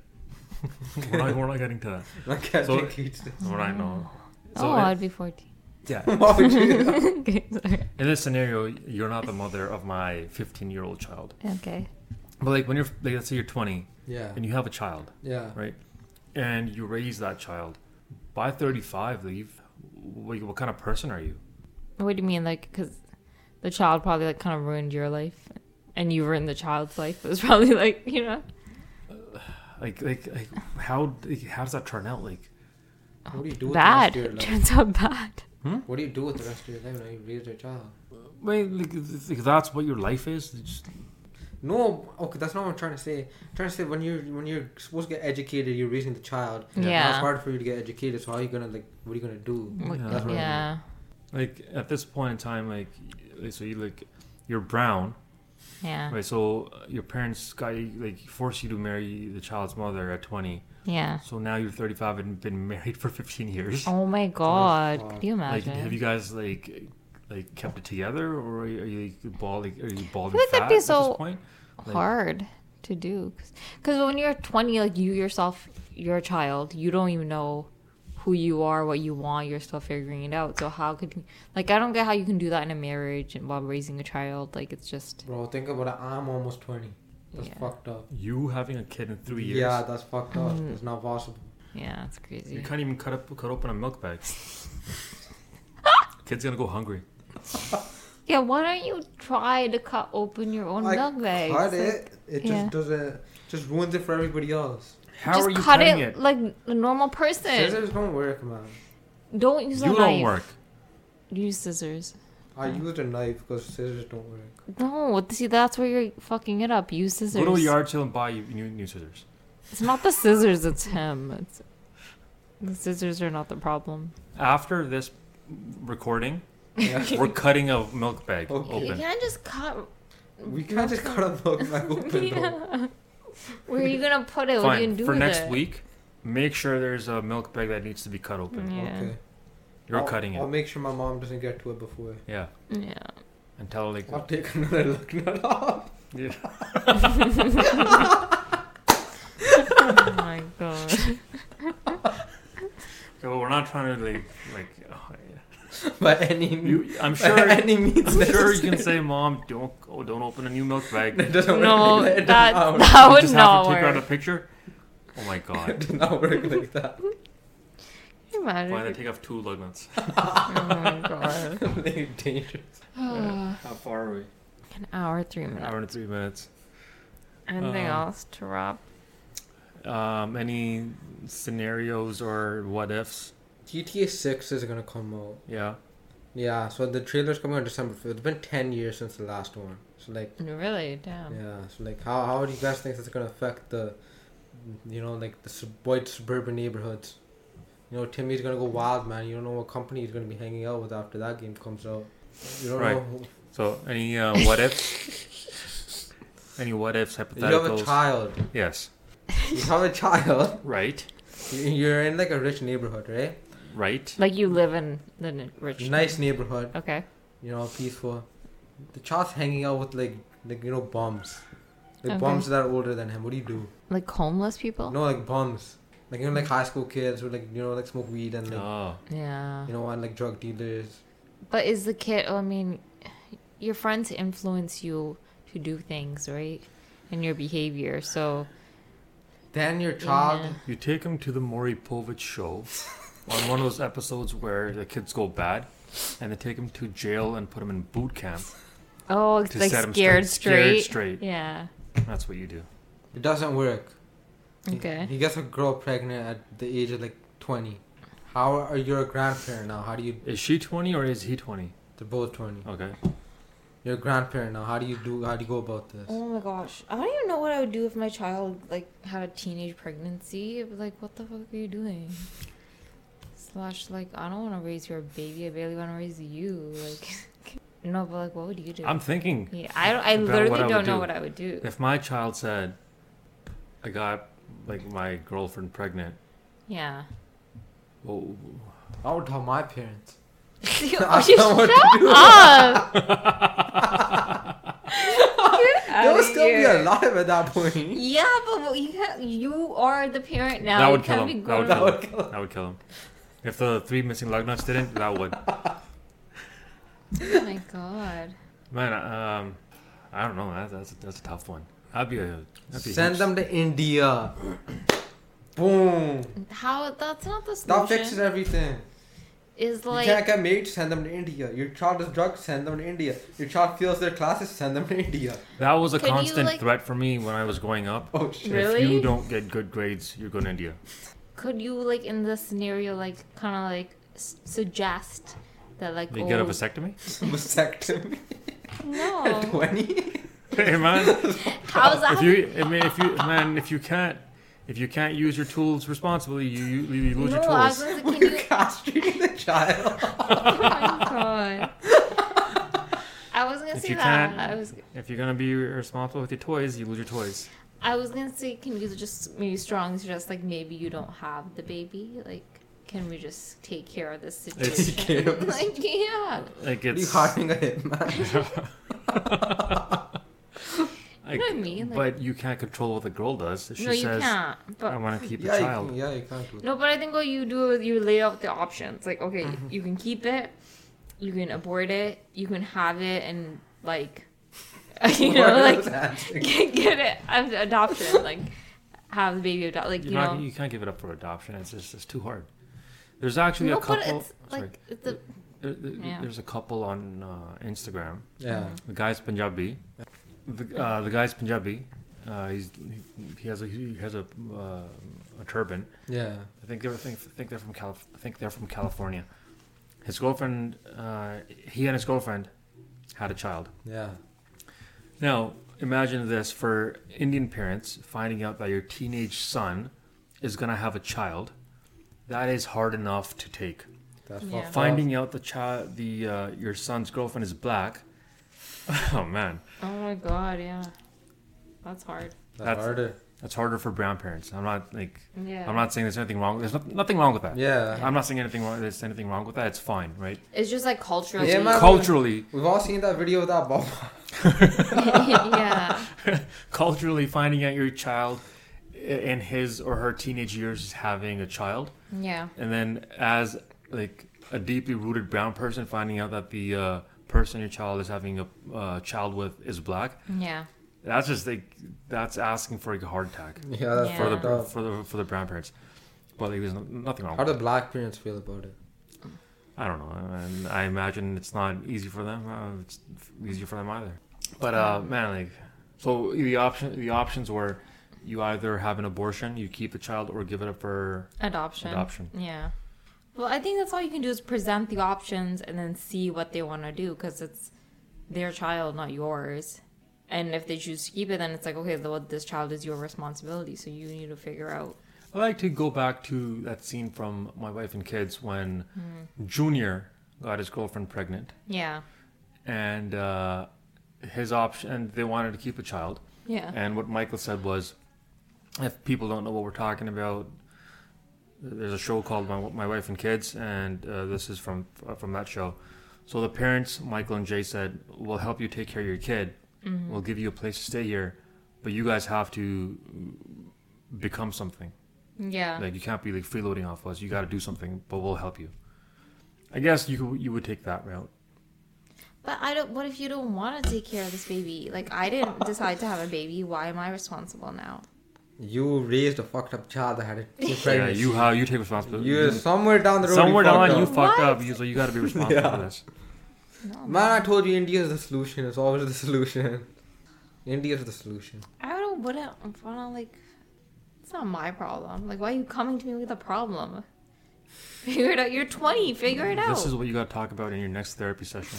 [SPEAKER 1] we're, not, we're not getting to
[SPEAKER 3] [LAUGHS]
[SPEAKER 1] that.
[SPEAKER 3] Like Captain
[SPEAKER 1] So-
[SPEAKER 3] Keats. [LAUGHS]
[SPEAKER 1] We're not, no. So
[SPEAKER 2] oh,
[SPEAKER 1] it-
[SPEAKER 2] I'd be 14.
[SPEAKER 1] yeah.
[SPEAKER 3] Wow, dude.
[SPEAKER 2] [LAUGHS] okay, sorry.
[SPEAKER 1] In this scenario, you're not the mother of my 15 year old child.
[SPEAKER 2] Okay.
[SPEAKER 1] But like when you're, like, let's say you're 20
[SPEAKER 3] yeah.
[SPEAKER 1] and you have a child,
[SPEAKER 3] Yeah.
[SPEAKER 1] right? And you raise that child. By 35, leave. What, what kind of person are you?
[SPEAKER 2] What do you mean? Like, because the child probably, like, kind of ruined your life. And you ruined the child's life. It was [LAUGHS] probably, like, you know.
[SPEAKER 1] Like, like, like how, like, how does that turn out? Like,
[SPEAKER 3] What do you do with
[SPEAKER 2] bad.
[SPEAKER 3] the rest of
[SPEAKER 2] It
[SPEAKER 3] your life?
[SPEAKER 2] turns out bad.
[SPEAKER 3] What do you do with the rest of your life when you raise your child?
[SPEAKER 1] wait, like, if- if that's what your life is. Just,
[SPEAKER 3] No, okay, that's not what I'm trying to say. I'm trying to say when you're when you're supposed to get educated, you're raising the child.
[SPEAKER 2] Yeah.
[SPEAKER 3] Now it's
[SPEAKER 2] Yeah.
[SPEAKER 3] hard for you to get educated. So how are you gonna like? What are you gonna do?
[SPEAKER 1] Yeah.
[SPEAKER 2] Like,
[SPEAKER 1] That's
[SPEAKER 3] what I
[SPEAKER 2] yeah.
[SPEAKER 1] like, at this point in time, like, so you like, you're brown,
[SPEAKER 2] Yeah.
[SPEAKER 1] right? So uh, your parents got you, like, forced you to marry the child's mother at 20.
[SPEAKER 2] Yeah.
[SPEAKER 1] So now you're 35 and been married [LAUGHS] for 15 years.
[SPEAKER 2] Oh my god.
[SPEAKER 3] fuck.
[SPEAKER 2] Could you
[SPEAKER 1] Like,
[SPEAKER 2] imagine?
[SPEAKER 1] have you guys like like kept it together, or are you, are you bald? Like, are you bald
[SPEAKER 2] feel
[SPEAKER 1] and
[SPEAKER 2] like
[SPEAKER 1] fat
[SPEAKER 2] that'd be
[SPEAKER 1] at
[SPEAKER 2] so
[SPEAKER 1] this point? Like-
[SPEAKER 2] hard to do because when you're 20 like you yourself you're a child you don't even know who you are what you want you're still figuring it out so how could you like i don't get how you can do that in a marriage and while raising a child like it's just
[SPEAKER 3] Bro, think about it. I'm almost twenty. That's
[SPEAKER 2] Yeah.
[SPEAKER 3] fucked up.
[SPEAKER 1] You having a kid in three years?
[SPEAKER 3] Yeah, that's fucked up.
[SPEAKER 2] Mm.
[SPEAKER 3] It's not possible.
[SPEAKER 2] yeah it's
[SPEAKER 1] You
[SPEAKER 2] crazy
[SPEAKER 1] can't even cut up cut open a milk
[SPEAKER 2] [LAUGHS]
[SPEAKER 1] bag. Kid's gonna go hungry.
[SPEAKER 2] yeah why don't you try to cut open your own
[SPEAKER 3] Like,
[SPEAKER 2] milk bag
[SPEAKER 3] Cut it. It just
[SPEAKER 2] yeah.
[SPEAKER 3] doesn't. Just ruins it for everybody else.
[SPEAKER 1] How
[SPEAKER 2] just
[SPEAKER 1] are you
[SPEAKER 2] cut
[SPEAKER 1] cutting
[SPEAKER 2] it,
[SPEAKER 1] it?
[SPEAKER 2] like a normal person
[SPEAKER 3] Scissors don't work, man.
[SPEAKER 2] don't use a
[SPEAKER 1] You
[SPEAKER 2] knife
[SPEAKER 1] don't work.
[SPEAKER 2] use scissors
[SPEAKER 3] I used a knife because scissors don't
[SPEAKER 2] [LAUGHS]
[SPEAKER 3] work.
[SPEAKER 2] no see that's where you're fucking it up use scissors
[SPEAKER 1] Go to a yard sale and buy you new, new scissors.
[SPEAKER 2] It's not the scissors, it's him. It's, the scissors are not the problem.
[SPEAKER 1] After this recording,
[SPEAKER 3] Yeah.
[SPEAKER 1] we're cutting a milk bag
[SPEAKER 3] Okay.
[SPEAKER 1] open.
[SPEAKER 2] can't just cut. [LAUGHS]
[SPEAKER 3] we can't just cut a book back open. though.
[SPEAKER 2] Where are you gonna put it? What are
[SPEAKER 1] Fine.
[SPEAKER 2] you gonna do
[SPEAKER 1] For
[SPEAKER 2] with
[SPEAKER 1] next
[SPEAKER 2] it?
[SPEAKER 1] week, make sure there's a milk bag that needs to be cut open.
[SPEAKER 2] Yeah.
[SPEAKER 3] Okay.
[SPEAKER 2] Mm-hmm.
[SPEAKER 1] You're
[SPEAKER 3] I'll-
[SPEAKER 1] cutting it.
[SPEAKER 3] I'll make sure my mom doesn't get to it before.
[SPEAKER 1] yeah.
[SPEAKER 2] Yeah.
[SPEAKER 1] And tell like
[SPEAKER 3] I'll take another look [LAUGHS] at all.
[SPEAKER 1] Yeah.
[SPEAKER 2] [LAUGHS]
[SPEAKER 3] [LAUGHS]
[SPEAKER 2] Oh my god.
[SPEAKER 1] So we're not trying to like [LAUGHS] like. Oh, yeah.
[SPEAKER 3] By any means.
[SPEAKER 1] You, I'm [LAUGHS]
[SPEAKER 3] By
[SPEAKER 1] sure.
[SPEAKER 3] any means.
[SPEAKER 1] I'm sure you [LAUGHS]
[SPEAKER 3] necessary.
[SPEAKER 1] can say, "Mom, don't oh, don't open a new milk [LAUGHS] bag."
[SPEAKER 3] It doesn't
[SPEAKER 2] No,
[SPEAKER 3] work. like
[SPEAKER 2] that
[SPEAKER 3] It does not work.
[SPEAKER 2] that
[SPEAKER 1] you
[SPEAKER 2] would
[SPEAKER 1] just
[SPEAKER 2] not
[SPEAKER 1] have to take her out a
[SPEAKER 2] work.
[SPEAKER 1] picture. Oh [LAUGHS] my
[SPEAKER 3] It
[SPEAKER 1] god!
[SPEAKER 3] does not work like
[SPEAKER 2] [LAUGHS]
[SPEAKER 3] that. [LAUGHS]
[SPEAKER 2] Can you imagine?
[SPEAKER 1] Why did I take off two lug nuts?
[SPEAKER 2] Oh my god. [SIGHS]
[SPEAKER 3] They're dangerous.
[SPEAKER 1] [LAUGHS] How far are we?
[SPEAKER 2] An hour, three
[SPEAKER 1] An
[SPEAKER 2] minutes.
[SPEAKER 1] hour and three minutes.
[SPEAKER 2] Anything
[SPEAKER 1] Um,
[SPEAKER 2] else to wrap?
[SPEAKER 1] Um, any scenarios or what ifs?
[SPEAKER 3] GTA 6 is gonna come out.
[SPEAKER 1] Yeah.
[SPEAKER 3] Yeah, so the trailer's coming out December 5th. It's been 10 years since the last one. So, like,
[SPEAKER 2] Really? Damn.
[SPEAKER 3] yeah, so, like, how, how do you guys think that's gonna affect the, you know, like, the sub- white suburban neighborhoods? You know, Timmy's gonna go wild, man. You don't know what company he's gonna be hanging out with after that game comes out. You don't
[SPEAKER 1] Right.
[SPEAKER 3] know. Who,
[SPEAKER 1] So any uh, what ifs? [LAUGHS] any what ifs?
[SPEAKER 3] You have a
[SPEAKER 1] Hypotheticals?
[SPEAKER 3] child.
[SPEAKER 1] yes.
[SPEAKER 3] You have a child. [LAUGHS]
[SPEAKER 1] Right.
[SPEAKER 3] You- You're in like a rich neighborhood, right?
[SPEAKER 1] Right.
[SPEAKER 2] Like you live in the n- rich.
[SPEAKER 3] Nice neighborhood.
[SPEAKER 2] Okay.
[SPEAKER 3] you know, peaceful. The child's hanging out with like, like you know, bums, like
[SPEAKER 2] Okay.
[SPEAKER 3] bums that are older than him. What do you do?
[SPEAKER 2] Like homeless people.
[SPEAKER 3] No, like bums, like you know, like high school kids who like you know, like smoke weed and like
[SPEAKER 1] Oh.
[SPEAKER 2] Yeah.
[SPEAKER 3] you know, and like drug dealers.
[SPEAKER 2] But is the kid? I mean, your friends influence you to do things, right? And your behavior. So
[SPEAKER 3] Then your child,
[SPEAKER 2] Yeah.
[SPEAKER 1] You take him to the Maury Povich show on one of those episodes where the kids go bad, and they take him to jail and put him in boot camp
[SPEAKER 2] oh, it's
[SPEAKER 1] to
[SPEAKER 2] like
[SPEAKER 1] set him
[SPEAKER 2] scared
[SPEAKER 1] straight.
[SPEAKER 2] straight.
[SPEAKER 1] Scared straight.
[SPEAKER 2] Yeah.
[SPEAKER 1] That's what you do.
[SPEAKER 3] it doesn't work. He-
[SPEAKER 2] Okay.
[SPEAKER 3] He, gets a girl pregnant at the age of like twenty. How are you a grandparent now? How do you?
[SPEAKER 1] Is she twenty or is he twenty?
[SPEAKER 3] They're both twenty.
[SPEAKER 1] Okay.
[SPEAKER 3] You're a grandparent now. How do you do? How do you go about this?
[SPEAKER 2] Oh my gosh. I don't even know what I would do if my child like had a teenage pregnancy. I'd be like, what the fuck are you doing? Slash like I don't wanna raise your baby, I barely wanna raise you. Like [LAUGHS] No, but like what would you do?
[SPEAKER 1] I'm thinking
[SPEAKER 2] yeah, I don't I
[SPEAKER 1] about what
[SPEAKER 2] literally
[SPEAKER 1] I
[SPEAKER 2] don't
[SPEAKER 1] would
[SPEAKER 2] know
[SPEAKER 1] do.
[SPEAKER 2] what I would do.
[SPEAKER 1] if my child said, "I got like my girlfriend pregnant," [LAUGHS] oh,
[SPEAKER 2] Yeah. [LAUGHS]
[SPEAKER 1] well,
[SPEAKER 3] I would tell my
[SPEAKER 2] [LAUGHS]
[SPEAKER 3] parents.
[SPEAKER 2] oh,
[SPEAKER 3] [LAUGHS]
[SPEAKER 2] you
[SPEAKER 3] know
[SPEAKER 2] [LAUGHS]
[SPEAKER 3] what
[SPEAKER 2] shut
[SPEAKER 3] to do.
[SPEAKER 2] up.
[SPEAKER 3] They
[SPEAKER 2] Outta
[SPEAKER 3] would still be
[SPEAKER 2] here.
[SPEAKER 3] alive at that
[SPEAKER 2] [LAUGHS]
[SPEAKER 3] point. [LAUGHS]
[SPEAKER 2] Yeah, but you ha- you are the parent now.
[SPEAKER 1] that
[SPEAKER 2] You
[SPEAKER 1] would kill
[SPEAKER 2] can't be
[SPEAKER 1] him. That
[SPEAKER 2] grown
[SPEAKER 1] would
[SPEAKER 2] up.
[SPEAKER 1] kill him. That would kill him. If the three missing lug nuts didn't, that would.
[SPEAKER 2] Oh my god.
[SPEAKER 1] Man, um, I don't know. That, that's that's a tough one. That'd be a that'd be
[SPEAKER 3] Send
[SPEAKER 1] huge.
[SPEAKER 3] them to India. Boom.
[SPEAKER 2] How that's not the
[SPEAKER 3] That
[SPEAKER 2] solution.
[SPEAKER 3] fixes everything.
[SPEAKER 2] is
[SPEAKER 3] you can't
[SPEAKER 2] like
[SPEAKER 3] get married, send them to India. Your child is drugs, send them to India. Your child fails their classes, send them to India.
[SPEAKER 1] That was a
[SPEAKER 2] Could you,
[SPEAKER 1] constant
[SPEAKER 2] like-
[SPEAKER 1] threat for me when I was growing up.
[SPEAKER 3] Oh shit.
[SPEAKER 1] If you
[SPEAKER 2] Really?
[SPEAKER 1] don't get good grades, you're going to India.
[SPEAKER 2] could you like in this scenario like kind of like s- suggest that like
[SPEAKER 1] You
[SPEAKER 2] oh,
[SPEAKER 1] get a vasectomy? [LAUGHS]
[SPEAKER 3] Vasectomy [LAUGHS] at
[SPEAKER 2] no
[SPEAKER 3] 20?
[SPEAKER 1] hey man,
[SPEAKER 2] how's that
[SPEAKER 1] if you I mean, if you man, if you can't if you can't use your tools responsibly, you you, you
[SPEAKER 2] [LAUGHS]
[SPEAKER 1] lose
[SPEAKER 2] no
[SPEAKER 1] your
[SPEAKER 2] I was
[SPEAKER 1] tools.
[SPEAKER 2] gonna say,
[SPEAKER 3] When
[SPEAKER 2] can
[SPEAKER 1] [LAUGHS]
[SPEAKER 3] you're
[SPEAKER 2] you
[SPEAKER 3] castrating the child.
[SPEAKER 2] [LAUGHS] oh my god
[SPEAKER 1] [LAUGHS]
[SPEAKER 2] I was gonna
[SPEAKER 1] If
[SPEAKER 2] say
[SPEAKER 1] you
[SPEAKER 2] that
[SPEAKER 1] can't-
[SPEAKER 2] I was
[SPEAKER 1] If you're gonna be responsible with your toys, you lose your toys.
[SPEAKER 2] I was gonna say can you just maybe strongly suggest like maybe you don't have the baby like can we just take care of this
[SPEAKER 1] It's- [LAUGHS]
[SPEAKER 2] situation [LAUGHS] like yeah
[SPEAKER 1] Like
[SPEAKER 3] Are you
[SPEAKER 1] it's
[SPEAKER 3] hiring a [LAUGHS] hitman?
[SPEAKER 1] like,
[SPEAKER 2] know what I mean? Like-
[SPEAKER 1] but you can't control what the girl does. She
[SPEAKER 2] no you
[SPEAKER 1] says,
[SPEAKER 2] can't but
[SPEAKER 1] "I want to keep
[SPEAKER 3] yeah,
[SPEAKER 1] the
[SPEAKER 3] you
[SPEAKER 1] child."
[SPEAKER 3] can, yeah, you can't do that.
[SPEAKER 2] No, but I think what you do is you lay out the options. Like, okay,
[SPEAKER 3] Mm-hmm.
[SPEAKER 2] you can keep it, you can abort it, you can have it, and like, [LAUGHS] [LAUGHS] you know,
[SPEAKER 3] [LAUGHS]
[SPEAKER 2] like [LAUGHS] get, get it ad- adoption, like have the baby adopted, like you
[SPEAKER 1] You're not,
[SPEAKER 2] know.
[SPEAKER 1] you can't give it up for adoption. It's just it's too hard. There's actually
[SPEAKER 2] no,
[SPEAKER 1] a couple.
[SPEAKER 2] but it's
[SPEAKER 1] sorry.
[SPEAKER 2] like it's a,
[SPEAKER 1] There- there-
[SPEAKER 2] Yeah.
[SPEAKER 1] There's a couple on uh, Instagram.
[SPEAKER 3] yeah.
[SPEAKER 1] The guy's Punjabi. The, uh, the guy's Punjabi. Uh, he's he, he has a he has a uh, a turban.
[SPEAKER 3] Yeah.
[SPEAKER 1] I think they were think, think they're from Calif- I think they're from California. His girlfriend, uh, he and his girlfriend, had a child.
[SPEAKER 3] Yeah.
[SPEAKER 1] Now imagine this for Indian parents finding out that your teenage son is gonna have a child. That is hard enough to take
[SPEAKER 3] That's
[SPEAKER 2] Yeah.
[SPEAKER 3] fucked up.
[SPEAKER 1] finding out the child, the uh, your son's girlfriend is black. [LAUGHS] Oh man,
[SPEAKER 2] oh my god, yeah, that's hard.
[SPEAKER 3] That's,
[SPEAKER 1] that's-
[SPEAKER 3] harder.
[SPEAKER 1] that's harder for brown parents. I'm not like
[SPEAKER 2] Yeah,
[SPEAKER 1] I'm not saying there's anything wrong. There's no, nothing wrong with that.
[SPEAKER 3] Yeah.
[SPEAKER 1] I'm not saying anything wrong. There's anything wrong with that. It's fine, right?
[SPEAKER 2] It's just like culturally.
[SPEAKER 3] Yeah, man.
[SPEAKER 1] Culturally,
[SPEAKER 3] We've all seen that video of that bomb.
[SPEAKER 2] [LAUGHS] yeah.
[SPEAKER 1] culturally finding out your child i- in his or her teenage years is having a child,
[SPEAKER 2] yeah.
[SPEAKER 1] and then as like a deeply rooted brown person finding out that the uh, person your child is having a uh, child with is black.
[SPEAKER 2] Yeah.
[SPEAKER 1] That's just like that's asking for a heart attack.
[SPEAKER 3] [LAUGHS] Yeah, that's
[SPEAKER 2] Yeah.
[SPEAKER 1] for the
[SPEAKER 3] fucked up.
[SPEAKER 1] for the for the brown parents. But like, there's no- nothing wrong.
[SPEAKER 3] How
[SPEAKER 1] With it.
[SPEAKER 3] do black parents feel about it?
[SPEAKER 1] I don't know, and I imagine it's not easy for them. Uh, it's easy for them either. But uh, man, like, so the option the options were, you either have an abortion, you keep the child, or give it up for
[SPEAKER 2] Adoption.
[SPEAKER 1] adoption.
[SPEAKER 2] Yeah. Well, I think that's all you can do is present the options and then see what they want to do because it's their child, not yours. And if they choose to keep it, then it's like, okay, well, this child is your responsibility, so you need to figure out.
[SPEAKER 1] I like to go back to that scene from My Wife and Kids when Junior got his girlfriend pregnant,
[SPEAKER 2] Yeah.
[SPEAKER 1] and uh, his option, and they wanted to keep a child.
[SPEAKER 2] Yeah.
[SPEAKER 1] And what Michael said was, if people don't know what we're talking about, there's a show called My, My Wife and Kids, and uh, this is from uh, from that show. So the parents, Michael and Jay, said, "We'll help you take care of your kid.
[SPEAKER 2] Mm-hmm.
[SPEAKER 1] We'll give you a place to stay here, but you guys have to become something.
[SPEAKER 2] Yeah.
[SPEAKER 1] Like you can't be like freeloading off us. You got to do something, but we'll help you." I guess you could, you would take that route.
[SPEAKER 2] But I don't. What if you don't want to take care of this baby? Like I didn't decide to have a baby. Why am I responsible now?
[SPEAKER 3] You raised a fucked up child that
[SPEAKER 2] [LAUGHS]
[SPEAKER 3] had a two
[SPEAKER 1] Yeah,
[SPEAKER 3] pregnancy.
[SPEAKER 1] you how you take
[SPEAKER 3] you,
[SPEAKER 1] responsibility.
[SPEAKER 3] you somewhere down the road.
[SPEAKER 1] Somewhere
[SPEAKER 3] you fucked
[SPEAKER 1] down you
[SPEAKER 3] up.
[SPEAKER 1] fucked
[SPEAKER 2] What?
[SPEAKER 1] up. You, so you got to be responsible
[SPEAKER 3] [LAUGHS] Yeah.
[SPEAKER 1] for this.
[SPEAKER 2] No.
[SPEAKER 3] Man, I told you India is the solution. It's always the solution. [LAUGHS] India is the solution.
[SPEAKER 2] I don't, wouldn't want to like. It's not my problem. Like, why are you coming to me with a problem? [LAUGHS] Figure it out. You're 20. Figure it out.
[SPEAKER 1] This is what you got to talk about in your next therapy session.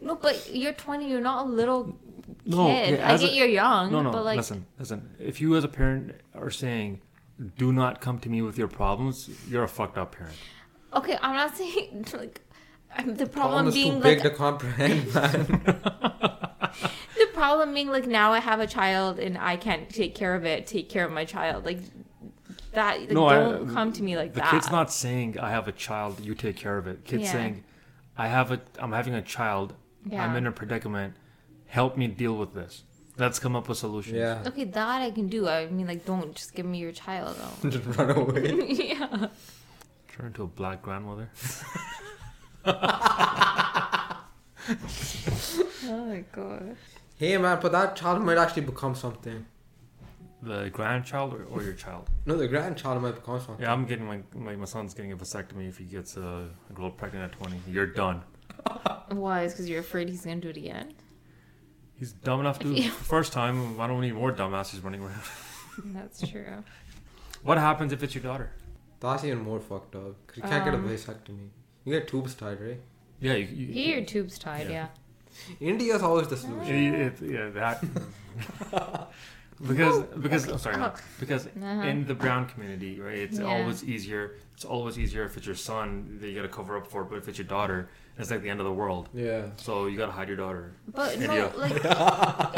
[SPEAKER 2] no, but you're 20. You're not a little
[SPEAKER 1] No,
[SPEAKER 2] kid.
[SPEAKER 1] yeah,
[SPEAKER 2] I
[SPEAKER 1] as
[SPEAKER 2] get
[SPEAKER 1] a-
[SPEAKER 2] you're young,
[SPEAKER 1] No, no.
[SPEAKER 2] but like,
[SPEAKER 1] listen, listen. If you as a parent are saying, "Do not come to me with your problems," you're a fucked up parent.
[SPEAKER 2] okay, I'm not [LAUGHS] saying like I'm- the
[SPEAKER 3] Problem
[SPEAKER 2] problem
[SPEAKER 3] is
[SPEAKER 2] being
[SPEAKER 3] too big
[SPEAKER 2] like
[SPEAKER 3] to comprehend, [LAUGHS] man.
[SPEAKER 2] the problem being like now I have a child and I can't take care of it. Take care of my child, like that. Like,
[SPEAKER 1] No, I-
[SPEAKER 2] don't come to me like
[SPEAKER 1] The
[SPEAKER 2] that.
[SPEAKER 1] kid's not saying, "I have a child. You take care of it." Kid's
[SPEAKER 2] Yeah.
[SPEAKER 1] saying, "I have a. I'm having a child.
[SPEAKER 2] Yeah.
[SPEAKER 1] I'm in a predicament. Help me deal with this. Let's come up with solutions."
[SPEAKER 3] yeah, [LAUGHS]
[SPEAKER 2] okay, that I can do. I mean, like, don't just give me your child. Though. [LAUGHS]
[SPEAKER 3] just run away.
[SPEAKER 2] yeah.
[SPEAKER 1] Turn into a black grandmother.
[SPEAKER 2] Oh my god.
[SPEAKER 3] Hey, man, but that child might actually become something.
[SPEAKER 1] The grandchild or, or your child?
[SPEAKER 3] No, the grandchild might become something.
[SPEAKER 1] Yeah, I'm getting my, my my son's getting a vasectomy if he gets a, a girl pregnant at 20. You're done.
[SPEAKER 2] Why? It's because you're afraid he's gonna do it again.
[SPEAKER 1] He's dumb enough to
[SPEAKER 2] [LAUGHS] Yeah.
[SPEAKER 1] first time. I don't need more dumbasses running around. [LAUGHS]
[SPEAKER 2] That's true.
[SPEAKER 1] What happens if it's your daughter?
[SPEAKER 3] That's even more fucked up. 'cause you can't get a
[SPEAKER 2] Um,
[SPEAKER 3] vasectomy. You get tubes tied, right?
[SPEAKER 1] Yeah, you, you,
[SPEAKER 2] Get your tubes tied.
[SPEAKER 1] Yeah.
[SPEAKER 2] Yeah.
[SPEAKER 3] India's always the
[SPEAKER 1] it-
[SPEAKER 3] solution.
[SPEAKER 1] it- yeah, that [LAUGHS] because because I'm sorry
[SPEAKER 2] Oh.
[SPEAKER 1] because
[SPEAKER 2] Uh-huh.
[SPEAKER 1] in the brown community, right? It's
[SPEAKER 2] Yeah.
[SPEAKER 1] always easier. It's always easier if it's your son that you got to cover up for, it, but if it's your daughter, it's like the end of the world.
[SPEAKER 3] Yeah.
[SPEAKER 1] So you got to hide your daughter,
[SPEAKER 2] But
[SPEAKER 1] Yeah.
[SPEAKER 2] no,
[SPEAKER 1] [LAUGHS]
[SPEAKER 2] like it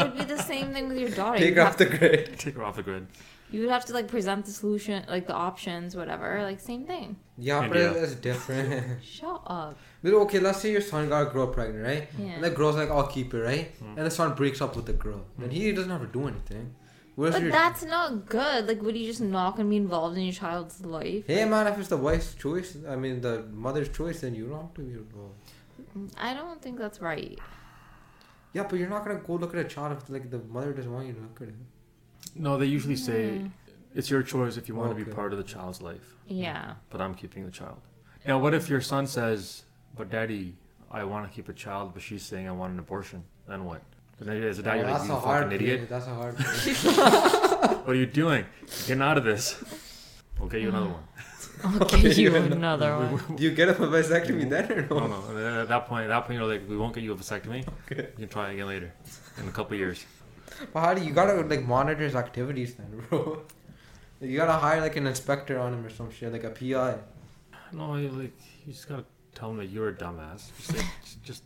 [SPEAKER 2] would be the same thing with your daughter.
[SPEAKER 3] Take
[SPEAKER 2] you'd,
[SPEAKER 3] off
[SPEAKER 2] have to, [LAUGHS]
[SPEAKER 3] the grid.
[SPEAKER 1] take her off the grid.
[SPEAKER 2] you would have to like present the solution, like the options, whatever. Like same thing.
[SPEAKER 3] Yeah, but
[SPEAKER 1] India.
[SPEAKER 3] it's different. [LAUGHS]
[SPEAKER 2] Shut up.
[SPEAKER 3] but okay, let's say your son got a girl pregnant, right?
[SPEAKER 2] Yeah.
[SPEAKER 3] And the girl's like, I'll keep it, right?
[SPEAKER 1] Hmm.
[SPEAKER 3] And the son breaks up with the girl. And he doesn't have to do anything. Where's
[SPEAKER 2] But
[SPEAKER 3] your...
[SPEAKER 2] that's not good. Like, what are you just not gonna be involved in your child's life?
[SPEAKER 3] Hey man, if it's the wife's choice, I mean the mother's choice, then you don't have to be involved.
[SPEAKER 2] I don't think that's right.
[SPEAKER 3] Yeah, but you're not gonna go look at a child if like the mother doesn't want you to look at it.
[SPEAKER 1] No, they usually say
[SPEAKER 2] Mm.
[SPEAKER 1] it's your choice if you want to be
[SPEAKER 3] Okay.
[SPEAKER 1] part of the child's life.
[SPEAKER 2] Yeah.
[SPEAKER 1] but I'm keeping the child. Now, what if your son says, "But daddy, I want to keep a child," but she's saying, "I want an abortion"? Then what? Then as a dad, you're like,
[SPEAKER 3] that's
[SPEAKER 1] "You
[SPEAKER 3] a
[SPEAKER 1] fucking
[SPEAKER 3] hard
[SPEAKER 1] idiot!
[SPEAKER 3] That's a
[SPEAKER 1] [LAUGHS]
[SPEAKER 3] hard.
[SPEAKER 1] What are you doing? Get out of
[SPEAKER 3] [LAUGHS]
[SPEAKER 1] this!" Okay, you another one.
[SPEAKER 2] I'll give you another one.
[SPEAKER 3] Do you get a vasectomy then or
[SPEAKER 1] Mm-hmm. No, no. and then At that point, at that point, you're like, "We won't get you a vasectomy. You can try again later, in a couple years."
[SPEAKER 3] But how do you gotta like monitor his activities then, bro? You gotta hire like an inspector on him or some shit, like a PI.
[SPEAKER 1] No, you like you just gotta tell him that you're a dumbass. Just, say, [LAUGHS] just, just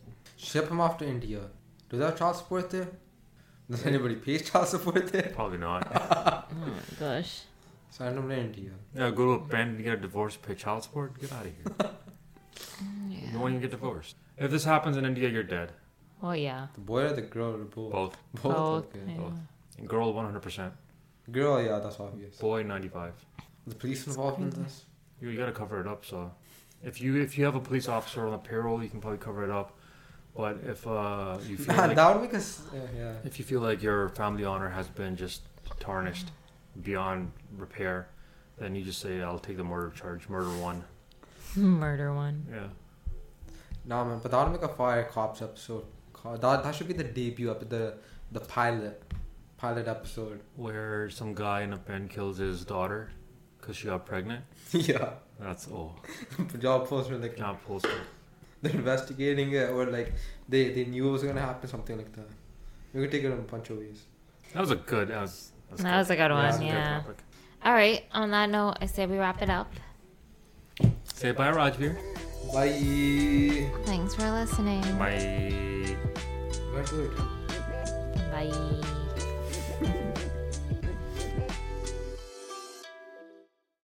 [SPEAKER 3] Ship him off to India. Does that child support there? Does anybody pay child support there?
[SPEAKER 1] probably not.
[SPEAKER 2] Oh my gosh.
[SPEAKER 3] Send him to India.
[SPEAKER 1] Yeah, go to a friend and get a divorce, pay child support. Get out of here. You
[SPEAKER 2] Yeah.
[SPEAKER 1] won't even get divorced. If this happens in India, you're dead.
[SPEAKER 2] Oh yeah.
[SPEAKER 3] The boy or the girl or both?
[SPEAKER 1] Both.
[SPEAKER 3] Both.
[SPEAKER 2] Both.
[SPEAKER 3] Okay.
[SPEAKER 2] yeah.
[SPEAKER 1] both. Girl, one hundred percent.
[SPEAKER 3] Girl, yeah, that's obvious.
[SPEAKER 1] Boy, ninety-five.
[SPEAKER 3] The police involved in this?
[SPEAKER 1] You, you got to cover it up. So, if you if you have a police officer on the payroll, you can probably cover it up. But if uh, you
[SPEAKER 3] [LAUGHS]
[SPEAKER 1] feel
[SPEAKER 3] Man,
[SPEAKER 1] like,
[SPEAKER 3] that would make us. Yeah, yeah.
[SPEAKER 1] if you feel like your family honor has been just tarnished beyond repair, then you just say, "I'll take the murder charge, murder one."
[SPEAKER 2] [LAUGHS] Murder one.
[SPEAKER 1] Yeah.
[SPEAKER 3] Nah, man, but that would make a fire cops episode. Co- That that should be the debut episode, the the pilot, pilot episode. [LAUGHS]
[SPEAKER 1] Where some guy in a pen kills his daughter because she got pregnant.
[SPEAKER 3] yeah,
[SPEAKER 1] That's oh,
[SPEAKER 3] job postman like
[SPEAKER 1] John Polster.
[SPEAKER 3] they're investigating it or like they they knew it was gonna happen, something like that. We could take it in a bunch of ways.
[SPEAKER 1] That was a good. That was.
[SPEAKER 2] That was a
[SPEAKER 1] that
[SPEAKER 2] good
[SPEAKER 1] was
[SPEAKER 2] one.
[SPEAKER 1] a good
[SPEAKER 2] Yeah.
[SPEAKER 1] topic.
[SPEAKER 2] All right. On that note, I say we wrap it up.
[SPEAKER 1] Say bye, Rajveer.
[SPEAKER 3] Bye.
[SPEAKER 2] Thanks for listening.
[SPEAKER 1] My.
[SPEAKER 3] Where's the-
[SPEAKER 2] Bye.